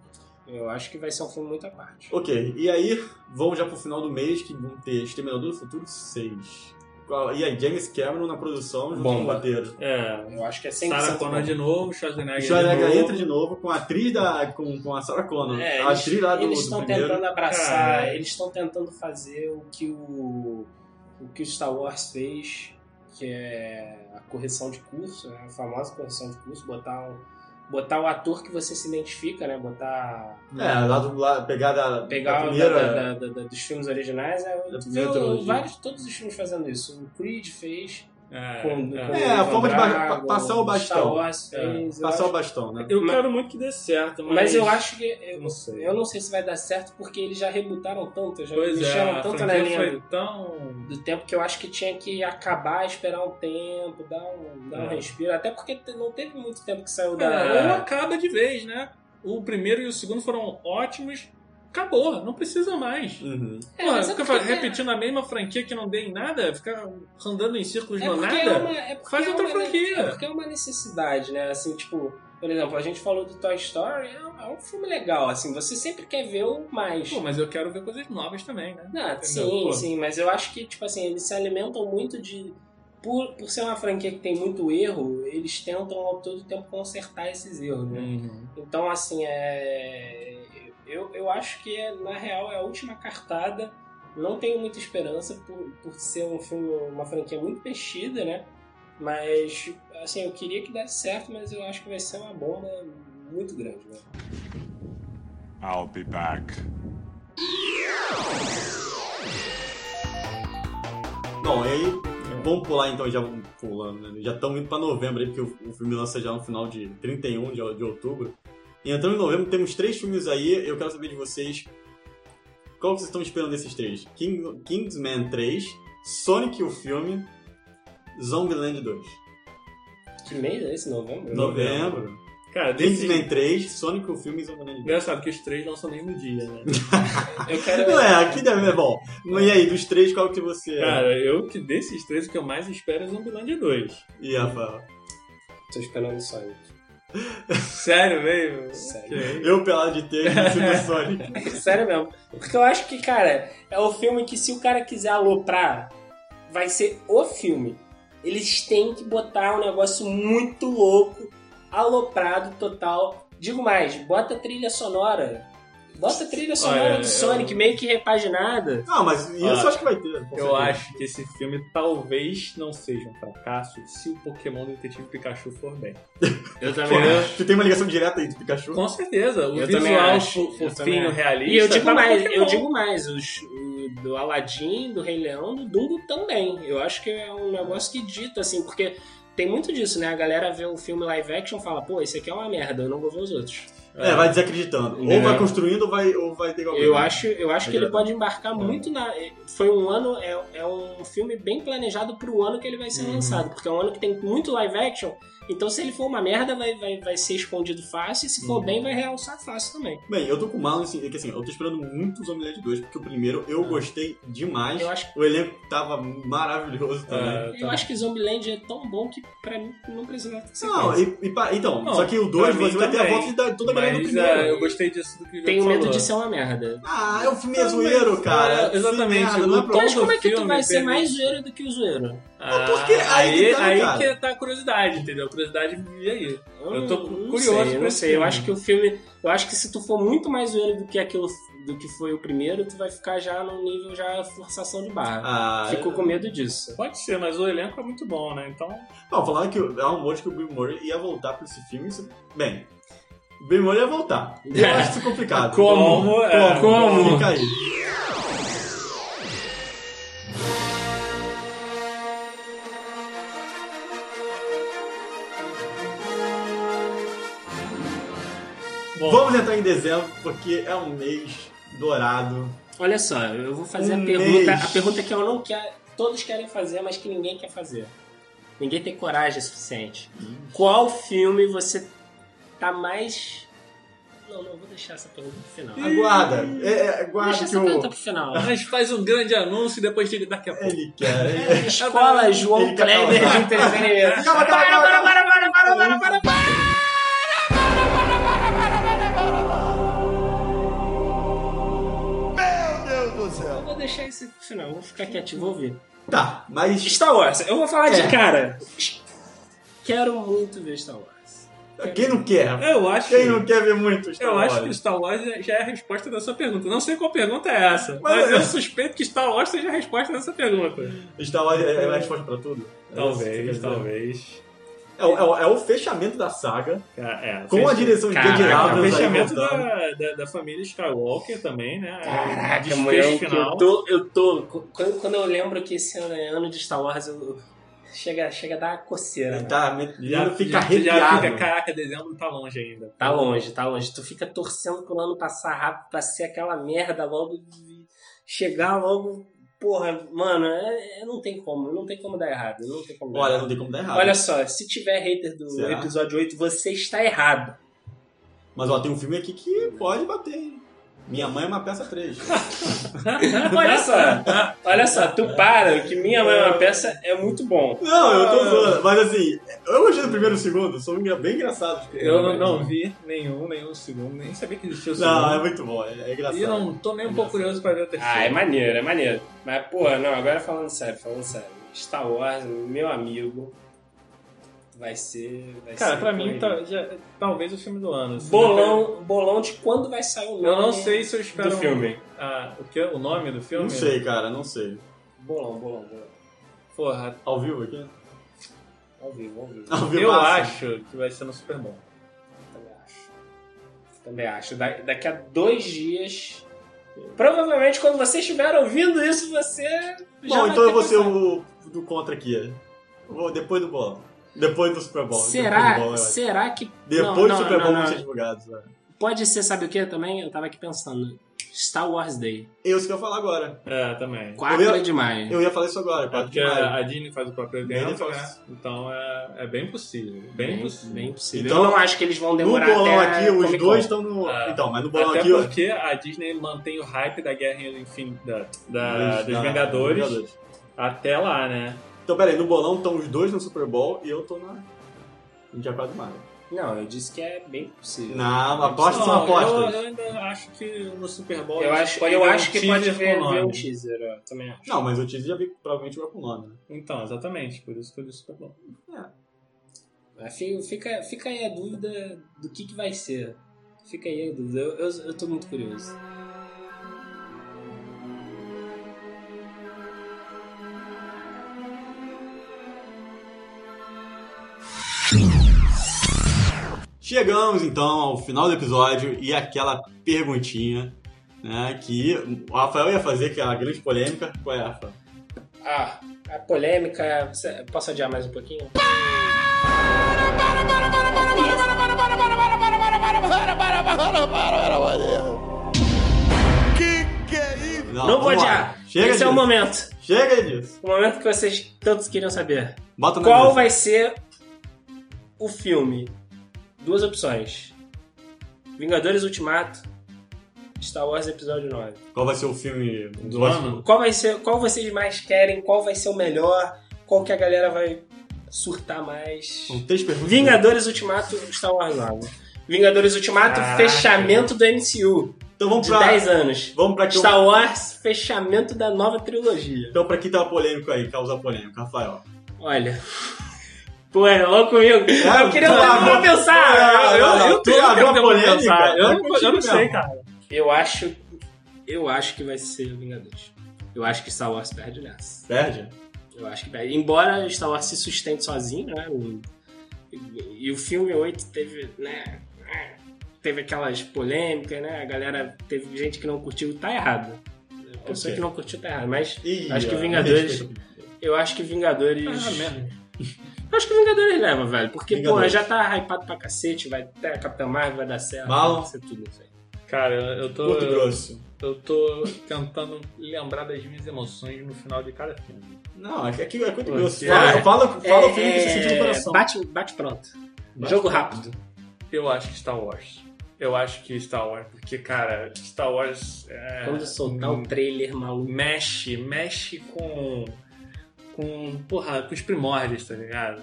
S3: Eu acho que vai ser um filme muito à parte.
S2: Ok, e aí, vamos já pro final do mês, que vão ter Exterminador do Futuro 6. qual- E aí, James Cameron na produção junto com o
S4: Bomba.
S2: roteiro.
S4: É.
S3: Eu acho que é 100%
S4: Sarah Connor
S3: bom.
S4: de novo, Schwarzenegger,
S2: Schwarzenegger
S4: de novo.
S2: entra de novo com a atriz da. com, com a Sarah Connor.
S3: É,
S2: a atriz lá do,
S3: eles
S2: do
S3: estão
S2: primeiro.
S3: tentando abraçar,
S4: Cara.
S3: eles estão tentando fazer o que o, o que o Star Wars fez, que é a correção de curso, né? a famosa correção de curso, botar o, botar o ator que você se identifica, né? Botar
S2: É, lá do lá, pegar da,
S3: né? pegar
S2: da
S3: o
S2: primeira.
S3: da- da- da- da- dos filmes originais, é,
S2: Da
S3: tu
S2: primeira
S3: viu
S2: trilogia.
S3: vários todos os filmes fazendo isso. O Creed fez,
S4: É,
S3: com,
S4: é.
S3: com
S2: É, a
S3: o
S2: forma de ba-
S3: Drago,
S2: pa- passar o
S3: Star
S2: bastão.
S3: Wars fez, eu
S2: Passar
S3: acho-
S2: o bastão, né?
S4: Eu
S3: Mas-
S4: quero muito que dê certo, mas...
S3: Mas eu acho que. Eu,
S4: Não sei.
S3: eu não sei se vai dar certo porque eles já rebutaram tanto, já
S4: Pois é,
S3: mexeram
S4: a
S3: tanto na linha
S4: franquia foi tão...
S3: do tempo que eu acho que tinha que acabar, esperar um tempo, dar um, dar um
S4: É.
S3: respiro. Até porque te- não teve muito tempo que saiu
S4: É, ou
S3: da.
S4: acaba de vez, né? O primeiro e o segundo foram ótimos. Acabou, não precisa mais.
S2: Uhum.
S3: É,
S4: Porra,
S3: mas é
S4: fica
S3: porque-
S4: repetindo a mesma franquia que não deu em nada, ficar andando em círculos
S3: É
S4: no
S3: porque
S4: nada.
S3: é uma, é porque
S4: Faz
S3: é
S4: outra
S3: uma-
S4: franquia.
S3: É porque é uma necessidade, né? Assim, tipo, por exemplo, a gente falou do Toy Story, é um, é um filme legal, assim, você sempre quer ver o mais.
S4: Pô, mas eu quero ver coisas novas também, né?
S3: Não, é sim,
S4: Pô.
S3: sim, mas eu acho que, tipo assim, eles se alimentam muito de. Por, por ser uma franquia que tem muito erro, eles tentam ao todo tempo consertar esses erros,
S4: Uhum.
S3: né? Então, assim, é. Eu, eu acho que, é, na real, é a última cartada. Não tenho muita esperança por, por ser um filme, uma franquia muito mexida, né? Mas, assim, eu queria que desse certo, mas eu acho que vai ser uma bomba muito grande, né?
S1: I'll be back.
S2: Bom, e aí, vamos pular então, já vamos pulando, né? Já estamos indo para novembro aí, porque o, o filme lança já no final de 31 de, de outubro. E entrando em novembro, temos três filmes aí, eu quero saber de vocês qual que vocês estão esperando desses três. King, Kingsman 3, Sonic o filme, Zombieland 2.
S3: Que mês é esse? Novembro?
S2: Novembro,
S4: Cara, desse...
S2: Kingsman 3, Sonic o filme e Zombieland 2.
S4: Engraçado que os três lançam no mesmo dia, né?
S3: Eu quero.
S2: Não é, aqui deve é bom. Mas e aí, dos três, qual que você... é?
S4: Cara, eu que desses três o que eu mais espero é Zumbilândia 2.
S2: E Rafael?
S3: Tô esperando o Sonic.
S4: Sério mesmo?
S3: Sério.
S2: Eu, pelado de texto, no filme Sonic.
S3: Sério mesmo. Porque eu acho que, cara, é o filme que se o cara quiser aloprar, vai ser o filme. Eles têm que botar um negócio muito louco, aloprado total. Digo mais, bota trilha sonora. Bota trilha sonora
S4: Olha,
S3: do
S4: eu-
S3: Sonic, meio que repaginada.
S2: Ah, mas isso
S4: Ah,
S2: eu acho que vai ter. com
S4: Eu
S2: certeza.
S4: acho que esse filme talvez não seja um fracasso se o Pokémon Detetive Pikachu for bem. Eu também acho.
S2: Tu tem uma ligação direta aí do Pikachu?
S4: Com certeza, o
S3: Eu também
S4: visual
S3: acho,
S4: fo-
S3: eu também
S4: fofinho,
S3: acho.
S4: realista.
S3: E eu digo
S4: tá no
S3: mais,
S4: Pokémon.
S3: eu digo mais, os, o, do Aladdin, do Rei Leão, do Dumbo também. Eu acho que é um negócio que dita, assim, porque tem muito disso, né? A galera vê o filme live action e fala, pô, esse aqui é uma merda, eu não vou ver os outros.
S2: É, vai desacreditando.
S4: É.
S2: Ou vai construindo ou vai, ou vai ter alguma
S3: Eu
S2: coisa.
S3: acho, eu acho que ele pode embarcar muito na. Foi um ano, é, é um filme bem planejado pro ano que ele vai ser lançado, porque é um ano que tem muito live action. Então, se ele for uma merda, vai, vai, vai ser escondido fácil, e se for bem, vai realçar fácil também.
S2: Bem, eu tô com mal, assim, é que assim, eu tô esperando muito Zombieland 2, porque o primeiro
S4: Ah.
S2: eu gostei demais.
S3: Eu acho-
S2: O elenco tava maravilhoso também.
S4: É,
S3: Eu acho que Zombieland é tão bom que pra mim não precisava ter sequência.
S2: Não, e, e pa- então,
S4: Não,
S2: só que o 2
S4: pra mim
S2: você vai ter a
S4: também.
S2: volta de da- toda a galera do
S4: Mas
S2: primeiro.
S4: é, eu gostei disso do que o
S3: Tenho
S4: João
S3: um medo
S4: falou.
S3: de ser uma merda.
S2: Ah, é o filme é
S4: Não, mas-
S2: zoeiro, cara.
S4: é, exatamente.
S2: Se merda, não é
S4: O
S2: problema.
S3: Mas
S4: Todo
S3: como é que tu
S4: filme
S3: vai ser
S4: permite-
S3: mais zoeiro do que o zoeiro?
S4: Ah,
S2: por quê? Aí que
S4: aí,
S2: tá,
S4: aí
S2: cara.
S4: que tá a curiosidade, entendeu? A curiosidade via aí. Eu tô
S3: Hum, não
S4: curioso
S3: sei, eu
S4: pra
S3: não
S4: esse
S3: sei. Eu
S4: filme.
S3: acho que o filme. Eu acho que se tu for muito mais zoeiro do que aquilo do que foi o primeiro, tu vai ficar já num nível já forçação de barra.
S2: Ah,
S4: é.
S3: Fico com medo disso.
S4: Pode ser, mas o elenco é muito bom, né? Então.
S2: Não, falaram que o- há um monte que o Bill Murray ia voltar pra esse filme. Isso... Bem, o Bill Murray ia voltar. Eu
S4: É.
S2: acho isso complicado.
S4: Como? É, como?
S2: Fica aí.
S4: Bom,
S2: Vamos entrar em dezembro, porque é um mês dourado.
S3: Olha só, eu vou fazer
S2: Um
S3: a pergunta.
S2: mês.
S3: A pergunta que eu não quero. Todos querem fazer, mas que ninguém quer fazer. Ninguém tem coragem suficiente.
S4: Hum.
S3: Qual filme você tá mais. Não, não, vou deixar essa pergunta pro final.
S2: Aguarda. É, é,
S3: Deixa
S2: aguarda que
S3: essa pergunta
S2: o...
S3: pro final.
S4: Mas faz um grande anúncio e depois chega daqui a pouco.
S2: Ele quer. É, ele-
S3: Escola João
S2: Ele quer
S3: Kleber
S2: causar.
S3: de entretenimento.
S2: Calma, calma, calma,
S3: Para, para,
S2: calma.
S3: para, para, para, para, para, para.
S6: Meu Deus do céu!
S3: Eu Vou deixar esse pro final, vou ficar quietinho, vou ouvir.
S2: Tá, mas.
S9: Star Wars, eu vou falar de
S2: É.
S9: cara. Quero muito ver Star Wars.
S2: Quem não quer?
S4: Eu acho
S2: Quem não quer ver muito Star
S4: Eu
S2: Wars?
S4: acho que Star Wars já- já é a resposta da sua pergunta. Não sei qual pergunta é essa, mas,
S2: Mas-
S4: eu suspeito que Star Wars seja a resposta dessa pergunta.
S2: Star Wars é é a resposta pra tudo? É isso que
S4: Talvez,
S2: você quer dizer?
S4: talvez.
S2: É, o- é o- é o fechamento da saga.
S4: É, é,
S2: Com a direção de
S4: Caraca,
S2: J.J. Abrams aí
S4: O fechamento
S2: voltando.
S4: da, da, da família Skywalker também, né?
S3: Caraca,
S2: é
S4: Desfecho
S3: moleque,
S2: um
S4: final.
S3: eu tô, eu tô. Quando, quando eu lembro que esse ano é ano de Star Wars, eu. Chega, chega a dar uma coceira. Tá,
S2: Tá, me- já fica
S4: já, já
S2: arrepiado.
S4: fica, caraca, dezembro tá longe ainda.
S3: tá longe, tá longe. Tu fica torcendo pro ano passar rápido pra ser aquela merda logo. e Chegar logo. Porra, mano, é- é- não tem como. Não tem como dar errado. Não tem como dar
S2: Olha,
S3: errado.
S2: não tem como dar errado.
S3: Olha só, se tiver hater do
S2: Será?
S3: episódio 8, você está errado.
S2: Mas ó, tem um filme aqui que pode bater, hein? Minha mãe é uma peça 3.
S3: Olha só, olha só, tu para, que Minha Mãe é uma Peça é muito bom.
S2: não, eu tô zoando. Mas assim, eu gostei do primeiro e do segundo, são engra- bem engraçados.
S4: Eu não, não vi nenhum, nenhum segundo, nem sabia que existia o segundo.
S2: Não, é muito bom, é, é engraçado.
S4: E eu não tô nem um pouco curioso pra ver o terceiro.
S3: Ah, é maneiro, é maneiro. Mas, porra, não, agora falando sério, falando sério. Star Wars, meu amigo, vai ser... Vai
S4: Cara,
S3: ser
S4: pra mim,
S3: corrido.
S4: tá- já- talvez o filme do ano. assim.
S3: Bolão, bolão de quando vai sair o nome né?
S4: Eu não sei se eu espero.
S3: do filme.
S4: Ah, o, que, o nome do filme?
S2: Não sei, cara, não sei.
S3: Bolão, bolão, bolão.
S4: Porra,
S2: Ao vivo aqui?
S3: Ao vivo, ao vivo.
S2: Ao vivo
S4: eu
S2: massa.
S4: acho que vai ser no Super Bowl.
S3: Também acho. Também acho. Da- daqui a dois dias... Provavelmente, quando vocês estiver ouvindo isso, você... já
S2: Bom,
S3: vai
S2: então
S3: ter
S2: eu vou ser
S3: passado.
S2: o do contra aqui. é. Vou- depois do bolão. Depois do Super Bowl.
S3: Será,
S2: Depois do, bolão, então eu acho.
S3: será que...
S2: Depois
S3: não,
S2: do
S3: não,
S2: Super
S3: não,
S2: Bowl
S3: não.
S2: vão ser divulgados. né?
S3: Pode ser, sabe o que também? Eu tava aqui pensando. Star Wars Day.
S2: Eu isso que eu ia falar agora.
S4: É, também.
S3: 4
S2: Eu-
S3: de maio.
S2: Eu ia falar isso agora, 4
S4: Porque
S2: de maio.
S4: a Disney faz o próprio
S2: Bem
S4: evento, né?
S2: fácil.
S4: Então é, é bem possível. Bem,
S3: Bem,
S4: possível.
S3: bem possível.
S2: Então,
S3: eu não acho que eles vão
S2: No
S3: demorar
S2: bolão
S3: até
S2: aqui,
S3: a
S2: os
S3: Comic Con.
S2: dois estão no.
S4: Ah.
S2: então, mas no bolão
S4: Até
S2: aqui, ó.
S4: porque a Disney mantém o hype da guerra infinita, da, da-
S2: Dois,
S4: é, dos
S2: tá,
S4: Vingadores
S2: Vingadores.
S4: até lá, né?
S2: Então, peraí, no bolão estão os dois no Super Bowl e eu tô na. No dia 4 de maio.
S3: Não, eu disse que é bem possível.
S2: Não, apostas são
S4: Não,
S2: apostas.
S4: Eu, eu ainda acho que no Super Bowl
S3: Eu
S4: a gente
S3: acho,
S4: pode
S3: eu
S4: ver um
S3: acho que pode
S4: teaser
S3: ver,
S4: com o
S3: ver um
S4: nome.
S3: teaser, eu também acho.
S2: Não, mas o teaser já vi provavelmente agora com o nome, né?
S4: Então, exatamente, por isso que tá eu disse Super Bowl.
S3: Mas fi- Fica, fica aí a dúvida do que, que vai ser. Fica aí a dúvida. Eu, eu, eu tô muito curioso.
S2: Chegamos então ao final do episódio e aquela perguntinha né, que o Rafael ia fazer, que é a grande polêmica. Qual é, Rafael?
S3: Ah, a polêmica. você- Posso adiar mais um pouquinho?
S6: é
S2: Não,
S3: não vou
S2: vamos lá.
S3: adiar.
S2: Chega
S3: Esse
S2: disso.
S3: é o momento.
S2: Chega disso.
S3: O momento que vocês todos queriam saber.
S2: Bota um. na
S3: Qual
S2: mesa.
S3: vai ser o filme? Duas opções: Vingadores Ultimato, Star Wars Episódio 9.
S2: Qual vai ser o filme
S4: Do ano?
S3: Qual vai ser, qual vocês mais querem? Qual vai ser o melhor? Qual que a galera vai surtar mais?
S2: São três perguntas.
S3: Vingadores Ultimato, Star Wars 9. Vingadores Ultimato,
S4: Caraca.
S3: fechamento do MCU
S2: Então vamos
S3: de
S2: pra.
S3: 10 anos.
S2: Vamos pra que eu-
S3: Star Wars, fechamento da nova trilogia.
S2: Então, pra quem tá polêmico aí, causa polêmica, Rafael.
S3: Olha. Pô, é logo comigo. eu queria
S2: tu
S3: dar
S2: abriu-
S3: pra pensar.
S2: Não,
S3: Eu-
S2: não,
S3: eu-
S2: não,
S3: eu
S2: tu
S3: tenho
S2: abriu
S3: que
S2: a polêmica. É
S4: Eu, não- eu
S2: contigo
S4: não sei,
S2: mesmo.
S4: cara.
S3: Eu acho. Eu acho que vai ser Vingadores. Eu acho que Star Wars perde nessa.
S2: Perde?
S3: Eu acho que perde. Embora Star Wars se sustente sozinho, né? o- e o filme 8 teve, né? Teve aquelas polêmicas, né? A galera teve gente que não curtiu, tá errado. A pessoa
S2: Ok.
S3: que não curtiu tá errado. Mas
S2: Ih,
S3: Acho que
S2: ó,
S3: Vingadores-
S2: respeito.
S3: eu acho que Vingadores.
S4: Ah, merda.
S3: Eu acho que Vingadores leva, velho. Porque,
S2: Vingadores.
S3: pô, já tá hypado pra cacete, vai ter a Capitã Marvel, vai dar certo.
S2: Marvel.
S3: Vai ser tudo isso aí.
S4: Cara, eu eu tô.
S2: Curto e grosso.
S4: Eu tô tentando lembrar das minhas emoções no final de cada filme.
S2: Não, é que é curto e
S4: Pô,
S2: grosso. Fala,
S3: cara,
S2: fala, fala o filme que você sentiu no coração.
S3: É, Bate, bate pronto.
S4: Bate
S3: Jogo
S4: pronto.
S3: rápido.
S4: Eu acho que Star Wars. Eu acho que Star Wars, porque, cara, Star Wars. É,
S3: Quando soltar
S2: Hum.
S3: o trailer maluco.
S4: Mexe, mexe com. Com. Porra, com os primórdios, tá ligado?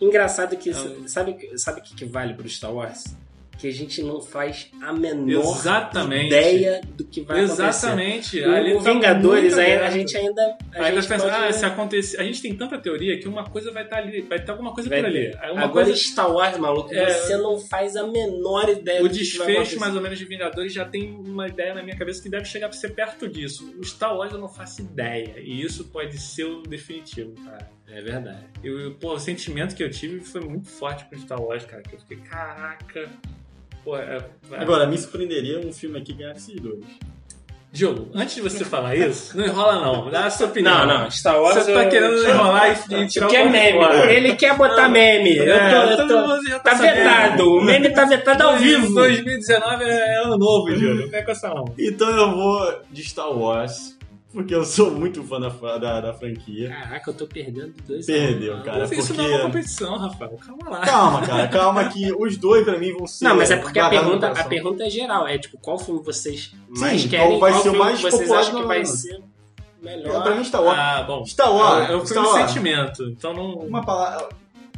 S3: Engraçado que.
S4: Ah.
S3: Sabe sabe o que, que vale pro Star Wars? que a gente não faz a menor
S4: Exatamente.
S3: ideia do que vai acontecer.
S4: Exatamente.
S3: O,
S4: Ali
S3: o
S4: tá
S3: Vingadores,
S4: muito
S3: aí a
S4: aberto.
S3: gente ainda. A
S4: Aí
S3: gente
S4: nós pensamos,
S3: pode-
S4: ah, se acontecer. A gente tem tanta teoria que uma coisa vai estar ali, vai estar alguma coisa
S3: Vai
S4: por é ali.
S3: ter.
S4: Aí Uma
S3: Agora
S4: coisa.
S3: Star Wars, maluco,
S4: É.
S3: você não faz a menor ideia
S4: O
S3: do que que É, vai
S4: desfecho,
S3: acontecer.
S4: mais ou menos, de Vingadores já tem uma ideia na minha cabeça que deve chegar pra ser perto disso. O Star Wars eu não faço ideia. E isso pode ser o definitivo, cara.
S3: É verdade.
S4: Eu, eu- pô, o sentimento que eu tive foi muito forte com Star Wars, cara. Que eu fiquei, caraca. Pô, é- é-
S2: Agora, me surpreenderia um filme aqui ganhar esses dois.
S4: Diogo, antes de você falar isso, não enrola não. Dá a sua opinião.
S3: Não, não, Star Wars.
S4: Você tá
S3: eu-
S4: querendo enrolar e, e tirar
S3: Tu quer
S4: o
S3: é meme. Ele quer botar meme. Eu
S4: É,
S3: tô- É, eu tô- Tá vetado. O meme tá vetado ao vivo.
S4: 2019 é ano novo, Júlio. Não vem com essa não.
S2: Então eu vou de Star Wars, porque eu sou muito fã da, fra- da, da franquia.
S3: Caraca, eu tô perdendo dois.
S2: Perdeu,
S3: anos.
S2: cara,
S4: Isso
S2: porque...
S4: não é uma competição, Rafael. Calma lá.
S2: Calma, cara, calma que os dois pra mim vão ser...
S3: Não, mas é porque a
S2: guardados no
S3: pergunta, a
S2: coração.
S3: pergunta é geral. É tipo, qual filme vocês mais
S2: qual
S3: querem?
S2: vai ser o
S3: filme
S2: mais
S3: vocês
S2: popular
S3: acham que
S2: do
S3: vai
S2: ano?
S3: ser melhor?
S2: Pra mim, Star Wars...
S4: Ah, bom.
S2: Star Wars,
S4: Eu fui
S2: Star
S4: um
S2: Wars.
S4: sentimento, então não.
S2: Uma palavra...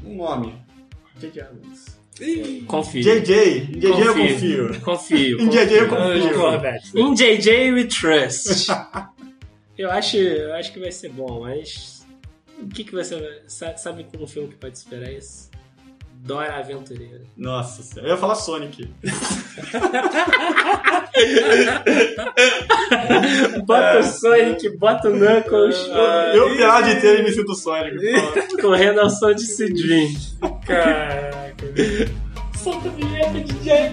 S2: Um nome. J.J. Abrams.
S3: Confio.
S2: JJ. em JJ eu confio.
S3: Confio.
S2: Em JJ eu
S4: Ah,
S2: confio.
S4: Corvette.
S3: Em JJ we trust.
S4: É.
S3: eu, acho, eu acho que vai ser bom, mas. O que, que você. vai- sa- Sabe como um filme que pode esperar isso? Dora Aventureira.
S2: Nossa senhora. Eu ia falar Sonic. É.
S3: Bota o Sonic, bota o Knuckles.
S2: eu, apesar de ter, me sinto Sonic. Fala.
S3: correndo ao som de Sidrin.
S4: Caraca.
S3: Solta a vinheta, DJ.